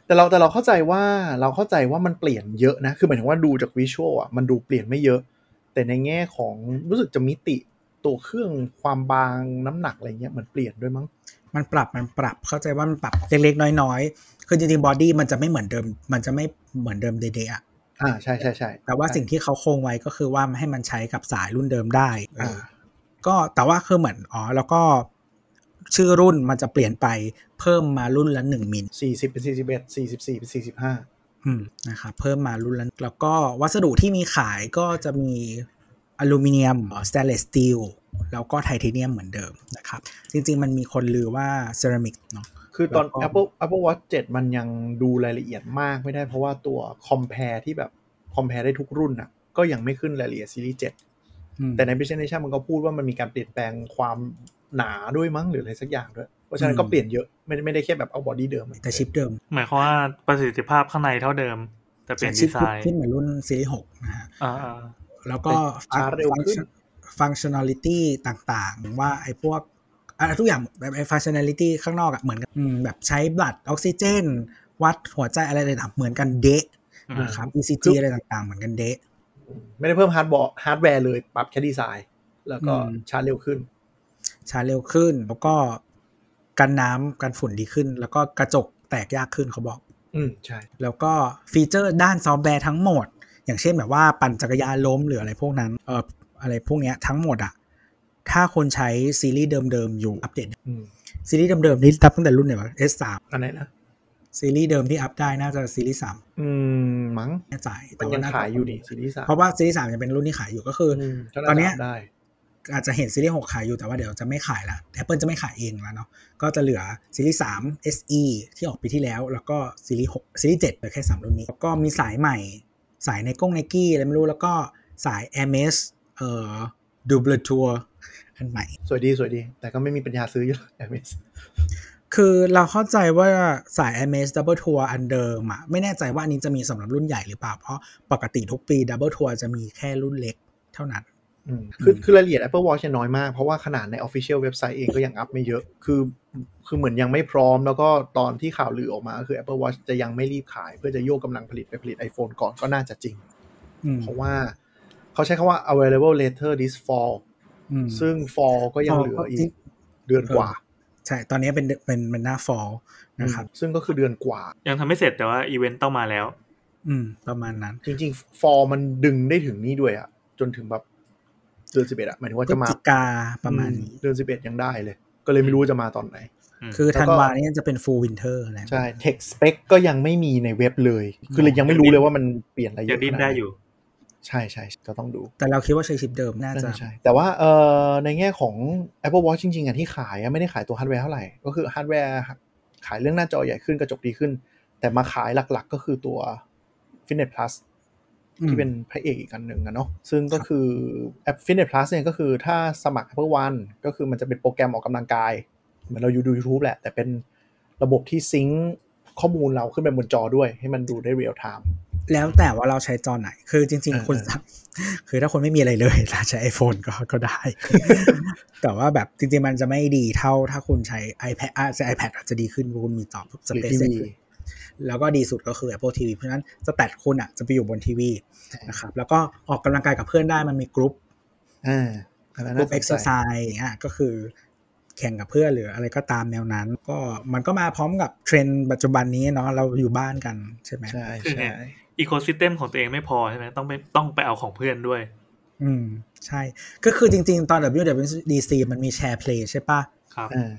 Speaker 2: แต่เราแต่เราเข้าใจว่าเราเข้าใจว่ามันเปลี่ยนเยอะนะ คือหมายถึงว่าดูจากวิชวลอ่ะมันดูเปลี่ยนไม่เยอะ แต่ในแง่ของรู้สึกจะมิติตัวเครื่องความบางน้ำหนักอะไรเงี้ยมันเปลี่ยนด้วยมั้ง
Speaker 3: มันปรับมันปรับเข้าใจว่ามันปรับเล็กๆ น้อยๆ คือจริงๆบอดี้มันจะไม่เหมือนเดิม มันจะไม่เหมือนเดิมเดะๆอะ
Speaker 2: อ่าใช่ใช่ใช่
Speaker 3: แต่ว่าสิ่งที่เขาคงไว้ก็คือว่าให้มันใช้กับสายรุ่นเดิมได้เออก็แต่ว่าคือเหมือนอ๋อแล้วก็ชื่อรุ่นมันจะเปลี่ยนไปเพิ่มมารุ่นละหนึ่งมิล
Speaker 2: สี่สิบเป็นสี่สิบเอ็ดสี่สิบสี่เป็นสี่สิบห้า
Speaker 3: อืมนะครับเพิ่มมารุ่นละแล้วก็วัสดุที่มีขายก็จะมีอลูมิเนียมสแตนเลสสตีลแล้วก็ไทเทเนียมเหมือนเดิมนะครับ จริงๆ มันมีคนลือว่าเซรามิกเนาะ
Speaker 2: คือตอน
Speaker 3: แล้วก็
Speaker 2: Apple Apple Watch 7 มันยังดูรายละเอียดมากไม่ได้เพราะว่าตัว compare ที่แบบ compare ได้ทุกรุ่นอ่ะ ก็ยังไม่ขึ้นรายละเอียดซีรีส์7
Speaker 3: อืม
Speaker 2: แต่ใน presentation มันก็พูดว่ามันมีการเปลี่ยนแปลงความหนาด้วยมั้งหรืออะไรสักอย่างด้วย เพราะฉะนั้นก็
Speaker 3: อืม
Speaker 2: เปลี่ยนเยอะ ไม่ได้ไม่ได้แค่แบบเอาบอดี้เดิม
Speaker 3: แต่ชิปเดิม
Speaker 4: หมายความว่าประสิทธิภาพข้างในเท่าเดิม แต่เปลี่ยน
Speaker 3: ชิป
Speaker 4: ดีไซน์
Speaker 3: ขึ้นเหมือนรุ่นซีรีส์หกนะฮะ
Speaker 4: อ่าอ่า
Speaker 3: แล้วก็ฟั
Speaker 2: ช้างเร็วขึ้น
Speaker 3: ฟังชันอลิตี้ต่างๆ ว่าไอ้พวกอะไรทุกอย่างแบบไอ้ฟังชันอลิตี้ข้างนอกอะเหมือนกันอืมแบบใช้บัตรออกซิเจน วัดหัวใจอะไรต่างๆเหมือนกันเดะ
Speaker 4: อืม
Speaker 3: นะครับ ECG
Speaker 2: คืออ
Speaker 3: อะไรต่างๆ เหมือนกันเดะ
Speaker 2: ไม่ได้เพิ่มฮาร์ดบอฮาร์ดแวร์เลยปรับแค่ดีไซน์ แล้วก็
Speaker 3: อืม
Speaker 2: ชาร์จเร็วขึ้น
Speaker 3: ชาร์จเร็วขึ้น แล้วก็กันน้ำกันฝุ่นดีขึ้น แล้วก็กระจกแตกยากขึ้นเขาบอก
Speaker 2: อืมใช่
Speaker 3: แล้วก็ฟีเจอร์ด้านซอฟต์แวร์ทั้งหมด อย่างเช่นแบบว่าปั่นจักรยานล้มหรืออะไรพวกนั้นเอออะไรพวกเนี้ยทั้งหมดอะถ้าคนใช้ซีรีส์เดิมๆอยู่อัปเดต
Speaker 2: อืม
Speaker 3: ซีรีส์เดิมๆนี่ตับตั้งแต่รุ่นไหนวะ S3
Speaker 2: อันไหนนะ
Speaker 3: ซีรีส์เดิมที่อัพได้น่าจะซีรีส์3
Speaker 2: อืมมั้ง
Speaker 3: แน่ใจ
Speaker 2: มั
Speaker 3: แต่
Speaker 2: น
Speaker 3: ว่า
Speaker 2: ยัง
Speaker 3: น่าจะ
Speaker 2: ขายอยู่นี่ซีรีส์สาม
Speaker 3: เพราะว่าซีรีส์3ยังเป็นรุ่นที่ขายอยู่ก็คืออ
Speaker 2: มก็
Speaker 3: ตอน
Speaker 2: น
Speaker 3: เนี้
Speaker 2: นี้
Speaker 3: ย
Speaker 2: ได้
Speaker 3: อาจจะเห็นซีรีส์6ขายอยู่แต่ว่าเดี๋ยวจะไม่ขายละ Apple จะไม่ขายเองแล้วเนาะก็จะเหลือซีรีส์3 SE ที่ออกปีที่แล้ว แล้วก็ซีรีส์6ซีรีส์7เหลือแค่ 3 รุ่นนี้ แล้วก็มีสายใหม่ สายในก้งไนกี้อะไรไม่รู้ แล้วก็สาย MS เอ่อดูเบลทัวอันใหม่
Speaker 2: สวยดีสวยดี แต่ก็ไม่มีปัญญาซื้ออยู่ [LAUGHS] หรอก Hermes
Speaker 3: คือเราเข้าใจว่าสาย MS Double Tour อันเดิมอะไม่แน่ใจว่าอันนี้จะมีสำหรับรุ่นใหญ่หรือเปล่า เพราะปกติทุกปี Double Tour จะมีแค่รุ่นเล็กเท่านั้น
Speaker 2: อืมคือ
Speaker 3: อืม
Speaker 2: คือรายละเอียด Apple Watch เนี่ยน้อยมาก เพราะว่าขนาดใน Official เว็บไซต์เองก็ยังอัพไม่เยอะ คือคือเหมือนยังไม่พร้อม แล้วก็ตอนที่ข่าวลือออกมา คือ Apple Watch จะยังไม่รีบขาย เพื่อจะโยกกำลังผลิตไปผลิต iPhone ก่อนก็น่าจะจริง
Speaker 3: อืม
Speaker 2: เพราะว่าเขาใช้คำว่า available later this fall
Speaker 3: อืม
Speaker 2: ซึ่ง fall ก็ยังเหลืออีกเดือนกว่า
Speaker 3: ใช่ ตอนนี้เป็นเป็นเป็นหน้าฟอลนะครับ
Speaker 2: อืมซึ่งก็คือเดือนกว่า
Speaker 4: ยังทำไม่เสร็จแต่ว่าอีเวนต์ต้องมาแล้ว
Speaker 3: อืม ประมาณนั้น
Speaker 2: จริงๆ fall มันดึงได้ถึงนี่ด้วยอะจนถึงแบบเดือนสิบเอ็ดอะหมายถึงว่าจะมา
Speaker 3: พฤศจิกาประมาณนี้
Speaker 2: เดือนสิบเอ็ดยังได้เลย ก็เลยไม่รู้ว่าจะมาตอนไหน
Speaker 3: คือ
Speaker 2: แล้วก็
Speaker 3: ธันวาเนี่ยจะเป็น full winter แล้ว
Speaker 2: ใช่ tech spec ก็ยังไม่มีในเว็บเลย คือเลยยังไม่รู้เลยว่ามันเปลี่ยนอะไรเย
Speaker 4: ยัง
Speaker 2: อะ
Speaker 4: ดิ้น
Speaker 2: ขาห
Speaker 4: ได้อยู่
Speaker 2: ใช่ใช่ก็ต้องดู
Speaker 3: แต่เราคิดว่าใช้ชิปเดิมน่าจะ
Speaker 2: น่าจะใช่ แต่ว่าเอ่อในแง่ของ Apple Watch จริงๆอ่ะที่ขายอะไม่ได้ขายตัวฮาร์ดแวร์เท่าไหร่ ก็คือฮาร์ดแวร์ขายเรื่องหน้าจอใหญ่ขึ้นกระจกดีขึ้น แต่มาขายหลักๆก็คือตัว Fitness Plus
Speaker 3: อืม
Speaker 2: ที่เป็นพระเอกอีกอันหนึ่งอะเนาะซึ่งก็คือแอป Fitness Plus เนี่ยก็คือถ้าสมัคร Apple One ก็คือมันจะเป็นโปรแกรมออกกำลังกาย เหมือนเราอยู่ดู YouTube แหละ แต่เป็นระบบที่ซิงค์ข้อมูลเราขึ้นไปบนจอด้วยให้มันดูได้เรียลไทม์
Speaker 3: แล้วแต่ว่าเราใช้จอไหน คือจริง
Speaker 2: เออ
Speaker 3: ๆคน
Speaker 2: เออ
Speaker 3: สักคือถ้าคนไม่มีอะไรเลย [LAUGHS] ถ้าใช้ iPhone ก็ก็ได้ [LAUGHS] แต่ว่าแบบจริงๆมันจะไม่ดีเท่าถ้าคุณใช้ iPad อ่ะใช้ iPad อาจจะดีขึ้นเพราะคุณมีต่อส
Speaker 2: หรือ
Speaker 3: เปซ
Speaker 2: ที
Speaker 3: เซ็ต
Speaker 2: วี
Speaker 3: แล้วก็ดีสุดก็คือ Apple TV เพราะฉะนั้นสแตทคุณอ่ะจะไปอยู่บนทีวี
Speaker 2: ใช่
Speaker 3: นะครับ แล้วก็ออกกำลังกายกับเพื่อนได้มันมีกรุ๊ป
Speaker 2: อ่าอันนั้น
Speaker 3: กลุ่
Speaker 2: น่าม ส
Speaker 3: เอ็ก
Speaker 2: น
Speaker 3: ซ์
Speaker 2: ใจ
Speaker 3: เซอร์ไซส์อย่างเงี้ยก็คือแข่งกับเพื่อนหรืออะไรก็ตามแนวนั้น ก็มันก็มาพร้อมกับเทรนด์ปัจจุบันนี้เนาะเราอยู่บ้านกันใช่ไหม
Speaker 2: ใช่
Speaker 4: คือไง
Speaker 2: ใช่
Speaker 4: อีโคซิสเต็มของตัวเองไม่พอใช่ไหมต้องไปต้องไปเอาของเพื่อนด้วย
Speaker 3: อืม ใช่ ก็คือจริงๆ ตอน WWDC มันมีแชร์เพลย์ใช่ปะ
Speaker 4: ครับ
Speaker 2: อ่า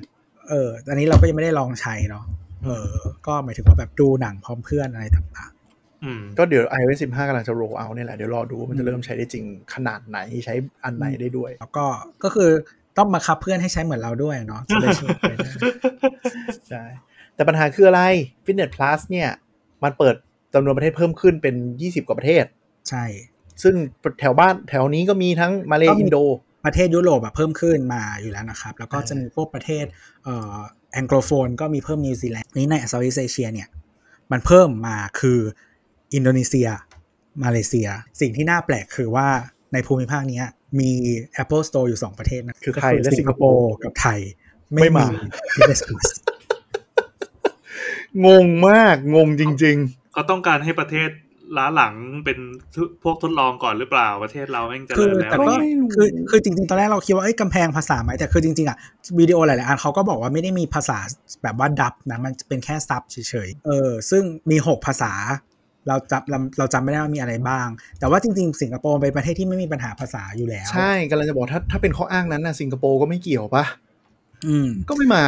Speaker 3: เอออันนี้เราก็ยังไม่ได้ลองใช้เนาะเออ ก็หมายถึงว่าแบบดูหนังพร้อมเพื่อนอะไรต่าง
Speaker 4: อืม [LAUGHS]
Speaker 2: ก็เดี๋ยว iOS 15กำลังจะ roll out เนี่ยแหละ เดี๋ยวรอดูว่ามันจะเริ่มใช้ได้จริงขนาดไหนใช้อันไหนได้ด้วย
Speaker 3: ๆ แล้วก็ก็คือต้องบังคับเพื่อนให้ใช้เหมือนเราด้วยเนาะจะได้ใช้ไปได้
Speaker 2: ใช่แต่ปัญหาคืออะไร Fitness Plus เนี่ย มันเปิดจำนวนประเทศเพิ่มขึ้นเป็น 20 กว่าประเทศ
Speaker 3: ใช่
Speaker 2: ซึ่งแถวบ้านแถวนี้ก็มีทั้งมาเล
Speaker 3: ก็มี
Speaker 2: อินโด
Speaker 3: ประเทศยุโรปอะเพิ่มขึ้นมาอยู่แล้วนะครับ แล้วก็
Speaker 2: อ่า
Speaker 3: จะมีพวกประเทศเอ่อแองโกลโฟนก็มีเพิ่มนิวซีแลนด์นี้ในเซาท์อีสเอเชียเนี่ย มันเพิ่มมาคืออินโดนีเซีย มาเลเซีย สิ่งที่น่าแปลกคือว่าในภูมิภาคเนี้ยมี Apple Store อยู่ 2 ประเทศนะ
Speaker 2: คือไทย
Speaker 3: ก็
Speaker 2: และสิ
Speaker 3: สิ
Speaker 2: งค
Speaker 3: งค
Speaker 2: โป
Speaker 3: โป
Speaker 2: ร์
Speaker 3: ร์กับไทย
Speaker 2: ไม่มา
Speaker 3: business [LAUGHS] class
Speaker 2: งงมากงงจริง
Speaker 4: เขาต้องการให้ประเทศล้าหลังเป็นทุพวกทดลองก่อนหรือเปล่าประเทศเราแม่งเจ
Speaker 3: คื
Speaker 4: ริ
Speaker 3: อ
Speaker 4: ญแล้ว
Speaker 3: แต่ก็
Speaker 2: ไม่รู้
Speaker 3: คือคือจริงๆ ตอนแรกเราคิดว่าเอ้ยกำแพงภาษาไหมแต่คือจริงๆอ่ะวิดีโอหลายๆอันเขาก็บอกว่าไม่ได้มีภาษาแบบว่าดับนะมันเป็นแค่ซับเฉยๆเออซึ่งมี 6 ภาษา เราจำเราเราจำไม่ได้ว่ามีอะไรบ้าง แต่ว่าจริงๆ สิงคโปร์เป็นประเทศที่ไม่มีปัญหาภาษาอยู่แล้
Speaker 2: ๆ
Speaker 3: ว
Speaker 2: ใช่กำลังจะบอกถ้าถ้าเป็นข้ออ้างนั้นนะสิงคโปร์ก็ไม่เกี่ยวปะ
Speaker 3: อืม
Speaker 2: ก็ไม่มา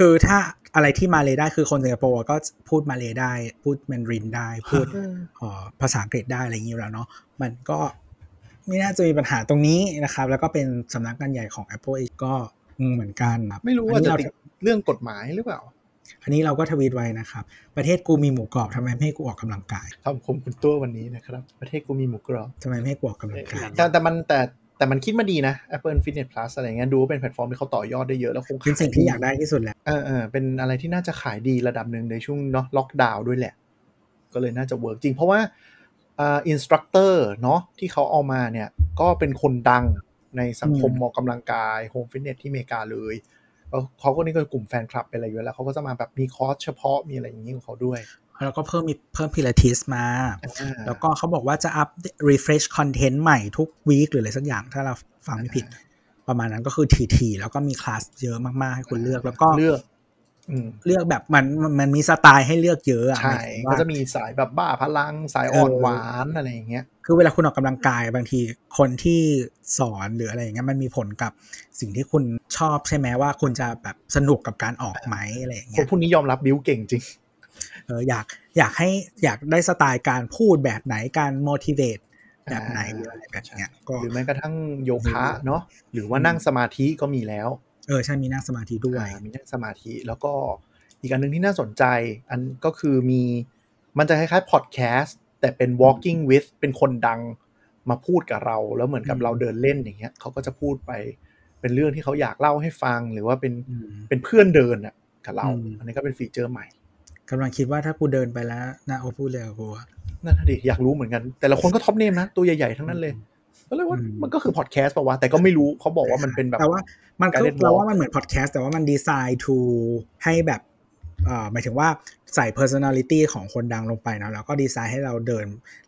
Speaker 3: คือถ้าอะไรที่มาเลได้คือคนสิงคโปร์ก็พูดมาเลได้ พูดแมนดารินได้ พูด
Speaker 2: เออ
Speaker 3: เอ่อภาษาอังกฤษได้อะไรอย่างนี้อยู่แล้วเนาะมันก็ไม่น่าจะมีปัญหาตรงนี้นะครับ แล้วก็เป็นสำนักงานใหญ่ของ Apple เองก็งงเหมือนกันครับ
Speaker 2: ไม่รู้ว่าจะ
Speaker 3: อัน
Speaker 2: ติ
Speaker 3: นี้
Speaker 2: ด
Speaker 3: เร
Speaker 2: เรื่องกฎหมายหรือเปล่า
Speaker 3: อันนี้เราก็ทวีตไว้นะครับ ประเทศกูมีหมูกรอบทำไมไม่ให้กูออกกำลังกาย
Speaker 2: คำคมคุณตัววันนี้นะครับ ประเทศกูมีหมูกรอบ
Speaker 3: ทำไมไม่ให้กูออกกำลังกาย
Speaker 2: แต่แต่มันแต่แต่มันคิดมาดีนะ Apple Fitness Plus อะไรเงี้ยดูว่าเป็นแพลตฟอร์มที่เขาต่อยอดได้เยอะแล้วคง
Speaker 3: เป็นสิ่งที่อยากได้ที่สุดแหละ
Speaker 2: เออเออเป็นอะไรที่น่าจะขายดีระดับหนึ่งในช่วงเนาะล็อกดาวน์ด้วยแหละ ก็เลยน่าจะเวิร์กจริง เพราะว่าอ่าอินสตรัคเตอร์เนาะที่เขาเอามาเนี่ย ก็เป็นคนดังในสังคมออกกำลังกายโฮมฟิตเนสที่อเมริกาเลยแล้วเขาก็นี่ก็กลุ่มแฟนคลับเป็นอะไรอยู่แล้ว เขาก็จะมาแบบมีคอร์สเฉพาะมีอะไรอย่างนี้ของเขาด้วย
Speaker 3: แล้วก็เพิ่มมีเพิ่มพิลาทิสมา
Speaker 2: อ่า
Speaker 3: แล้วก็เขาบอกว่าจะอัพ refresh content ใหม่ทุกวีคหรืออะไรสักอย่างถ้าเราฟังไม่ผิด ประมาณนั้นก็คือทีทีแล้วก็มีคลาสเยอะมาก ๆ ให้คุณเลือกแล้วก็
Speaker 2: เลือกอืม
Speaker 3: เลือกแบบมันมันมันมีสไตล์ให้เลือกเยอะอะ
Speaker 2: ใช่
Speaker 3: หมายถึง
Speaker 2: ก็
Speaker 3: ว่า
Speaker 2: จะมีสายแบบบ้าพลังสายอ่อน
Speaker 3: เออ
Speaker 2: หวานอะไรอย่างเงี้ย
Speaker 3: คือเวลาคุณออกกำลังกายบางทีคนที่สอนหรืออะไรอย่างเงี้ยมันมีผลกับสิ่งที่คุณชอบใช่ไหมว่าคุณจะแบบสนุกกับการออกไหมอะไรอย่าง
Speaker 2: ค
Speaker 3: เงี้
Speaker 2: น
Speaker 3: ย
Speaker 2: พวกนี้ยอมรับบิวเก่งจริง
Speaker 3: เอออยากอยากให้อยากได้สไตล์การพูดแบบไหนการ motivate แบบไหนหรืออะไรแบบเนี้ยก็
Speaker 2: หรือแม้กระทั่งโยคะ
Speaker 3: เออ
Speaker 2: เนาะหรือว่านั่งสมาธิก็มีแล้ว
Speaker 3: เออใช่มีนั่งสมาธิด้วย
Speaker 2: อ่ามีนั่งสมาธิแล้วก็อีกอันหนึงที่น่าสนใจ อันก็คือมีมันจะคล้ายๆพอดแคสต์แต่เป็น walking with เป็นคนดังมาพูดกับเรา แล้วเหมือนกับ
Speaker 3: อืม
Speaker 2: เราเดินเล่นอย่างเงี้ยเขาก็จะพูดไปเป็นเรื่องที่เขาอยากเล่าให้ฟังหรือว่าเป็น
Speaker 3: อืม
Speaker 2: เป็นเพื่อนเดินอ่ะกับเรา
Speaker 3: อืม
Speaker 2: อันนี้ก็เป็นฟีเจอร์ใหม่
Speaker 3: กำลังคิดว่าถ้ากูเดินไปแล้วนาโอพูดเลยกับกูอะ
Speaker 2: นั่นนะดิอยากรู้เหมือนกัน แต่ละคนก็ท็อปเนมนะ ตัวใหญ่ๆ ทั้งนั้นเลยก็เลยว่า
Speaker 3: อืม
Speaker 2: มันก็คือพอดแคสต์ป่าวะแต่ก็ไม่รู้เขาบอกว่ามันเป็นแบบ
Speaker 3: แต่ว่ามันก็
Speaker 2: guided walk
Speaker 3: เราว่ามันเหมือนพอดแคสต์แต่ว่ามันดีไซน์ทูให้แบบเอ่อหมายถึงว่าใส่ personality ของคนดังลงไปเนอะแล้วก็ดีไซน์ให้เราเดิน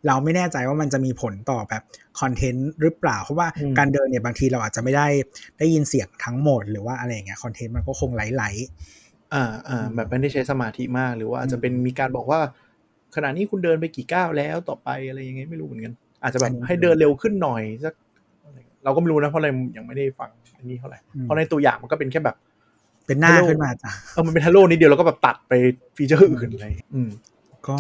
Speaker 3: เราไม่แน่ใจว่ามันจะมีผลต่อแบบคอนเทนต์หรือเปล่า เพราะว่า
Speaker 2: อืม
Speaker 3: การเดินเนี่ยบางทีเราอาจจะไม่ได้ได้ยินเสียงทั้งหมดหรือว่าอะไรอย่างเงี้ยคอนเทนต์มันก็คงไหล
Speaker 2: อ่าอ่าแบบไม่ได้ใช้สมาธิมากหรือว่าอาจจะเป็นมีการบอกว่า ขณะนี้คุณเดินไปกี่ก้าวแล้วต่อไปอะไรยังไงไม่รู้เหมือนกัน อาจจะแบ
Speaker 3: อั
Speaker 2: บ
Speaker 3: นนี้
Speaker 2: ให้เดินเร็วขึ้นหน่อยสักเราก็ไม่รู้นะเพราะอะไรยังไม่ได้ฟังอันนี้เท่าไหร่
Speaker 3: อืม
Speaker 2: เพราะในตัวอย่างมันก็เป็นแค่แบบ
Speaker 3: ๆ เป็นหน้า
Speaker 2: ฮัลโหล
Speaker 3: ขึ้นมาจ้ะ
Speaker 2: เออมันเป็นฮัลโหลนิดเดียวแล้วก็แบบตัดไปฟีเจอร์อื่นอะไรอืม
Speaker 3: ก็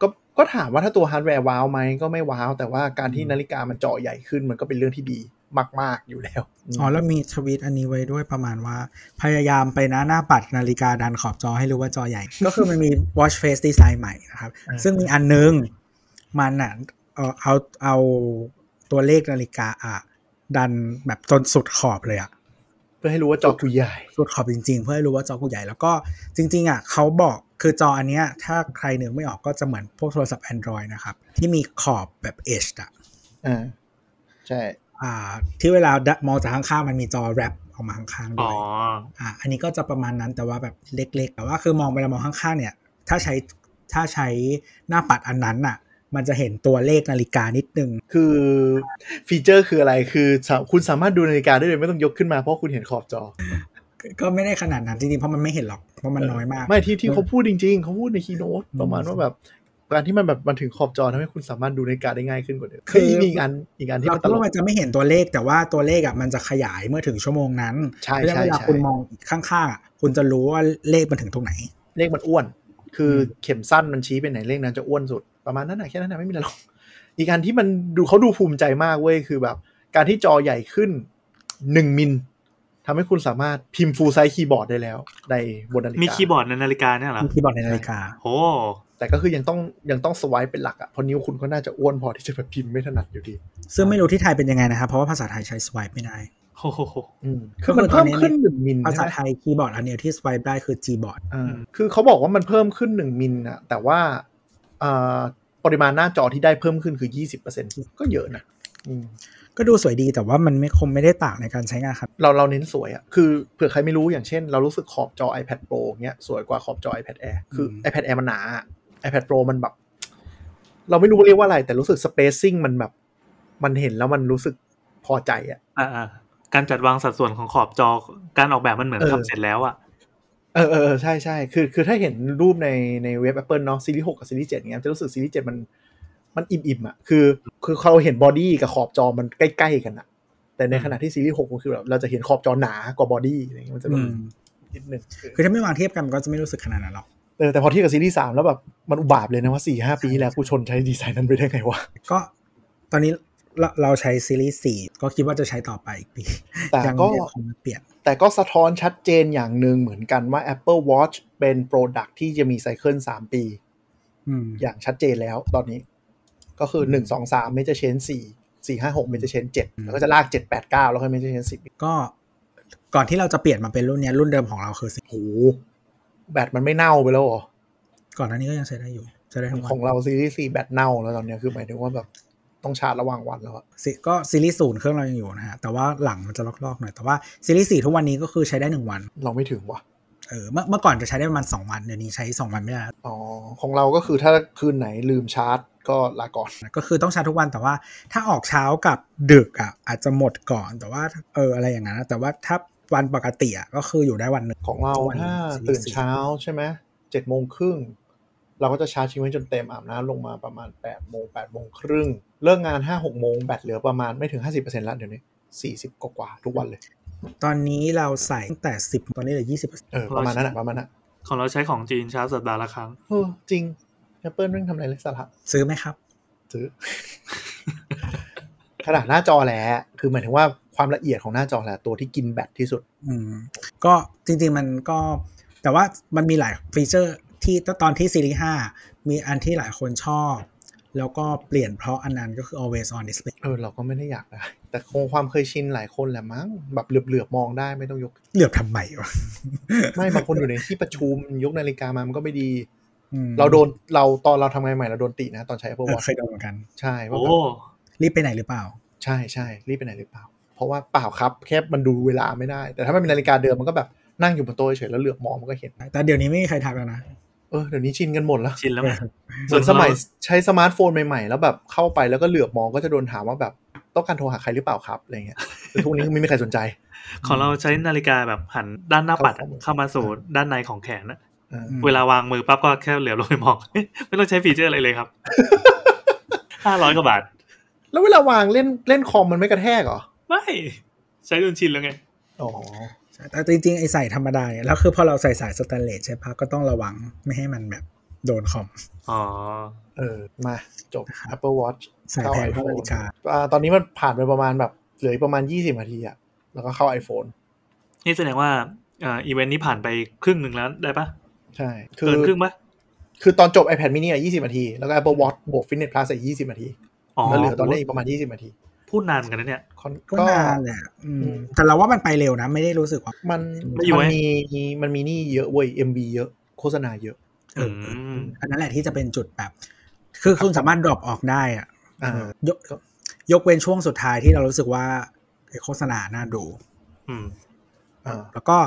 Speaker 2: ก็ก็ถามว่าถ้าตัวฮาร์ดแวร์ว้าวไหมก็ไม่ว้าว แต่ว่าการที่นาฬิกามันเจาะใหญ่ขึ้นมันก็เป็นเรื่องที่ดีมาก ๆ อยู่แล้ว
Speaker 3: อ๋อแล้วมีทวีตอันนี้ไว้ด้วยประมาณว่า พยายามไปนะหน้าปัดนาฬิกาดันขอบจอให้รู้ว่าจอ [LAUGHS] ใหญ่ ก็คือมันมี watch face design ใหม่นะครับ
Speaker 2: า
Speaker 3: ซึ่งมีอันนึง มันอ่ะเอ่อเอาเอาตัวเลขนาฬิกาอ่ะ ดันแบบจนสุดขอบเลยอ่ะ
Speaker 2: เพื่อให้รู้ว่าจอกูใหญ่
Speaker 3: สุดขอบจริงๆ เพื่อให้รู้ว่าจอกูใหญ่แล้วก็จริง ๆอ่ะเขาบอกคือจออันเนี้ย ถ้าใครนึกไม่ออกก็จะเหมือนพวกโทรศัพท์ Android นะครับ ที่มีขอบแบบเอชอ่ะ
Speaker 2: อ่า ใช่
Speaker 3: อ่า ที่เวลามองจากข้างๆมันมีจอแรปออกมาข้างๆด้
Speaker 4: อ๋
Speaker 3: ว
Speaker 4: อย
Speaker 3: อ่ะอันนี้ก็จะประมาณนั้นแต่ว่าแบบเล็กๆ แต่ว่าคือมองไปแล้วมองข้างๆเนี่ย ถ้าใช้ถ้าใช้หน้าปัดอันนั้นน่ะ มันจะเห็นตัวเลขนาฬิกานิดนึง
Speaker 2: คือฟีเจอร์คืออะไรคือสาคุณสามารถดูนาฬิกาได้เลยไม่ต้องยกขึ้นมาเพราะคุณเห็นขอบจอ
Speaker 3: ก็ก็ไม่ได้ขนาดนั้นจริงๆ เพราะมันไม่เห็นหรอก เพราะมันน้อยมาก
Speaker 2: ไม่ที่ที่เขาพูดจริง ๆ เขาพูดในคีโนต
Speaker 3: อืม
Speaker 2: ประมาณว่าแบบการที่มันแบบมันถึงขอบจอทำให้คุณสามารถดูนาฬิกาได้ง่ายขึ้นกว่าเดิม
Speaker 3: คื
Speaker 2: คือ อมีอีกอันอีกอันที่
Speaker 3: เรา
Speaker 2: มันต
Speaker 3: คิด
Speaker 2: ลก
Speaker 3: ว่ามันจะไม่เห็นตัวเลขแต่ว่าตัวเลขอ่ะมันจะขยายเมื่อถึงชั่วโมงนั้น
Speaker 2: ใช่
Speaker 3: เพราะฉะนั้นเวลา
Speaker 2: ใช่
Speaker 3: คุณมองข้างๆอ่ะคุณจะรู้ว่าเลขมันถึงตรงไหน
Speaker 2: เลขมันอ้วน คือเข็มสั้นมันชี้ไปไหนเลขนั้นจะอ้วนสุด ประมาณนั้นนะแค่นั้นนะไม่มีอะไรหรอก อีกอันที่มันดูเขาดูภูมิใจมากเว้ย คือแบบ การที่จอใหญ่ขึ้นหนึ่งมิลทำให้คุณสามารถพิมพ์ฟูลไซส์คีย์บอร์ดได้แล้ว ในบนนาฬิกา
Speaker 4: มี
Speaker 2: มี
Speaker 4: คีย์บอร์ดในนาฬิกาเนี่ยเหรอ
Speaker 3: ที่บอกในนาฬิกา
Speaker 4: โห
Speaker 2: แต่ก็คือยังต้องยังต้องสวายเป็นหลักอะเพราะนิ้วคุณก็น่าจะอ้วนพอที่จะแบบพิมพ์ไม่ถนัดอยู่ดี
Speaker 3: ซึ่งไม่รู้ที่ไทยเป็นยังไงนะครับเพราะว่าภาษาไทยใช้สวายไม่ได้
Speaker 4: โอ้โห
Speaker 2: อืมคือมันเพิ่มขึ้นหนึ่งมิล
Speaker 3: ภา
Speaker 2: ใช่
Speaker 3: ษา
Speaker 2: ไหม
Speaker 3: ไทยคีย์บอร์ดอันเดียวที่สวายได้คือ Gboard
Speaker 2: อ่าคือเขาบอกว่ามันเพิ่มขึ้นหนึ่งมิลนะแต่ว่าอ่าปริมาณหน้าจอที่ได้เพิ่มขึ้นคือยี่สิบเปอร์เซ็นก็เยอะนะ อืม
Speaker 3: ก็ดูสวยดีแต่ว่ามันไม่คงไม่ได้ต่างในการใช้งานครับ
Speaker 2: เราเราเน้นสวยอะคือเผื่อใครไม่รู้อย่างเช่น เรารู้สึกขอบจอ iPad Pro เงี้ยสวยกว่าขอบจอ iPad Air คืออ
Speaker 3: ม
Speaker 2: iPad Air มันหนาอะ iPad Pro มันแบบ เราไม่รู้เรียกว่าอะไร แต่รู้สึก spacing มันแบบ มันเห็นแล้วมันรู้สึกพอใจอะ
Speaker 4: [LAUGHS] อ่าอ่าการจัดวางสัดส่วนของขอบจอการออกแบบมันเหมือน
Speaker 2: เออ
Speaker 4: ทำเสร็จแล้วอ่ะ
Speaker 2: เออเออเออใช่ใช่คือคือถ้าเห็นรูปในในเว็บ Apple เนาะซีรีส์หกกับซีรีส์เจ็ดเงี้ยจะรู้สึกซีรีส์เจ็ดมันมันอิ่มอิ่มๆอะคือ คือเราเห็นบอดี้กับขอบจอมันใกล้ๆกันอะแต่ในขณะที่ซีรีส์หกมันคือแบบเราจะเห็นขอบจอหนากว่าบอดี้อะไรเงี้ยมันจะแบบ
Speaker 3: อืม
Speaker 2: นิดนึง
Speaker 3: คือถ้าไม่วางเทียบกันมันก็จะไม่รู้สึกขนาดนั้นหรอก
Speaker 2: เออแต่พอเทียบกับซีรีส์สามแล้วแบบ มันอุบาทเลยนะว่าสี่ห้าปีที่แล้วกูชนใช้ดีไซน์นั้นไปได้ไงวะ
Speaker 3: ก็ตอนนี้เราเราใช้ซีรีส์สี่ก็คิดว่าจะใช้ต่อไปอีกปี
Speaker 2: แต่
Speaker 3: ยัง
Speaker 2: ก็
Speaker 3: ไม่ได้คงเปลี่ยน
Speaker 2: แต่ก็สะท้อนชัดเจนอย่างหนึ่งเหมือนกันว่า Apple Watch เป็นโปรดักที่จะมีไซเคิลสามปี
Speaker 3: อืม
Speaker 2: อย่างชัดเจนแล้วตอนนี้ ก็คือหนึ่งสองสามเมจเชนสี่สี่ห้าหกเมจเชนเจ็ดแล้วก็จะลากเจ็ดแปดเก้าแล้วก็เมจเชนสิบ
Speaker 3: ก็ก่อนที่เราจะเปลี่ยนมาเป็นรุ่นเนี้ยรุ่นเดิมของเราคือสิ
Speaker 2: โอ้โหแบตมันไม่เน่าไปแล้วเหรอ
Speaker 3: ก่อนหน้านี้ก็ยังใช้ได้อยู่ใช้ได้ทั้งวั
Speaker 2: ของ
Speaker 3: น
Speaker 2: เราซีรีส์สี่แบตเน่าแล้วตอนเนี้ยคือหมายถึงว่าแบบต้องชาร์จระหว่างวันแล้วอะ
Speaker 3: สิก็ซีรีส์ศูนย์เครื่องเรายังอยู่นะฮะแต่ว่าหลังมันจะลอกๆหน่อยแต่ว่าซีรีส์สี่ทุกวันนี้ก็คือใช้ได้หนึ่งวัน
Speaker 2: เราไม่ถึงว่ะ
Speaker 3: เออเมื่อเมื่อก่อนจะใช้ได้ประมาณสองวันเดี๋ยวนี้ใช้สองวันไม่ได้แล้ว
Speaker 2: อ๋อของเราก็คือถ้าคืนไหนลืมชาร์จก็ลาก่อน
Speaker 3: ก็คือต้องชาร์จทุกวันแต่ว่าถ้าออกเช้ากับดึกอ่ะอาจจะหมดก่อนแต่ว่าเอออะไรอย่างนั้นนะแต่ว่าถ้าวันปกติอ่ะก็คืออยู่ได้วันหนึ่ง
Speaker 2: ของเรา
Speaker 3: ทุกวัน
Speaker 2: ถ้า
Speaker 3: สี่
Speaker 2: ตื่น
Speaker 3: สี่
Speaker 2: เช้าใช่ไหมเจ็ดโมงครึ่งเราก็จะชาร์จทิ้งไว้จนเต็มอาบน้ำลงมาประมาณแปดโมงแปดโมงครึ่งเลิกงานห้าหกโมงแบตเหลือประมาณไม่ถึงห้าสิบเปอร์เซ็นต์ละเดี๋ยวนี้สี่สิบกว่าๆทุกวันเลย
Speaker 3: ตอนนี้เราใส่ตั้งแต่ 10 ตอนนี้เหลือ 20
Speaker 2: เออ ประมาณนั้นอะประมาณนั้นอะ
Speaker 4: ของเราใช้ของจีนเช้าสัปดาห์ละครั้ง
Speaker 2: เออจริง Apple เรื่องทำอะไรเล็กสาระ
Speaker 3: ซื้อไหมครับ
Speaker 2: ซื้อ [LAUGHS] ขนาดหน้าจอแหละคือหมายถึงว่าความละเอียดของหน้าจอแหละตัวที่กินแบตที่สุด
Speaker 3: อืม ก็จริงๆมันก็แต่ว่ามันมีหลายฟีเจอร์ที่ตอนที่ซีรีส์5มีอันที่หลายคนชอบ แล้วก็เปลี่ยนเพราะอันนั้นก็คือ always on display
Speaker 2: เออเราก็ไม่ได้อยากได้แต่คงความเคยชินหลายคนแหละมั้งแบบเหลือบๆมองได้ไม่ต้องยก
Speaker 3: เหลือบทำไมวะ
Speaker 2: ไม่บางคนอยู่ในที่ประชุมยกนาฬิกามามันก็ไม่ดี
Speaker 3: อืม
Speaker 2: เราโดนเราตอนเราทำงานใหม่เราโดนตินะ ตอนใช้
Speaker 3: เอ
Speaker 2: Apple
Speaker 3: อ
Speaker 2: Watch
Speaker 3: เคยโดนเหมือนกัน
Speaker 2: ใช่ว่า
Speaker 4: โอ้
Speaker 2: แบบ
Speaker 3: รีบไปไหนหรือเปล่า
Speaker 2: ใช่ใช่รีบไปไหนหรือเปล่า เพราะว่าเปล่าครับ แค่มันดูเวลาไม่ได้ แต่ถ้ามันเป็นนาฬิกาเดิมมันก็แบบนั่งอยู่บนโต๊ะเฉยแล้วเหลือบมองมันก็เห็น
Speaker 3: แต่เดี๋ยวนี้ไม่มีใครทักแล้วนะ
Speaker 2: เออเดี๋ยวนี้ชินกันหมดแล้ว
Speaker 4: ชินแล้วไง
Speaker 2: เหมือนสมัยใช้สมาร์ทโฟนใหม่ๆ แล้วแบบเข้าไปแล้วก็เหลือบมองก็จะโดนถามว่าแบบต้องการโทรหาใครหรือเปล่าครับอะไรเงี้ยแต่ทุกวันนี้คือไม่มีใครสนใจ
Speaker 4: ของเราใช้นาฬิกาแบบหันด้านหน้าปัดอะเข้ามาสู่ด้านในของแขนอะ
Speaker 2: เออ
Speaker 3: อืม
Speaker 4: เวลาวางมือปั๊บก็แค่เหลียวลงไปมอง [LAUGHS] ไม่ต้องใช้ฟีเจอร์อะไรเลยครับ [LAUGHS] ห้าร้อยกว่าบาท
Speaker 2: แล้วเวลาวางเล่นเล่นคอมมันไม่กระแทกเหรอ
Speaker 4: ไม่ ใช้จนชินแล้วไง
Speaker 2: อ๋อ
Speaker 3: ใช่แต่จริงๆ ไอ้ใส่ธรรมดาเนี่ยแล้วคือพอเราใส่สายสแตนเลสใช่ปะก็ต้องระวังไม่ให้มันแบบโดนคอม
Speaker 4: อ๋อ
Speaker 2: เออมาจบ Apple Watch
Speaker 3: สายแพนเข้านาฬิกา
Speaker 2: อ่าตอนนี้มันผ่านไปประมาณแบบเหลืออีกประมาณ 20นาทีอะแล้วก็เข้า iPhone
Speaker 4: นี่แสดงว่าเอ่ออีเวนต์นี้ผ่านไปครึ่งหนึ่งแล้วได้ปะ
Speaker 2: ใช่ คือ
Speaker 4: เกินครึ่งปะ
Speaker 2: คือตอนจบ iPad mini อ่ะ20นาที แล้วก็ Apple Watch บวก Fitness Plus อีก20นาที
Speaker 4: อ๋อ
Speaker 2: แล้วเหลือตอนนี้อีกประมาณ 20นาที
Speaker 4: พูดนานเหมือนกันนะเนี่ย
Speaker 2: ค่อน
Speaker 3: ก็
Speaker 2: ก็
Speaker 3: นานแหละอืม
Speaker 2: อืม
Speaker 3: แต่เราว่ามันไปเร็วนะ ไม่ได้รู้สึกว่า
Speaker 2: มัน
Speaker 4: ไม่อยู่ไว้
Speaker 2: มันมีมันมีหนี่เยอะเว้ย MB เยอะ โฆษณาเยอะ
Speaker 3: เอออ
Speaker 4: อืม
Speaker 3: อันนั้นแหละที่จะเป็นจุดแบบ คือคุณสามารถ drop ออกได้อะ
Speaker 2: อ่า
Speaker 3: ยกยกเว้นช่วงสุดท้ายที่เรารู้สึกว่าไอ้โฆษณาน่าดู
Speaker 4: อืม
Speaker 2: อ่า
Speaker 3: แล้วก็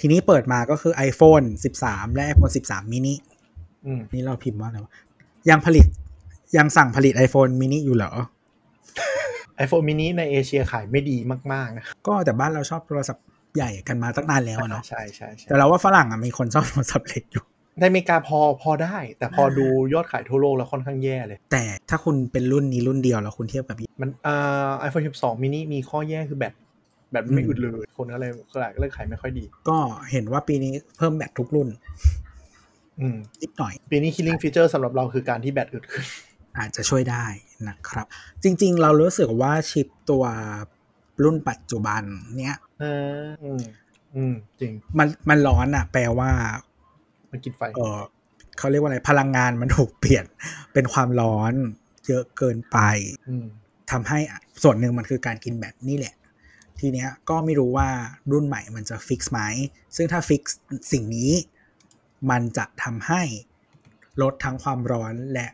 Speaker 3: ทีนี้เปิดมาก็คือ iPhone 13 และ iPhone 13 mini
Speaker 2: อืม
Speaker 3: นี่เราพิมพ์ว่าอะไรวะยังผลิตยังสั่งผลิต iPhone mini อยู่เหรอ
Speaker 2: iPhone mini ในเอเชียขายไม่ดีมากๆนะ
Speaker 3: ก็แต่บ้านเราชอบโทรศัพท์ใหญ่กันมาตั้งนานแล้วอะเนาะ
Speaker 2: ใช่ใช่ใช่
Speaker 3: แต่เราว่าฝรั่งอะมีคนชอบโทรศัพท์เล็กอยู่
Speaker 2: ในอเมริกาพอพอได้ แต่พอดูยอดขายทั่วโลกแล้วค่อนข้างแย่เลย
Speaker 3: แต่ถ้าคุณเป็นรุ่นนี้รุ่นเดียวแล้วคุณเทียบกับ
Speaker 2: มันอ่า iPhone 12 mini มีข้อแย่คือแบตแบตมันไม่
Speaker 3: อืม
Speaker 2: อึดเลย คนก็เลยก็เลยเลิกขายไม่ค่อยดี
Speaker 3: ก็เห็นว่าปีนี้เพิ่มแบตทุกรุ่น
Speaker 2: อืม
Speaker 3: นิดหน่อย
Speaker 2: ปีนี้ killing feature สำหรับเราคือการที่แบตอึดขึ้น [LAUGHS]
Speaker 3: อาจจะช่วยได้นะครับ จริงๆ เรารู้สึกว่าชิปตัวรุ่นปัจจุบันเนี้ย
Speaker 2: อ่าอืม อืม จริง
Speaker 3: มันมันร้อนอะแปลว่า
Speaker 2: มันกินไฟ
Speaker 3: เออเขาเรียกว่าอะไรพลังงานมันถูกเปลี่ยนเป็นความร้อนเยอะเกินไป
Speaker 2: อืม
Speaker 3: ทำให้ส่วนหนึ่งมันคือการกินแบตนี่แหละ ทีเนี้ยก็ไม่รู้ว่ารุ่นใหม่มันจะฟิกซ์ไหม ซึ่งถ้าฟิกซ์สิ่งนี้มันจะทำให้ลดทั้งความร้อนและ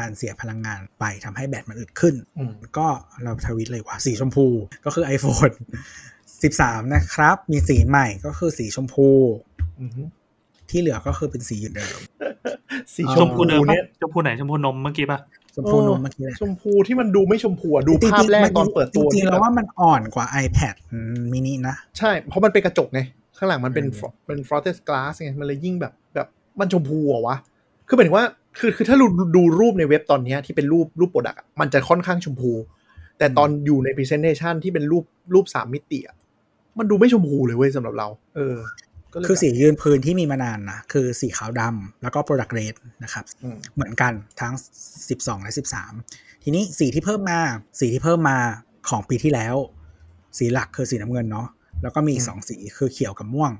Speaker 3: การเสียพลังงานไปทำให้แบตมันอึดขึ้น
Speaker 2: อืม
Speaker 3: ก็เราทวิตเลยว่าสีชมพูก็คือ iPhone [LAUGHS] 13 นะครับ มีสีใหม่ก็คือสีชมพู
Speaker 2: อืม
Speaker 3: ที่เหลือก็คือเป็นสีอยู่เดิม
Speaker 2: สี
Speaker 3: อ๋อ
Speaker 2: ช
Speaker 4: ช
Speaker 2: ม
Speaker 4: ม
Speaker 2: พู
Speaker 4: พูเดิมปะ
Speaker 2: เนี่ย
Speaker 4: ชมพูไหนชมพูนมเมื่อกี้ปะ
Speaker 3: ชมพู
Speaker 2: เออ
Speaker 3: นมเมื่อกี้แหละ
Speaker 2: ชมพูที่มันดูไม่ชมพูอะดูภาพ
Speaker 3: จงๆ
Speaker 2: แรก
Speaker 3: มั
Speaker 2: ตอนเปิดตัว
Speaker 3: จริงๆ
Speaker 2: ที่
Speaker 3: แล้ว
Speaker 2: แบบ
Speaker 3: ว่ามันอ่อนกว่า iPad มินินะ
Speaker 2: ใช่ เพราะมันเป็นกระจกไง ข้างหลังมันเป็น
Speaker 3: อืม
Speaker 2: ฟรอนต์เป็นฟรอสเทสกลาสไงมันเลยยิ่งแบบแบบมันชมพูเหรอวะ คือหมายถึงว่าคือคือถ้าดูดูรูปในเว็บตอนเนี้ยที่เป็นรูปรูปโปรดักต์มันจะค่อนข้างชมพู แต่ตอนอยู่ในพรีเซนเทชันที่เป็นรูปรูปสามมิติอะมันดูไม่ชมพูเลยเว้ยสำหรับเรา เออ ก็เลย
Speaker 3: คือสี
Speaker 2: แบบ
Speaker 3: ยืนพื้นที่มีมานานนะ คือสีขาวดำแล้วก็ Product Red นะครับ
Speaker 2: อืม
Speaker 3: เหมือนกันทั้ง 12 และ 13 ทีนี้สีที่เพิ่มมา สีที่เพิ่มมาของปีที่แล้ว สีหลักคือสีน้ำเงินเนาะแล้วก็มีอีกสองสีคือเขียวกับม่วง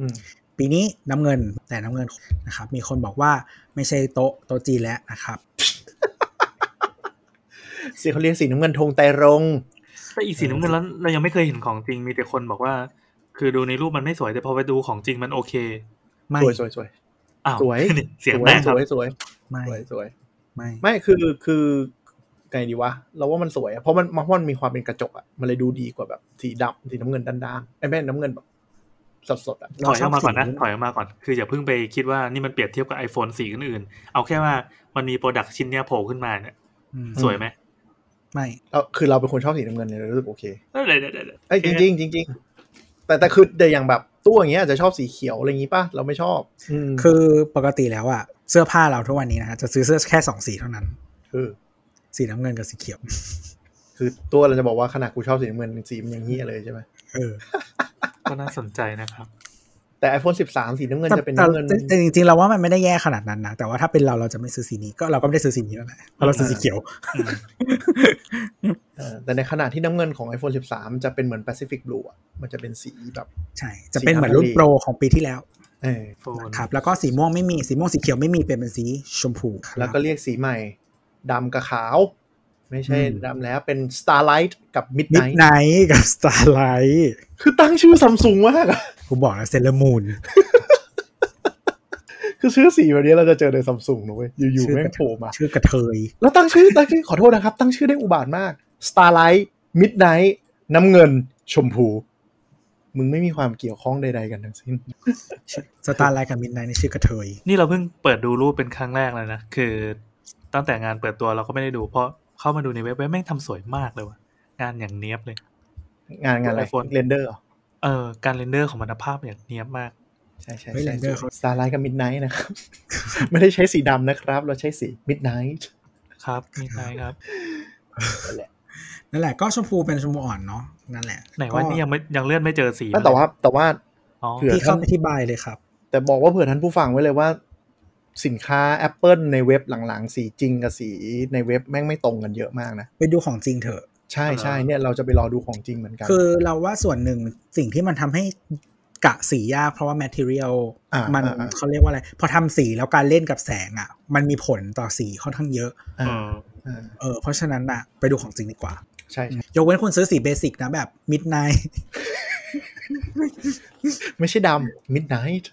Speaker 2: อืม
Speaker 3: ปีนี้น้ำเงินแต่น้ำเงินนะครับ มีคนบอกว่าไม่ใช่โต๊ะโต๊ะจีนแล้วนะครับ
Speaker 2: สีเขาเรียกสีน้ำเงินธงไตรรงค์
Speaker 4: แต่อีสีน้ำเงินแล้วเรายังไม่เคยเห็นของจริงมีแต่คนบอกว่า คือดูในรูปมันไม่สวยแต่พอไปดูของจริงมันโอเค
Speaker 3: ไม่
Speaker 2: สวยสวยสวย
Speaker 4: อ้าว
Speaker 2: สวย
Speaker 4: นี่เสียงแตกค
Speaker 2: ส
Speaker 4: รับ
Speaker 2: วยสวย
Speaker 3: ไม่
Speaker 2: สวยสวย
Speaker 3: ไม่
Speaker 2: ไม่คือคือไงดีวะ เราว่ามันสวยอะเพราะมันเพราะมันมีความเป็นกระจกอะมันเลยดูดีกว่าแบบสีดำสีน้ำเงินด้านๆไอ้แม่น้ำเงินแบบสดสดๆอะ
Speaker 4: ถอยออกมาก่อนนะถอยออกมาก่อนคืออย่าเพิ่งไปคิดว่านี่มันเปรียบเทียบกับ iPhone สีอื่นๆเอาแค่ว่ามันมีโปรดักชิ้นเนี้ยโผล่ขึ้นมาเนี่ย
Speaker 3: อืม
Speaker 4: สวยไหม
Speaker 3: ไม่
Speaker 2: เราคือเราเป็นคนชอบสีน้ำเงินเนี่ยเรารู้สึกโอเค
Speaker 4: เอ้ยเดี๋ยวเดี๋ยวเดี๋ยวเดี๋ยว
Speaker 2: ไอ้ยจริงๆจริงๆแต่แต่คือแต่อย่างแบบตู้อย่างเงี้ยอาจจะชอบสีเขียวอะไรอย่างงี้ป่ะเราไม่ชอบคือ
Speaker 3: คือปกติแล้วอะเสื้อผ้าเราทุกวันนี้นะฮะจะซื้อเสื้อแค่สองสีเท่านั้น
Speaker 2: คือ
Speaker 3: สีน้ำเงินกับสีเขียว
Speaker 2: คือตัวเราจะบอกว่าขนาดกูชอบสีน้ำเงินสีมันยังเฮี้ยเลยใช่ไหม
Speaker 3: เออ
Speaker 4: ก็น่าสนใจนะครับ
Speaker 2: แต่ iPhone 13 สีน้ำเงิน
Speaker 3: แต่
Speaker 2: จะเป็น
Speaker 3: แต่
Speaker 2: น้ำเงิน
Speaker 3: แต่แต่จริงๆเราว่ามันไม่ได้แย่ขนาดนั้นนะแต่ว่าถ้าเป็นเราเราจะไม่ซื้อสีนี้ก็เราก็ไม่ได้ซื้อสีนี้แล้วแหละเพราะเราซื้อสีเขียว
Speaker 4: อืม
Speaker 2: เออแต่ในขณะที่น้ำเงินของ iPhone 13 จะเป็นเหมือน Pacific Blue อะมันจะเป็นสีแบบ
Speaker 3: ใช่ จะเป็นเหมือนรุ่น
Speaker 2: สีน้ำเงิน
Speaker 3: โปรของปีที่แล้ว
Speaker 2: เออ
Speaker 4: โฟน
Speaker 3: ครับแล้วก็สีม่วงไม่มีสีม่วงสีเขียวไม่มีเปลี่ยนเป็นสีชมพูครับ
Speaker 2: แล้วก็เรียกสีใหม่ดำกับขาว ไม่ใช่
Speaker 3: อืม
Speaker 2: ดำแล้วเป็น Starlight กับ
Speaker 3: มิด
Speaker 2: Midnight
Speaker 3: ไนท์กับสตาร์ไลท์
Speaker 2: คือตั้งชื่อซัมซุงมากอะ
Speaker 3: ผมบอกแล้วเซเลมูน
Speaker 2: คือชื่อสีแบบนี้เราจะเจอในซัมซุงนะเว้ยอยู่
Speaker 3: ชื่
Speaker 2: ๆ
Speaker 3: อ
Speaker 2: แม่งโผล่มา
Speaker 3: ชื่อกระเทย
Speaker 2: แล้วตั้งชื่อตั้งชื่อขอโทษนะครับ ตั้งชื่อได้อุบาทมาก Starlight Midnight น้ำเงินชมพู มึงไม่มีความเกี่ยวข้องใดๆกันทั้งสิ้น
Speaker 3: สตาร์ไลท์กับมิดไนท์นี่ชื่อกระเทย
Speaker 4: นี่เราเพิ่งเปิดดูรูปเป็นครั้งแรกเลยนะ คือ ตั้งแต่งานเปิดตัวเราก็ไม่ได้ดู เพราะเข้ามาดูในเว็บเว็บแม่งทำสวยมากเลยว่ะงานอย่างเนี้ยบเลย
Speaker 2: งานงานอะไร
Speaker 4: iPhone
Speaker 2: เรนเดอร์เหรอ
Speaker 4: เออการเรนเดอร์ของมันภาพอย่างเนี้ยบมาก
Speaker 2: ใช่ใช่
Speaker 3: เฮ้ย
Speaker 2: ใช่
Speaker 3: Render เขา
Speaker 2: Starlight กับ Midnight นะครับ [LAUGHS] ไม่ได้ใช้สีดำนะครับ เราใช้สี Midnight
Speaker 4: ครับมีใคร
Speaker 2: [LAUGHS]
Speaker 4: ครับ
Speaker 3: นั่นแหละก็ชมพูเป็นชมพูอ่อนเนาะนั่นแหละ
Speaker 4: ไหนว่านี่ยังไม่ยังเลื่อนไม่เจอสี
Speaker 2: แต่แต่ว่าแต่ว่า
Speaker 4: อ๋อ
Speaker 2: เผื่อ
Speaker 3: พี่เข้าอธิบายเลยครับ
Speaker 2: แต่บอกว่าเผื่อท่านผู้ฟังไว้เลยว่า สินค้า Apple ในเว็บหลังๆ สีจริงกับสีในเว็บแม่งไม่ตรงกันเยอะมากนะ
Speaker 3: ไปดูของจริงเถอะ
Speaker 2: ใช่ใช่เนี่ยเราจะไปรอดูของจริงเหมือนกัน
Speaker 3: คือเราว่าส่วนหนึ่งสิ่งที่มันทำให้กะสียากเพราะว่า material
Speaker 2: า
Speaker 3: มัน
Speaker 2: อ่าอ่า
Speaker 3: เขาเรียกว่าอะไร พอทำสีแล้วการเล่นกับแสงอ่ะ มันมีผลต่อสีค่อนข้างเยอะ
Speaker 4: เออ
Speaker 2: อ่า
Speaker 3: เออเพราะฉะนั้นอ่ะไปดูของจริงดีกว่า
Speaker 2: ใช่ใช่
Speaker 3: ยกเว้นคุณซื้อสีเบสิกนะแบบ midnight [LAUGHS]
Speaker 2: ไม่ใช่ดำ Midnight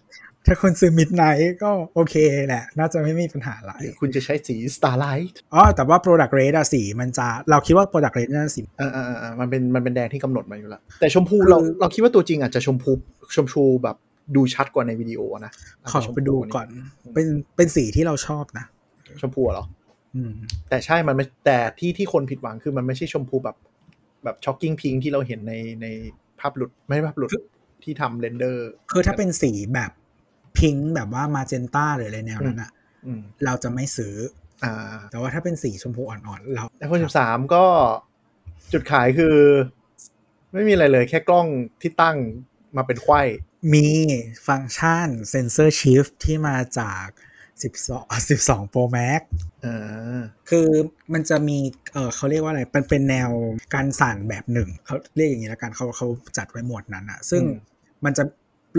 Speaker 3: ถ้าคุณซื้อ midnight ก็โอเคแหละ น่าจะไม่มีปัญหาอะไร
Speaker 2: หรือคุณจะใช้สี Starlight
Speaker 3: อ๋อแต่ว่า product red อะสีมันจะเราคิดว่า product red น่าจะสี
Speaker 2: อ่าอ่าอ่ามันเป็นมันเป็นแดงที่กำหนดมาอยู่แล้ว แต่ชมพูเรา
Speaker 3: คือ
Speaker 2: เราคิดว่าตัวจริงอาจจะชมพูชมพูแบบดูชัดกว่าในวิดีโอนะาจ
Speaker 3: ขอ
Speaker 2: จะชม
Speaker 3: ไป
Speaker 2: พู
Speaker 3: ดูก่อน เป็นเป็นสีที่เราชอบนะ
Speaker 2: ชมพูเหรอ
Speaker 3: อืม
Speaker 2: แต่ใช่มันไม่แต่ที่ที่คนผิดหวังคือมันไม่ใช่ชมพูแบบแบบช็อกกิ้งพิงที่เราเห็นในในภาพหลุด ไม่ใช่ภาพหลุดที่ทำเรนเดอร์
Speaker 3: คือถ้าเป็นสีแบบพิงแบบว่ามาเจนต้าหรืออะไรแนวนั้นอะ
Speaker 2: อืม
Speaker 3: เราจะไม่ซื้อ
Speaker 2: อ่า
Speaker 3: แต่ว่าถ้าเป็นสีชมพูอ่อนๆ เรา
Speaker 2: ไอโฟนสิบสามก็จุดขายคือ ไม่มีอะไรเลยแค่กล้องที่ตั้งมาเป็นไขว้
Speaker 3: มีฟังก์ชันเซนเซอร์ชิฟที่มาจาก 12 12 Pro Max
Speaker 2: อ่า
Speaker 3: คือมันจะมีเออเขาเรียกว่าอะไรมันเป็นแนวการสั่นแบบหนึ่งเขาเรียกอย่างนี้แล้วกันเขาเขาจัดไว้หมวดนั้นอะซึ่ง
Speaker 2: อืม
Speaker 3: มันจะ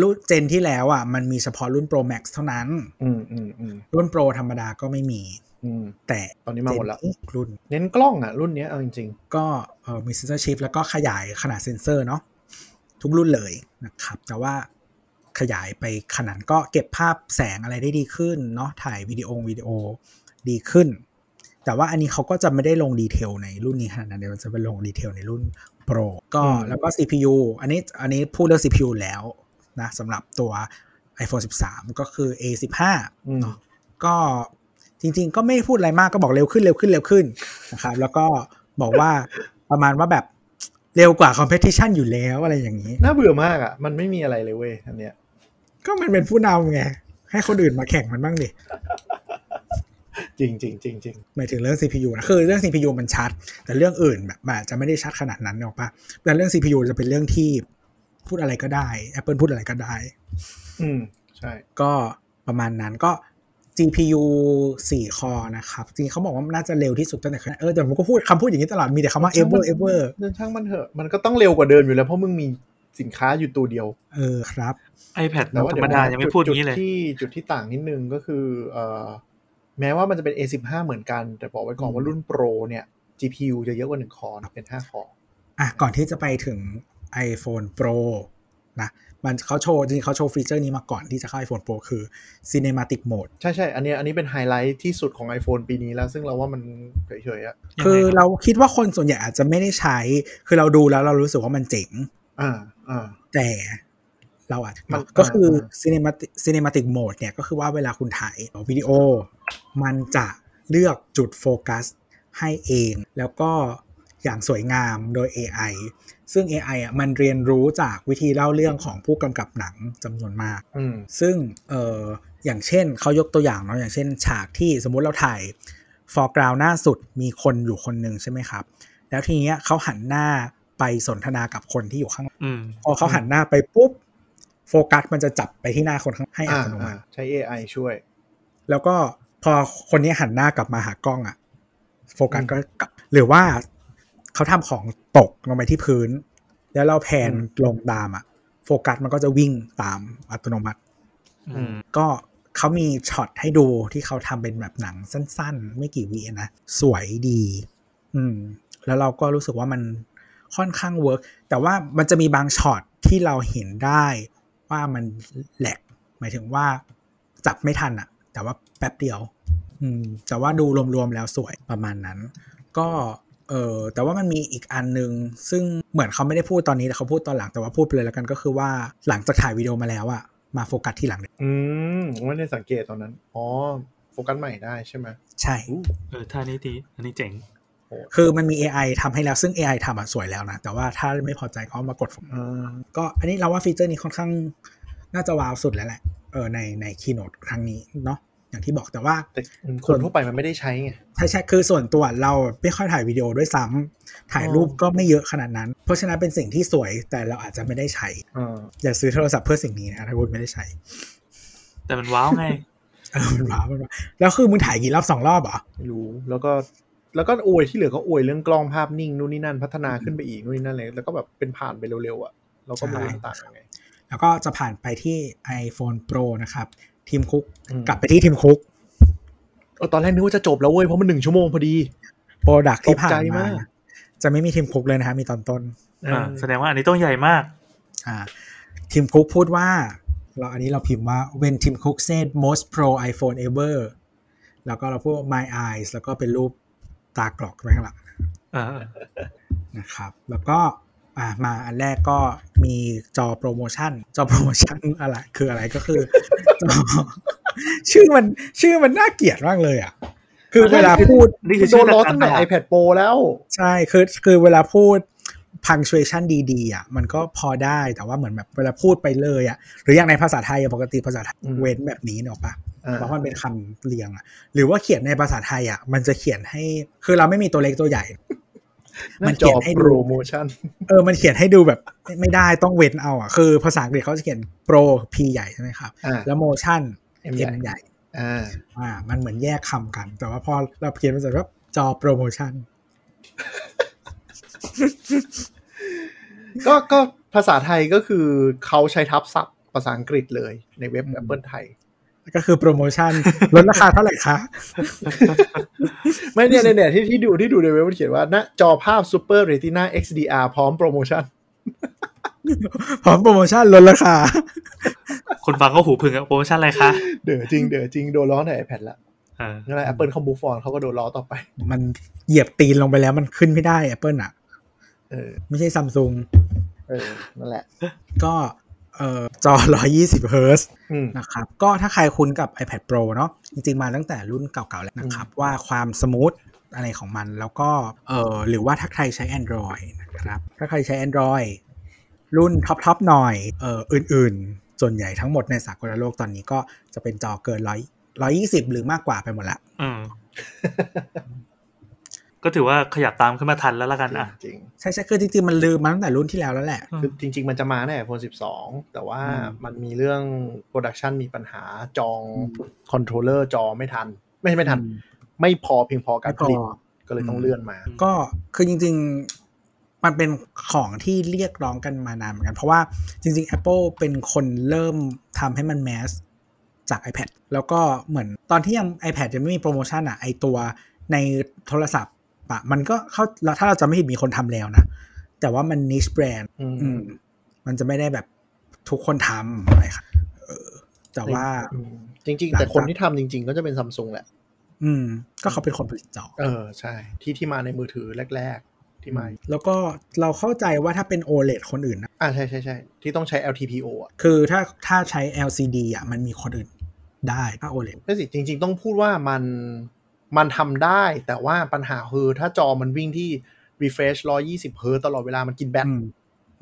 Speaker 3: รุ่นเจนที่แล้วอะมันมีเฉพาะรุ่น Pro Max เท่านั้น
Speaker 2: อืมอืมอืม
Speaker 3: รุ่น Pro ธรรมดาก็ไม่มี
Speaker 2: อืม
Speaker 3: แต่
Speaker 2: ตอนนี้มาหมดแล้ว
Speaker 3: เจนนี้รุ่น
Speaker 2: เน้นกล้องอ่ะ รุ่นเนี้ยเอาจริง
Speaker 3: ก็เอ่อมีเซนเซอร์ชิฟแล้วก็ขยายขนาดเซนเซอร์เนาะทุกรุ่นเลยนะครับ แต่ว่าขยายไปขนาดก็เก็บภาพแสงอะไรได้ดีขึ้นเนาะถ่ายวิดีโอวิดีโอดีขึ้น แต่ว่าอันนี้เขาก็จะไม่ได้ลงดีเทลในรุ่นนี้ขนาดนั้นเดี๋ยวมันจะไปลงดีเทลในรุ่น Pro ก็
Speaker 2: อืม
Speaker 3: แล้วก็ CPU อันนี้อันนี้พูดเรื่อง CPU แล้วนะสำหรับตัว iPhone 13 ก็คือ A15
Speaker 2: อืม
Speaker 3: เนาะก็จริงๆ ก็ไม่พูดอะไรมากก็บอกเร็วขึ้นเร็วขึ้นเร็วขึ้นนะครับแล้วก็บอกว่า [LAUGHS] ประมาณว่าแบบเร็วกว่า competition อยู่แล้วอะไรอย่างนี้
Speaker 2: น่าเบื่อมากอ่ะ มันไม่มีอะไรเลยเว้ยอันเนี้ย
Speaker 3: ก็มันเป็นผู้นำไง ให้คนอื่นมาแข่งมันบ้างดิ
Speaker 2: จริงจริงจริงจริง
Speaker 3: หมายถึงเรื่อง CPU นะคือเรื่อง CPU มันชัด แต่เรื่องอื่นแบบมันอาจจะไม่ได้ชัดขนาดนั้นเนกอะปะแต่เรื่อง CPU จะเป็นเรื่องที่พูดอะไรก็ได้ Apple พูดอะไรก็ได้
Speaker 2: อืมใช่
Speaker 3: ก็ประมาณนั้นก็ GPU 4 คอนะครับ จริงเขาบอกว่าน่าจะเร็วที่สุดตั้งแต่เคยเออแต่ผมก็พูดคำพูดอย่างนี้ตลอด มีแต่คำว่า ever ever
Speaker 2: เดินช่างมันเถอะ มันก็ต้องเร็วกว่าเดิมอยู่แล้วเพราะมึงมีสินค้าอยู่ตัวเดียว
Speaker 3: เออครับ
Speaker 4: iPad
Speaker 2: แต่ว่า
Speaker 4: ธร
Speaker 2: เดี๋ย
Speaker 4: รม
Speaker 2: ว
Speaker 4: ดา
Speaker 2: นะ
Speaker 4: ยังไม่พูดอ
Speaker 2: จุ
Speaker 4: ย่างนี้เลย
Speaker 2: ที่จุดที่ต่างนิดนึงก็คือเอ่อแม้ว่ามันจะเป็น A15 เหมือนกัน แต่บอกไว้ก่อนว่ารุ่นโปรเนี่ย GPU จะเยอะกว่า 1 คอนะเป็น 5 คอ
Speaker 3: อ่ะก่อนที่จะไปถึง iPhone Pro นะมันเขาโชว์จริงๆเขาโชว์ฟีเจอร์นี้มาก่อนที่จะเข้า iPhone Pro คือ cinematic mode
Speaker 2: ใช่ใช่ อันเนี้ยอันนี้เป็นไฮไลท์ที่สุดของ iPhone ปีนี้แล้ว ซึ่งเราว่ามันเฉยๆอะ
Speaker 4: ยังไง
Speaker 3: คือ
Speaker 4: ครับ
Speaker 3: เราคิดว่าคนส่วนใหญ่อาจจะไม่ได้ใช้ คือเราดูแล้วเรารู้สึกว่ามันเจ๋ง
Speaker 2: อ่าอ่า
Speaker 3: แต่เราอาจ
Speaker 2: มัน
Speaker 3: ก็คือ
Speaker 2: อ่า
Speaker 3: cinematic cinematic mode เนี่ยก็คือว่าเวลาคุณถ่ายวิดีโอ มันจะเลือกจุดโฟกัสให้เอง แล้วก็อย่างสวยงามโดย AI ซึ่ง AI อ่ะมันเรียนรู้จากวิธีเล่าเรื่องของผู้กำกับหนังจำนวนมาก
Speaker 2: อืม
Speaker 3: ซึ่งเอออย่างเช่นเขายกตัวอย่างเนาะอย่างเช่น ฉากที่สมมุติเราถ่าย foreground หน้าสุดมีคนอยู่คนหนึ่งใช่ไหมครับ แล้วทีเนี้ยเขาหันหน้าไปสนทนากับคนที่อยู่ข้างหลัง
Speaker 4: อืม
Speaker 3: พอเขาหันหน้าไปปุ๊บ โฟกัสมันจะจับไปที่หน้าคนข้างให้อั
Speaker 2: อ่า
Speaker 3: ตโนมั
Speaker 2: อ่า
Speaker 3: ติ
Speaker 2: ใช้ AI ช่วย
Speaker 3: แล้วก็พอคนนี้หันหน้ากลับมาหากล้องอะโฟกัสก็กลับหรือว่าเขาทำของตกลงไปที่พื้น แล้วเราแพน
Speaker 2: อืม
Speaker 3: ลงตามอะโฟกัสมันก็จะวิ่งตามอัตโนมัติ
Speaker 4: อืม
Speaker 3: ก็เขามีช็อตให้ดูที่เขาทำเป็นแบบหนังสั้นๆ ไม่กี่วินะ สวยดี อืม แล้วเราก็รู้สึกว่ามันค่อนข้างเวิร์กแต่ว่ามันจะมีบางช็อตที่เราเห็นได้ว่ามันแหลกหมายถึงว่าจับไม่ทันอะแต่ว่าแป๊บเดียว อืม แต่ว่าดูรวมๆแล้วสวยประมาณนั้น ก็เออแต่ว่ามันมีอีกอันหนึ่งซึ่งเหมือนเขาไม่ได้พูดตอนนี้แต่เขาพูดตอนหลังแต่ว่าพูดไปเลยแล้วกันก็คือว่าหลังจากถ่ายวิดีโอมาแล้วอะมาโฟกัสที่หลัง
Speaker 2: อืมไม่ได้สังเกตตอนนั้น อ๋อ โฟกัสใหม่ได้ใช่ไหม
Speaker 3: ใช่
Speaker 2: อู้
Speaker 4: เออท่านี้ดี อันนี้เจ๋ง
Speaker 3: คือมันมี AI ทำให้แล้ว ซึ่ง AI ทำอ่ะสวยแล้วนะ แต่ว่าถ้าไม่พอใจเขามากด
Speaker 2: อ่า
Speaker 3: ก็อันนี้เราว่าฟีเจอร์นี้ค่อนข้าง น่าจะว้าวสุดแล้วแหละ เออในในคีโนดครั้งนี้เนาะ อย่างที่บอกแต่ว่า
Speaker 2: แต่คนทั่วไปมันไม่ได้ใช้ไง
Speaker 3: ใช่ใช่คือส่วนตัวเราไม่ค่อยถ่ายวิดีโอด้วยซ้ำถ่ายรูปก็ไม่เยอะขนาดนั้น เพราะฉะนั้นเป็นสิ่งที่สวยแต่เราอาจจะไม่ได้ใช้
Speaker 2: อ่า
Speaker 3: อย่าซื้อโทรศัพท์เพื่อสิ่งนี้นะถ้าคุณไม่ได้ใช้ [LAUGHS]
Speaker 4: แต่มันว้าว
Speaker 2: [LAUGHS]
Speaker 4: ไง
Speaker 3: เออมันว้าวมันว้าวแล้วคือมึงถ่ายกี่รอบสองรอบเหรอ
Speaker 2: ไม่รู้แล้วก็แล้วก็อวยที่เหลือก็อวยเรื่องกล้องภาพนิ่งนู่นนี่นั่นพัฒนาขึ้นไปอีกนู่นนี่นั่นเลยแล้วก็แบบเป็นผ่านไปเร็วๆอ่ะเราก็ไม่รู้
Speaker 3: ใช่
Speaker 2: มันต่างยังไง
Speaker 3: แล้วก็จะผ่านไปที่ iPhone Pro นะครับทีมคุก
Speaker 2: อืม
Speaker 3: กลับไปที่ทีมคุก
Speaker 2: เออตอนแรกนึกว่าจะจบแล้วเว้ยเพราะมันหนึ่งชั่วโมงพอดี
Speaker 3: โปรดักที่ผ่า
Speaker 2: ตกใจ
Speaker 3: นมาม
Speaker 2: าก
Speaker 3: จะไม่มีทีมคุกเลยนะฮะมีตอนต้น
Speaker 4: อ่า แสดงว่าอันนี้ต้องใหญ่มาก
Speaker 3: อ่าทีมคุกพูดว่า เราอันนี้เราพิมพ์ว่า when Tim Cook said most pro iPhone ever แล้วก็เราพูดว่า my eyes แล้วก็เป็นรูปตากรอกไว้ข้างหลัง
Speaker 4: อ่า
Speaker 3: นะครับ แล้วก็อ่ามาอันแรกก็มีจอโปรโมชั่น จอโปรโมชั่นอะไรคืออะไรก็คือ [LAUGHS] จอชื่อมันชื่อมันน่าเกลียดมากเลยอ่ะ คือเวลาพูด
Speaker 4: นี่คือ
Speaker 2: โด
Speaker 4: ชื่อน
Speaker 2: ล้อ
Speaker 4: รายการ
Speaker 2: ตั้งแต่ [LAUGHS]
Speaker 4: ตลาด
Speaker 2: iPad Pro แล้ว
Speaker 3: ใช่ คือ คือเวลาพูด punctuation ดีๆ อ่ะ มันก็พอได้ แต่ว่าเหมือนแบบเวลาพูดไปเลยอ่ะ หรืออย่างในภาษาไทยอะปกติภาษาไทย
Speaker 2: อืม
Speaker 3: เว้นแบบนี้เนกอะปะ
Speaker 2: อ่า
Speaker 3: เพราะมันเป็นคำเรียงอ่ะ หรือว่าเขียนในภาษาไทยอ่ะ มันจะเขียนให้ คือเราไม่มีตัวเล็กตัวใหญ่
Speaker 2: มั
Speaker 3: มัน น
Speaker 2: จ
Speaker 3: เขี
Speaker 2: อย
Speaker 3: นให้
Speaker 2: โปร
Speaker 3: ดู
Speaker 2: โมชั่น
Speaker 3: เออ มันเขียนให้ดูแบบไม่ไม่ได้ต้องเว้นเอาอ่ะ คือภาษาอังกฤษเขาจะเขียน pro p ใหญ่ใช่ไหมครับ
Speaker 2: อ่า
Speaker 3: แล้ว motion
Speaker 2: M
Speaker 3: m
Speaker 2: ใหญ่
Speaker 3: ใหญ่
Speaker 2: อ่า
Speaker 3: อ่า มันเหมือนแยกคำกัน แต่ว่าพอเราเขียนภาษาแบบจอโปรโมชั่น
Speaker 2: ก็ก็ภาษาไทยก็คือเขาใช้ทับศัพท์ภาษาอังกฤษเลยในเว็บ
Speaker 3: อืม
Speaker 2: Apple ไทย
Speaker 3: ก็คือโปรโมชั่น ลดราคาเท่าไหร่คะ
Speaker 2: ไม่เนี่ยเนี่ยเนี่ยที่ที่ดูที่ดูในเว็บมันเขียนว่าณจอภาพ Super Retina XDR พร้อมโปรโมชั่น
Speaker 3: พร้อมโปรโมชั่นลดราคา [LAUGHS]
Speaker 4: คนฟังก็หูพึงอะโปรโมชั่นอะไรคะ
Speaker 2: เด๋อจริงเด๋อจริงโดนล้อใน iPad ละ
Speaker 4: อ่า
Speaker 2: นั่นแหละ Apple เขาบูฟอนเขาก็โดนล้อต่อไป
Speaker 3: มันเหยียบตีนลงไปแล้วมันขึ้นไม่ได้ Apple อ่ะ
Speaker 2: เออ
Speaker 3: ไม่ใช่ซัมซุง
Speaker 2: เออ นั่นแหละ
Speaker 3: ก็เอ่อจอ 120 เฮิร์ตซ์
Speaker 2: อืม
Speaker 3: นะครับ ก็ถ้าใครคุ้นกับ iPad Pro เนาะจริงๆ มาตั้งแต่รุ่นเก่าๆ แล้วนะครับ ว่าความสมูทอะไรของมันแล้วก็เอ่อหรือว่าถ้าใครใช้ Android นะครับ ถ้าใครใช้ Android รุ่นท็อปๆหน่อยเอ่ออื่นๆ ส่วนใหญ่ทั้งหมดในสากลโลกตอนนี้ก็จะเป็นจอเกิน100 120 หรือมากกว่าไปหมดละ
Speaker 4: อื
Speaker 2: [LAUGHS]
Speaker 4: ม ก็ถือว่าขยับตามขึ้นมาทันแล้วละกันอ่ะ
Speaker 2: จริง
Speaker 3: ใช่ใช่คือจริงๆ มันลืมมาตั้งแต่รุ่นที่แล้วแล้วแหละ
Speaker 2: ๆคือจริง ๆ มันจะมาใน iPhone 12 แต่ว่า
Speaker 3: อืม
Speaker 2: มันมีเรื่องโปรดักชันมีปัญหาจอง
Speaker 3: อืม
Speaker 2: คอนโทรลเลอร์จอไม่ทัน ไม่ใช่ไม่ทัน ไม่พอเพียงพอการผ
Speaker 3: ไม่
Speaker 2: ลิต
Speaker 3: พอ
Speaker 2: ก็เลยต้องเลื่อนมา
Speaker 3: ก็คือจริงๆ มันเป็นของที่เรียกร้องกันมานานเหมือนกัน เพราะว่าจริง ๆ Apple เป็นคนเริ่มทำให้มันแมสจาก iPad แล้วก็เหมือนตอนที่ยัง iPad ยังไม่มีโปรโมชั่นอ่ะไอตัวในโทรศัพท์อะมันก็เขาถ้าเราจะไม่ผิดมีคนทำแล้วนะ แต่ว่ามันนิชแบรนด์
Speaker 2: อืม
Speaker 3: มันจะไม่ได้แบบทุกคนทำอะไรครับเออแต่ว่า
Speaker 2: อืมจริง
Speaker 3: ห
Speaker 2: ๆ
Speaker 3: ลังจาก
Speaker 2: แต่คนที่ทำจริง ๆ ก็จะเป็นซัมซุงแหละ
Speaker 3: อืม ก็เขาเป็นคนผลิตจอ
Speaker 2: เออ ใช่ ที่ที่มาในมือถือแรก ๆ ที่มา
Speaker 3: แล้วก็เราเข้าใจว่าถ้าเป็น OLED คนอื่นนะ
Speaker 2: อ่าใช่ใช่ใช่ที่ต้องใช้ LTPO อ่ะ
Speaker 3: คือถ้าถ้าใช้ LCD อ่ะมันมีคนอื่นได้ถ้า OLED
Speaker 2: ไม่สิจริง ๆ ต้องพูดว่ามันมันทำได้ แต่ว่าปัญหาคือถ้าจอมันวิ่งที่ refresh 120 h z ตลอดเวลามันกินแบต
Speaker 3: อืม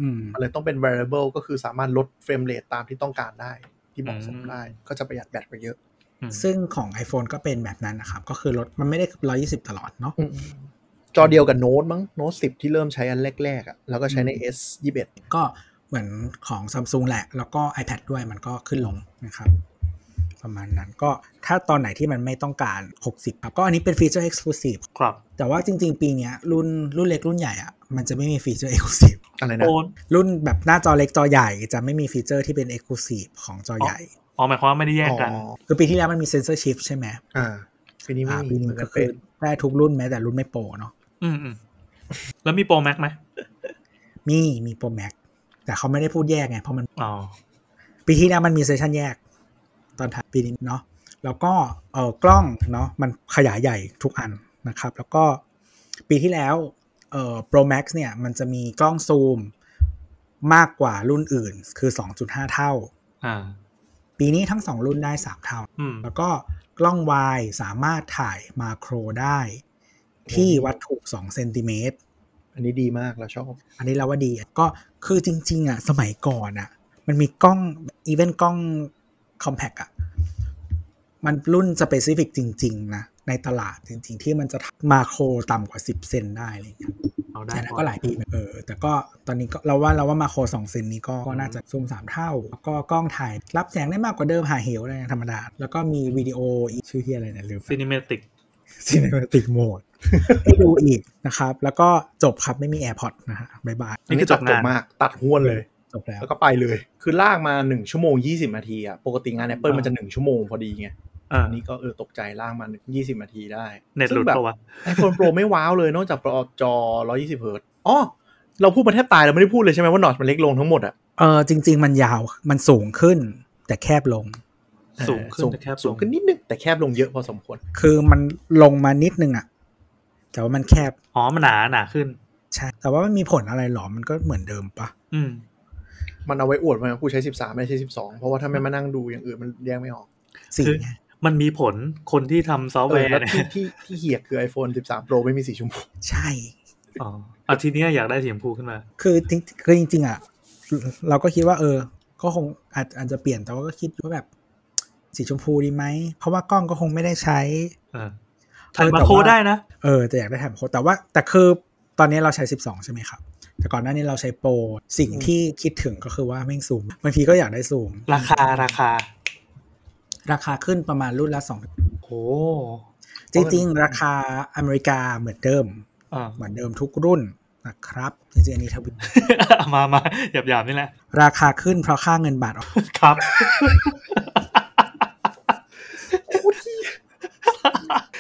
Speaker 3: อืม
Speaker 2: มันเลยต้องเป็น variable ก็คือสามารถลดเฟรมเรทตามที่ต้องการได้ ที่เหมาะสม
Speaker 4: อืม
Speaker 2: ได้ ก็จะประหยัดแบตไปเยอะ
Speaker 4: อืม
Speaker 3: ซึ่งของ iPhone ก็เป็นแบบนั้นนะครับ ก็คือลดมันไม่ได้ 120 ตลอดเนาะ
Speaker 2: จอเดียวกับโน้ตมั้งโน้ต10 ที่เริ่มใช้อันแรกๆอ่ะแล้วก็ใช้ใน S 21
Speaker 3: ก็เหมือนของ Samsung แหละ แล้วก็ iPad ด้วยมันก็ขึ้นลงนะครับ ประมาณนั้นก็ถ้าตอนไหนที่มันไม่ต้องการ 60ครับก็อันนี้เป็นฟีเจอร์ Exclusive
Speaker 4: ครับ
Speaker 3: แต่ว่าจริง ๆ ปีเนี้ยรุ่นรุ่นเล็กรุ่นใหญ่อ่ะมันจะไม่มีฟีเจอร์ Exclusive
Speaker 2: อะไรนะ
Speaker 4: โอน
Speaker 3: รุ่นแบบหน้าจอเล็กจอใหญ่จะไม่มีฟีเจอร์ที่เป็น Exclusive ของจอใหญ่
Speaker 4: อ๋อหมายความว่าไม่ได้แยกกัน
Speaker 2: อ๋อ
Speaker 3: คือปีที่แล้วมันมี Sensor Shift ใช่ไหม
Speaker 2: อ่าปีนี้ไม่
Speaker 3: อ่า
Speaker 2: มี
Speaker 3: ปีห
Speaker 2: เห
Speaker 3: นึ
Speaker 2: มือ
Speaker 3: ง
Speaker 2: นกั
Speaker 3: ก็
Speaker 2: น
Speaker 3: คื
Speaker 2: เป็
Speaker 3: อนได้ทุกรุ่นแม้แต่รุ่นไม่โปรเนาะ
Speaker 4: อืมอืมแล้วมีโปรแม็กไหม
Speaker 3: มีมีโปรแม็กแต่เขาไม่ได้พูดแยกไง เพราะมัน
Speaker 4: อ๋อ
Speaker 3: ปีที่แล้วมันมีเซสชันแยก ตอนท้ายปีนี้เนาะแล้วก็เออกล้องเนาะมันขยายใหญ่ทุกอันนะครับ แล้วก็ปีที่แล้วเอ่อ Pro Max เนี่ย มันจะมีกล้องซูมมากกว่ารุ่นอื่น คือ 2.5 เท่า
Speaker 4: อ่า
Speaker 3: ปีนี้ทั้ง 2 รุ่นได้ 3 เท่า
Speaker 4: อืม
Speaker 3: แล้วก็กล้องวายสามารถถ่ายมาโครได้ ที่วัดถูก2เซนติเมตร
Speaker 2: อันนี้ดีมากเราชอบ
Speaker 3: อันนี้เราว่าดีก็คือจริง ๆ อ่ะ สมัยก่อนอ่ะ มันมีกล้องอีเวนกล้องคอมแพกอ่ะ มันรุ่นสเปซิฟิกจริง ๆ นะ ในตลาดจริง ๆ ที่มันจะมาโครต่ำกว่า 10 เซนได้อะไรอย่างเงี้ย
Speaker 4: เอาได้
Speaker 3: แต่นั้นก็หลายปีมาเออ แต่ก็ตอนนี้ก็เราว่าเราว่ามาโคร 2 เซนนี้ก็ก็น่าจะซูม 3 เท่า แล้วก็กล้องถ่ายรับแสงได้มากกว่าเดิมหาเหวอะไรอย่างธรรมดา แล้วก็มีวิดีโออีกชื่อเฮียอะไรเนี่ยลืม
Speaker 4: ซีนิเมติก
Speaker 3: ซีน m มติกโหมดให้ดูอีกนะครับ แล้วก็จบครับไม่มี AirPods นะฮะบ๊ายบาย
Speaker 4: นี่คือจบงาน
Speaker 2: มาก ตัดห้วนเลย
Speaker 3: จบแล้ว
Speaker 2: แล้วก็ไปเลย คือลากมา 1 ชั่วโมง 20 นาทีอะปกติงาน Apple
Speaker 4: อ่ามั
Speaker 2: มันจะ 1 ชั่วโมงพอดีไง
Speaker 4: อ่า
Speaker 2: อันนี้ก็เออตกใจลากมา 20 นาทีได้
Speaker 4: เน็ตหลุ
Speaker 2: ซึ่
Speaker 4: ด
Speaker 2: งแบบ
Speaker 4: ปะวะ
Speaker 2: iPhone Pro ไม่ว้าวเลย นอกจากจอ 120 เฮิร์ตซ์อ๋อ เราพูดมาแทบตายเราไม่ได้พูดเลยใช่ไหมว่านอตมันเล็กลงทั้งหมดอะ
Speaker 3: เออจริง ๆ มันยาวมันสูงขึ้น แต่แคบลง
Speaker 4: สูงขึ้น
Speaker 2: เออ
Speaker 4: แต่แคบ
Speaker 2: สูงขึ้นนิดนึง แต่แคบลงเยอะพอสมควร
Speaker 3: คือมันลงมานิดนึงอะแต่ว่ามันแคบ
Speaker 4: อ๋อมันหนาหนาขึ้น
Speaker 3: ใช่แต่ว่ามันมีผลอะไรหรอ มันก็เหมือนเดิมปะ
Speaker 4: อืม
Speaker 2: มันเอาไว้อวดมันผู้ใช้ 13 ไม่ใช่ 12 เพราะว่าถ้าไม่มานั่งดูอย่างอื่นมันแยกไม่ออก
Speaker 3: สี
Speaker 4: คือ
Speaker 3: ไง
Speaker 4: มันมีผลคนที่ทำซอฟต์
Speaker 2: เอ
Speaker 4: แว
Speaker 2: อ
Speaker 4: ร์
Speaker 2: แล้ว
Speaker 4: เนี่ย
Speaker 2: ที่ที่ที่เหียคือ iPhone 13 Pro ไม่มีสีชมพู
Speaker 3: ใช่
Speaker 4: อ๋ออาทีเนี้ยอยากได้สีชมพูขึ้นมา
Speaker 3: คือจริงคือจริงๆอะเราก็คิดว่า เออ ก็คงอาจอาจจะเปลี่ยนแต่ว่าก็คิดว่าแบบสีชมพูดีไหม เพราะว่ากล้องก็คงไม่ได้ใช้
Speaker 4: เออถ่าย
Speaker 3: เออแต่
Speaker 4: มาโค
Speaker 3: ว่า
Speaker 4: ได้นะ
Speaker 3: เออแต่อยากได้แถมโค้ดแต่ว่าแต่คือตอนนี้เราใช้ 12 ใช่ไหมครับ แต่ก่อนหน้านี้เราใช้โปรสิ่งที่คิดถึงก็คือว่าแม่งซูมบางทีก็อยากได้ซูม
Speaker 4: ราคาราคา
Speaker 3: ราคาขึ้นประมาณรุ่นละสอง
Speaker 4: โอ้
Speaker 3: จริง ๆ ราคาอเมริกาเหมือนเดิม
Speaker 4: อ่า [LAUGHS]
Speaker 3: เหมือนเดิมทุกรุ่นนะครับ จริง ๆ อันนี้ท [LAUGHS] วิต
Speaker 4: มามาหยาบหยาบๆนี่แหละ
Speaker 3: ราคาขึ้นเพราะค่าเงินบาทอ่อน
Speaker 4: ครับ [LAUGHS]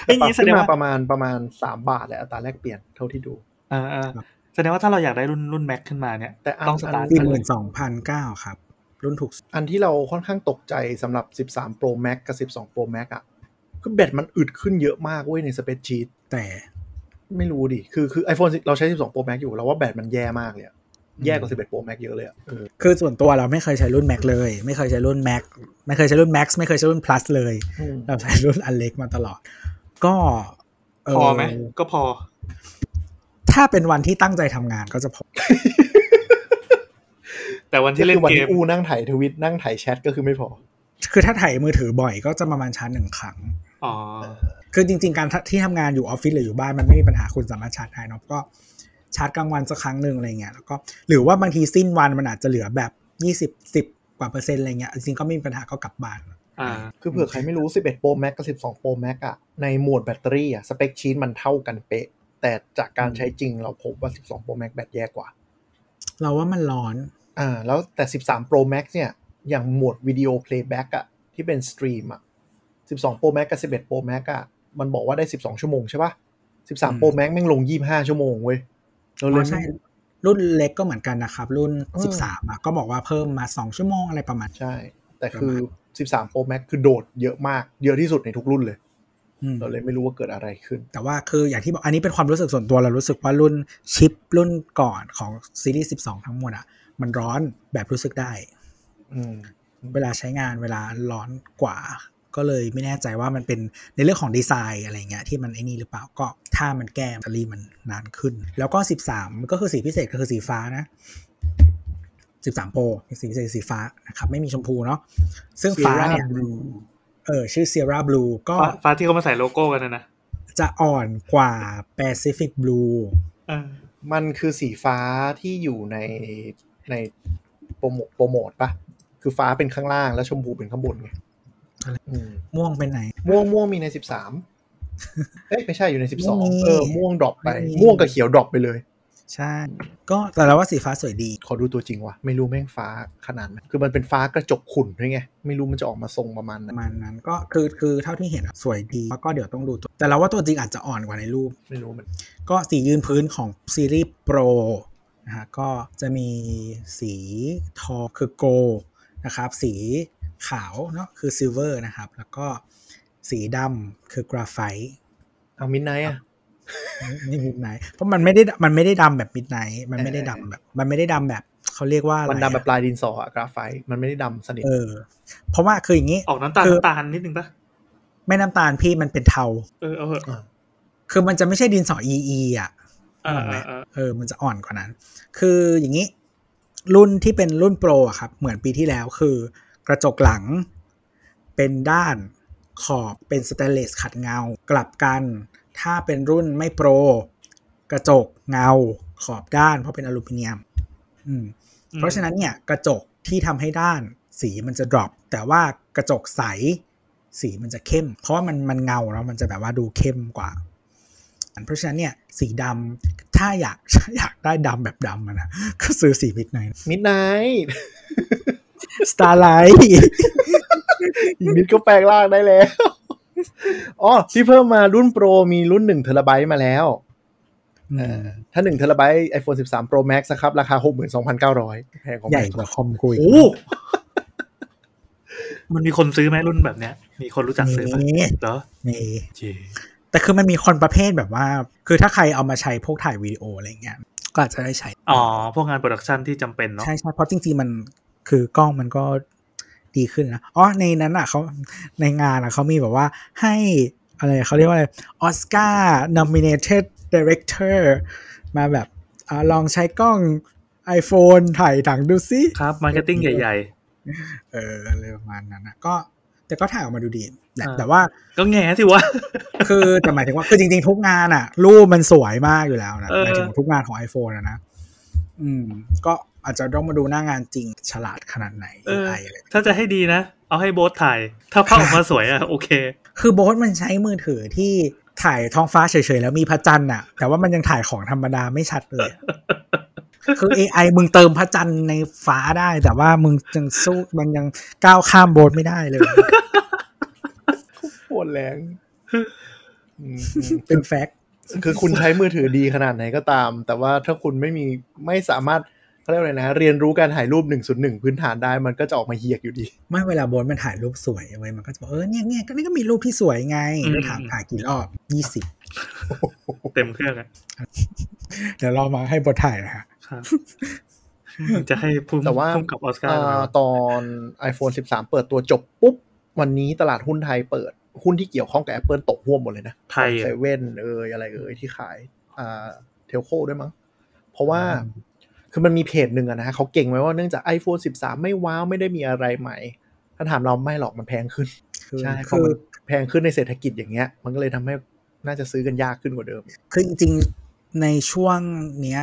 Speaker 4: ไอ้ย
Speaker 2: ปรับ
Speaker 4: งี้แส
Speaker 2: ขึ้
Speaker 4: ด
Speaker 2: น
Speaker 4: ง
Speaker 2: มา
Speaker 4: ว่า
Speaker 2: ประมาณประมาณ 3 บาทแหละอัตราแลกเปลี่ยนเท่าที่ดู
Speaker 4: เออเออแสดงว่าถ้าเราอยากได้รุ่นรุ่นแม็กขึ้นมาเนี่ย
Speaker 2: แต่อัน
Speaker 4: ต้องสตาร์ท
Speaker 2: อั
Speaker 3: สี่
Speaker 2: น
Speaker 3: หมื่นสองพันเก้าครับ รุ่นถูกสุด
Speaker 2: อันที่เราค่อนข้างตกใจสำหรับ 13 Pro Max กับ 12 Pro Max อะ คือแบตมันอึดขึ้นเยอะมากเว้ยในสเปซชีต
Speaker 3: แต่
Speaker 2: ไม่รู้ดิ คือคือ iPhone 10เราใช้ 12 Pro Max อยู่เราว่าแบตมันแย่มากเลยอะแย่กว่า 11 Pro Max เยอะเลยอะเออ
Speaker 3: คือส่วนตัวเราไม่เคยใช้รุ่น Mac เลย ไม่เคยใช้รุ่น Mac ไม่เคยใช้รุ่น Max ไม่เคยใช้รุ่น Plus เลย
Speaker 2: อืม
Speaker 3: เราใช้รุ่นอันเล็กมาตลอด ก็เพ
Speaker 4: อไหมก็พอ
Speaker 3: ถ้าเป็นวันที่ตั้งใจทำงานก็จะพอ
Speaker 4: แต่วัน
Speaker 2: ก็
Speaker 4: ที่เล่
Speaker 2: คื
Speaker 4: น
Speaker 2: อวัน
Speaker 4: เก
Speaker 2: ที่
Speaker 4: ม
Speaker 2: อูนั่งถ่ายทวิตนั่งถ่ายแชทก็คือไม่พอ
Speaker 3: คือถ้าถ่ายมือถือบ่อยก็จะประมาณชาร์จหนึ่งครั้ง
Speaker 4: อ๋อ
Speaker 3: คือจริง ๆ การที่ทำงานอยู่ออฟฟิศหรืออยู่บ้านมันไม่มีปัญหาคุณสามารถชาร์จได้เนอะก็ชาร์จกลางวันสักครั้งหนึ่งอะไรเงี้ยแล้วก็หรือว่าบางทีสิ้นวันมันอาจจะเหลือแบบยี่สิบสิบกว่าเปอร์เซ็นต์อะไรเงี้ยจริงๆก็ไม่มีปัญหาก็กลับบ้าน
Speaker 4: อ่า
Speaker 2: คือเผื่อใครไม่รู้ 11 Pro Max กับ 12 Pro Max อะในโหมดแบตเตอรี่อะสเปคชีตมันเท่ากันเป๊ะ แต่จากการใช้จริงเราพบว่า 12 Pro Max แบตแย่กว่า
Speaker 3: เราว่ามันร้อน
Speaker 2: อ่า แล้วแต่ 13 Pro Max เนี่ย อย่างโหมดวิดีโอ playback อะที่เป็นสตรีมอะ12 Pro Max กับ 11 Pro Max อะมันบอกว่าได้ 12 ชั่วโมงใช่ปะ
Speaker 3: อืม
Speaker 2: 13 Pro Max แม่งลง 25 ชั่วโมงเว้ยเราเล
Speaker 3: อ๋
Speaker 2: ย
Speaker 3: อใช่
Speaker 2: ไม่
Speaker 3: รุ่นเล็กก็เหมือนกันนะครับ รุ่น
Speaker 2: เออ
Speaker 3: 13อ่ะก็บอกว่าเพิ่มมา 2 ชั่วโมงอะไรประมาณ
Speaker 2: ใช่ แต่คือ 13 Pro Max คือโดดเยอะมาก เยอะที่สุดในทุกรุ่นเลย
Speaker 3: อืม
Speaker 2: เราเลยไม่รู้ว่าเกิดอะไรขึ้น
Speaker 3: แต่ว่าคืออย่างที่บอกอันนี้เป็นความรู้สึกส่วนตัวเรารู้สึกว่ารุ่นชิปรุ่นก่อนของซีรีส์12 ทั้งหมดอ่ะมันร้อนแบบรู้สึกได้
Speaker 2: อืม
Speaker 3: เวลาใช้งานเวลาร้อนกว่า ก็เลยไม่แน่ใจว่ามันเป็นในเรื่องของดีไซน์อะไรเงี้ยที่มันไอ้นี่หรือเปล่าก็ถ้ามันแก้แบตเตอรี่มันนานขึ้น แล้วก็ 13 ก็คือสีพิเศษก็คือสีฟ้านะ 13 Pro เป็นสีพิเศษสีฟ้านะครับ ไม่มีชมพูเนาะซึ่งฟ้าเนี่ย เออชื่อ Sierra Blue ก็
Speaker 4: ฟ้าฟ้าที่เขามาใส่โลโก้กันนะนะ
Speaker 3: จะอ่อนกว่า Pacific Blue
Speaker 4: เออ
Speaker 2: มันคือสีฟ้าที่อยู่ในในโปรโมโปรโมทปะคือฟ้าเป็นข้างล่างแล้วชมพูเป็นข้างบนไง
Speaker 3: อะไร
Speaker 2: อืม
Speaker 3: ม่วงเป็นไหน
Speaker 2: ม่วงม่วงมีในสิบสามเอ้ยไม่ใช่อยู่ในสิบสอง
Speaker 3: ไม่มี
Speaker 2: เออม่วงดรอปไป
Speaker 3: ไม่มี
Speaker 2: ม่วงกับเขียวดรอปไปเลย
Speaker 3: ใช่ ก็แต่เราว่าสีฟ้าสวยดี
Speaker 2: ขอดูตัวจริงว่ะ ไม่รู้แม่งฟ้าขนาดไหนคือมันเป็นฟ้ากระจกขุ่นด้วยไง ไม่รู้มันจะออกมาทรงประมาณไห
Speaker 3: ป
Speaker 2: น
Speaker 3: ระมาณนั้นก็คือคือเท่าที่เห็นอะสวยดี แล้วก็เดี๋ยวต้องดูตัว แต่เราว่าตัวจริงอาจจะอ่อนกว่าในรูป
Speaker 2: ไม่รู้มัน
Speaker 3: ก็สียืนพื้นของซีรีส์โปรนะฮะก็จะมีสีทองคือโกนะครับ สีขาวเนาะคือซิลเวอร์นะครับ แล้วก็สีดำคือกราไฟต์
Speaker 2: เอามินไนอะ
Speaker 3: ไม่มิดไนเพราะมันไม่ได้มันไม่ได้ดำแบบมิดไนมันไม่ได้ดำแบบ มันไม่ได้ดำแบบเขาเรียกว่าอะไร
Speaker 2: มันดำแบบปลายดินสออะกราไฟต์มันไม่ได้ดำสนิท
Speaker 3: เออ เพราะว่าคืออย่างนี้
Speaker 4: ออกน้ำตาล
Speaker 3: คือ
Speaker 4: น้ำตาลนิดนึงปะ
Speaker 3: แม่น้ำตาลพี่มันเป็นเทา
Speaker 4: เออเอาเถอะ
Speaker 2: อ่ะ
Speaker 3: คือมันจะไม่ใช่ดินสอ EE อ่ะ
Speaker 4: เออเออเออ
Speaker 3: เออ มันจะอ่อนกว่านั้น คืออย่างนี้ รุ่นที่เป็นรุ่นโปรอะครับ เหมือนปีที่แล้วคือกระจกหลัง เป็นด้านขอบเป็นสเตนเลสขัดเงา กลับกัน ถ้าเป็นรุ่นไม่โปร กระจกเงา ขอบด้านเพราะเป็นอลูมิเนียม อืม
Speaker 4: อืม
Speaker 3: เพราะฉะนั้นเนี่ยกระจกที่ทำให้ด้านสีมันจะดรอปแต่ว่ากระจกใสสีมันจะเข้ม เพราะว่ามันมันเงาแล้วมันจะแบบว่าดูเข้มกว่าอันเพราะฉะนั้นเนี่ยสีดำถ้าอยาก [LAUGHS] ถ้าอยากได้ดำแบบดำอะนะก็ซื้อสีมิดไน
Speaker 2: มิดไน [LAUGHS]
Speaker 3: สตาร์ไลท์
Speaker 2: อีกนิดก็แปลงร่างได้แล้ว อ๋อที่เพิ่มมารุ่นโปรมีรุ่นหนึ่งเทราไบต์มาแล้ว เออถ้า1เทราไบต์ iPhone 13 Pro Max นะครับ ราคา 62,900 แพงกว่า
Speaker 3: ใหญ่กว่าคอมกุย
Speaker 4: โอ้มันมีคนซื้อไหมรุ่นแบบเนี้ย มีคนรู้จักซื้อปะ
Speaker 3: นี่
Speaker 4: เหรอ
Speaker 3: นี่
Speaker 4: เจี
Speaker 3: แต่คือมันมีคนประเภทแบบว่า คือถ้าใครเอามาใช้พวกถ่ายวิดีโออะไรเงี้ยก็อาจจะได้ใช้
Speaker 4: อ๋อ พวกงานโปรดักชันที่จำเป็นเนาะ
Speaker 3: ใช่ใช่เพราะจริงๆมันคือกล้องมันก็ดีขึ้นนะอ๋อในนั้นอ่ะเขาในงานอ่ะเขามีแบบว่าให้อะไรเขาเรียกว่าอะไรออสการ์ nominated director มาแบบอาลองใช้กล้อง iPhone ถ่ายถังดูซิ
Speaker 4: ครับมาร์เก็ตติ้งใหญ่
Speaker 3: เอออะไรประมาณนั้นนะก็แต่ก็ถ่ายออกมาดูดีแหละ
Speaker 4: อ่า
Speaker 3: แต่ว่า
Speaker 4: ๆ ก็แง่สิวะ [LAUGHS]
Speaker 3: คือแต่หมายถึงว่าคือจริงๆ ทุกงานอ่ะ รูปมันสวยมากอยู่แล้วนะ
Speaker 4: เออ
Speaker 3: หมายถึงทุกงานของ iPhone อะนะอืม ก็อาจจะต้องมาดูหน้างานจริงฉลาดขนาดไหน
Speaker 4: เออ
Speaker 3: AI อะไร
Speaker 4: ถ้าจะให้ดีนะ เอาให้โบทถ่าย ถ้าภาพออกมาสวยอะ [LAUGHS] โอเค
Speaker 3: คือโบ๊ทมันใช้มือถือที่ถ่ายท้องฟ้าเฉยๆ แล้วมีพระจันทร์อะแต่ว่ามันยังถ่ายของธรรมดาไม่ชัดเลยอะคือ AI มึงเติมพระจันทร์ในฟ้าได้ แต่ว่ามึงยังสู้มันยังก้าวข้ามโบ๊ทไม่ได้เลย
Speaker 2: ปวดแรงอืม
Speaker 3: เป็นแฟกต์
Speaker 2: คือคุณใช้มือถือดีขนาดไหนก็ตาม แต่ว่าถ้าคุณไม่มีไม่สามารถ เขาเรียกว่าอะไรนะ เรียนรู้การถ่ายรูป 101 พื้นฐานได้มันก็จะออกมาเฮียกอยู่ดี
Speaker 3: ไม่เวลาโบนมันถ่ายรูปสวยเว้ยมันก็จะบอกเออเนี่ยเนี่ยก็นี่ก็มีรูปที่สวยไง
Speaker 4: อืม
Speaker 3: แล้วถามถ่ายกี่รอบยี่สิบ
Speaker 4: เต็มเครื่องอะ
Speaker 3: เดี๋ยวเรามาให้โบทถ่ายนะฮะ
Speaker 4: ครับ
Speaker 2: [LAUGHS]
Speaker 4: จะให้ภูมิ
Speaker 2: แต่ว่า
Speaker 4: ภูมิกับออสการ์
Speaker 2: อ่าตอน iPhone 13 เปิดตัวจบปุ๊บ วันนี้ตลาดหุ้นไทยเปิด หุ้นที่เกี่ยวข้องกับ Apple ตกห่วมหมดเลยนะ
Speaker 4: ไทย
Speaker 2: เซ
Speaker 4: อะ
Speaker 2: เว่นเอยอะไรเอยที่ขายอ่าเทลโคด้วยมั้ง เพราะว่าคือมันมีเพจหนึ่งอะนะฮะเขาเก่งไว้ว่าเนื่องจาก iPhone 13 ไม่ว้าว ไม่ได้มีอะไรใหม่ ถ้าถามเราไม่หรอกมันแพงขึ้น
Speaker 3: คือ
Speaker 2: ใช่คื
Speaker 3: คืออ
Speaker 2: แพงขึ้นในเศรษฐกิจอย่างเงี้ย มันก็เลยทำให้น่าจะซื้อกันยากขึ้นกว่าเดิม
Speaker 3: คือจริงๆ ในช่วงเนี้ย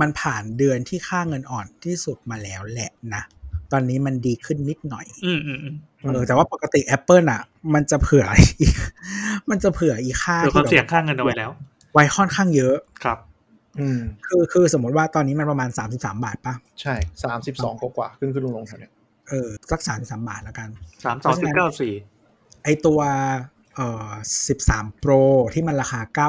Speaker 3: มันผ่านเดือนที่ค่าเงินอ่อนที่สุดมาแล้วแหละนะ ตอนนี้มันดีขึ้นนิดหน่อย
Speaker 4: อืมอืมอืม
Speaker 3: เออแต่ว่าปกติ Apple อ่ะ มันจะเผื่ออีก [LAUGHS] มันจะเผื่ออีกค่า
Speaker 4: คือความเสี่ยง
Speaker 3: แบบ
Speaker 4: ข้างเงินเอาไว้แล้ว
Speaker 3: ไว้ค่อนข้างเยอะ
Speaker 4: ครับ
Speaker 2: อืม
Speaker 3: คือคือสมมติว่าตอนนี้มันประมาณ 33 บาทป่ะ
Speaker 2: ใช่ 32กว่ากว่าๆขึ้นขึ้นลงลงๆแถวเนี้ย
Speaker 3: เออสักสามสามบาทแล้วกัน
Speaker 4: สามสองจุดเก้าสี่
Speaker 3: ไอตัวเอ่อ13 Pro ที่มันราคา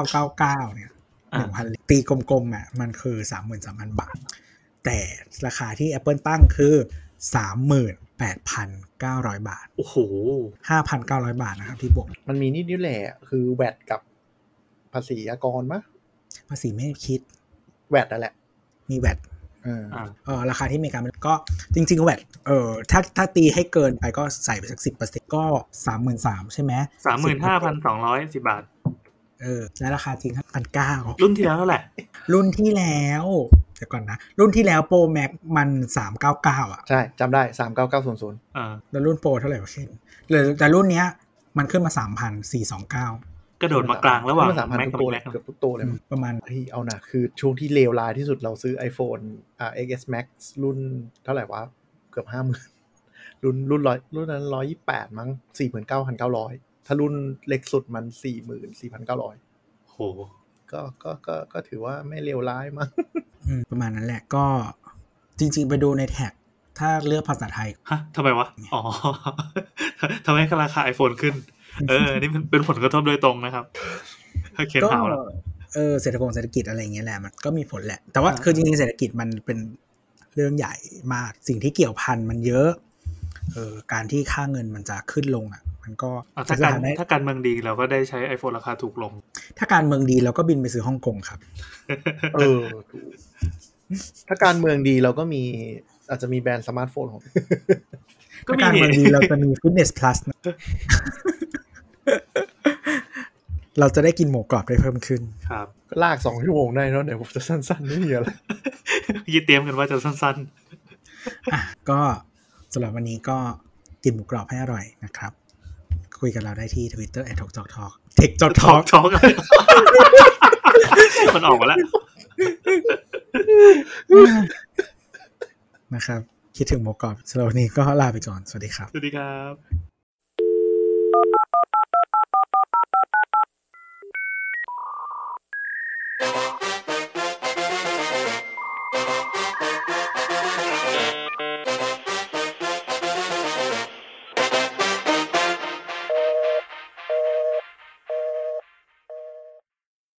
Speaker 3: 999 เนี่ย
Speaker 4: อ่า
Speaker 3: หนึ่งพันตีกลมๆอ่ะมันคือ 33,000 บาท แต่ราคาที่ Apple ตั้งคือ 38,900 บาท
Speaker 4: โอ้โห
Speaker 3: 5,900 บาทนะครับที่บวก
Speaker 2: มันมีนิดนิดแหละ คือแวดกับภาษีอากรมะ
Speaker 3: ภาษีไม่คิด
Speaker 2: แวดนั่นแหละ
Speaker 3: มีแวด
Speaker 2: เออ
Speaker 4: อ่า
Speaker 3: เออราคาที่อเมริกามันก็จริงๆแวดเออถ้าถ้าตีให้เกินไปก็ใส่ไปสัก 10%ก็ 33,000ใช่ไหม
Speaker 4: สามหมื่นห้าพันสองร้อยสิบาท
Speaker 3: เออและราคาจริง5,900
Speaker 4: รุ่นที่แล้วเท่าไหร่
Speaker 3: รุ่นที่แล้วเดี๋ยวก่อนนะ รุ่นที่แล้วโปรแม็กมันสามเก้าเก้าอ่ะ
Speaker 2: ใช่จำได้ 39900
Speaker 4: อ่า
Speaker 3: แล้วรุ่นโปรเท่าไหร่วะเช่นเลยแต่รุ่นเนี้ยมันขึ้นมาสามพันสี่สองเก้าก
Speaker 4: ระโดดมากลางระหว่าง
Speaker 2: สามพัน
Speaker 4: แม็ก
Speaker 2: ทุกตัวเลยเกื
Speaker 4: กับแม็กเนอะ
Speaker 2: อบทุกตัวเลยมั้ง
Speaker 3: ประมาณ
Speaker 2: เฮ้ยเอานะคือช่วงที่เลวร้ายที่สุดเราซื้อ iPhone อ่า XS Max รุ่นเท่าไหร่วะ เกือบห้าหมื่นรุ่นรุ่นร้อยรุ่นนั้นร้อยยี่แปดมั้งสี่หมื่นเก้าพันเก้าร้อยถ้ารุ่นเล็กสุดมันสี่หมื่นสี่พันเก้าร้อย
Speaker 4: โอ้โห
Speaker 2: ก็ก็ก็ก็ถือว่าไม่เลวร้ายมั้ง
Speaker 3: อืมประมาณนั้นแหละก็จริงๆ ไปดูในแท็ก ถ้าเลือกภาษาไทย
Speaker 4: ฮะทำไมวะ อ๋อ [LAUGHS] ทำให้ราคา iPhone ขึ้น เอ [LAUGHS] อ นี่เป็นเป็นผลกระทบโดยตรงนะครับถ้าเขียน
Speaker 3: ก็
Speaker 4: ข่าวแล้ว
Speaker 3: เออเศรษฐกงเศรษฐกิจอะไรอย่างเงี้ยแหละมันก็มีผลแหละ แต่ว่า
Speaker 4: อ่า
Speaker 3: คือจริงๆเศรษฐกิจมันเป็นเรื่องใหญ่มากสิ่งที่เกี่ยวพันมันเยอะเออการที่ค่าเงินมันจะขึ้นลงอ่ะ มันก็
Speaker 4: อ่ะถ้าการ
Speaker 3: จะทำให้
Speaker 4: ถ้าการเมืองดีเราก็ได้ใช้ iPhone ราคาถูกลง
Speaker 3: ถ้าการเมืองดีเราก็บินไปซื้อฮ่องกงครับ
Speaker 2: เออถูก [LAUGHS] ถ้าการเมืองดีเราก็มีอาจจะมีแบรนด์สมาร์ทโฟนของ
Speaker 4: ก็มี
Speaker 3: ถ้าการ
Speaker 4: นี่
Speaker 3: เมืองดีเราจะมี Fitness Plus
Speaker 4: [LAUGHS]
Speaker 3: นะ เราจะได้กินหมูกรอบได้เพิ่มขึ้น
Speaker 4: ครับ [LAUGHS]
Speaker 2: ก็ลากสองชั่วโมงได้เนาะเดี๋ยวผมจะสั้นๆไม่มีอะไร
Speaker 4: ยี่เตรียมกันว่าจะสั้น
Speaker 3: อ่ะ ก็สำหรับวันนี้ก็กินหมูกรอบให้อร่อยนะครับ คุยกับเราได้ที่ Twitter t a l k t a l k t a l k t e c h t a l k
Speaker 4: ๆ
Speaker 3: t
Speaker 4: ท
Speaker 3: a
Speaker 4: อ
Speaker 3: l
Speaker 4: ก
Speaker 3: k
Speaker 4: ทอกมันออกมาแล้ว
Speaker 3: นะครับ คิดถึงหมูกรอบสำหรับวันนี้ก็ลาไปก่อน สวัสดีครับ
Speaker 4: สวัสดีครับ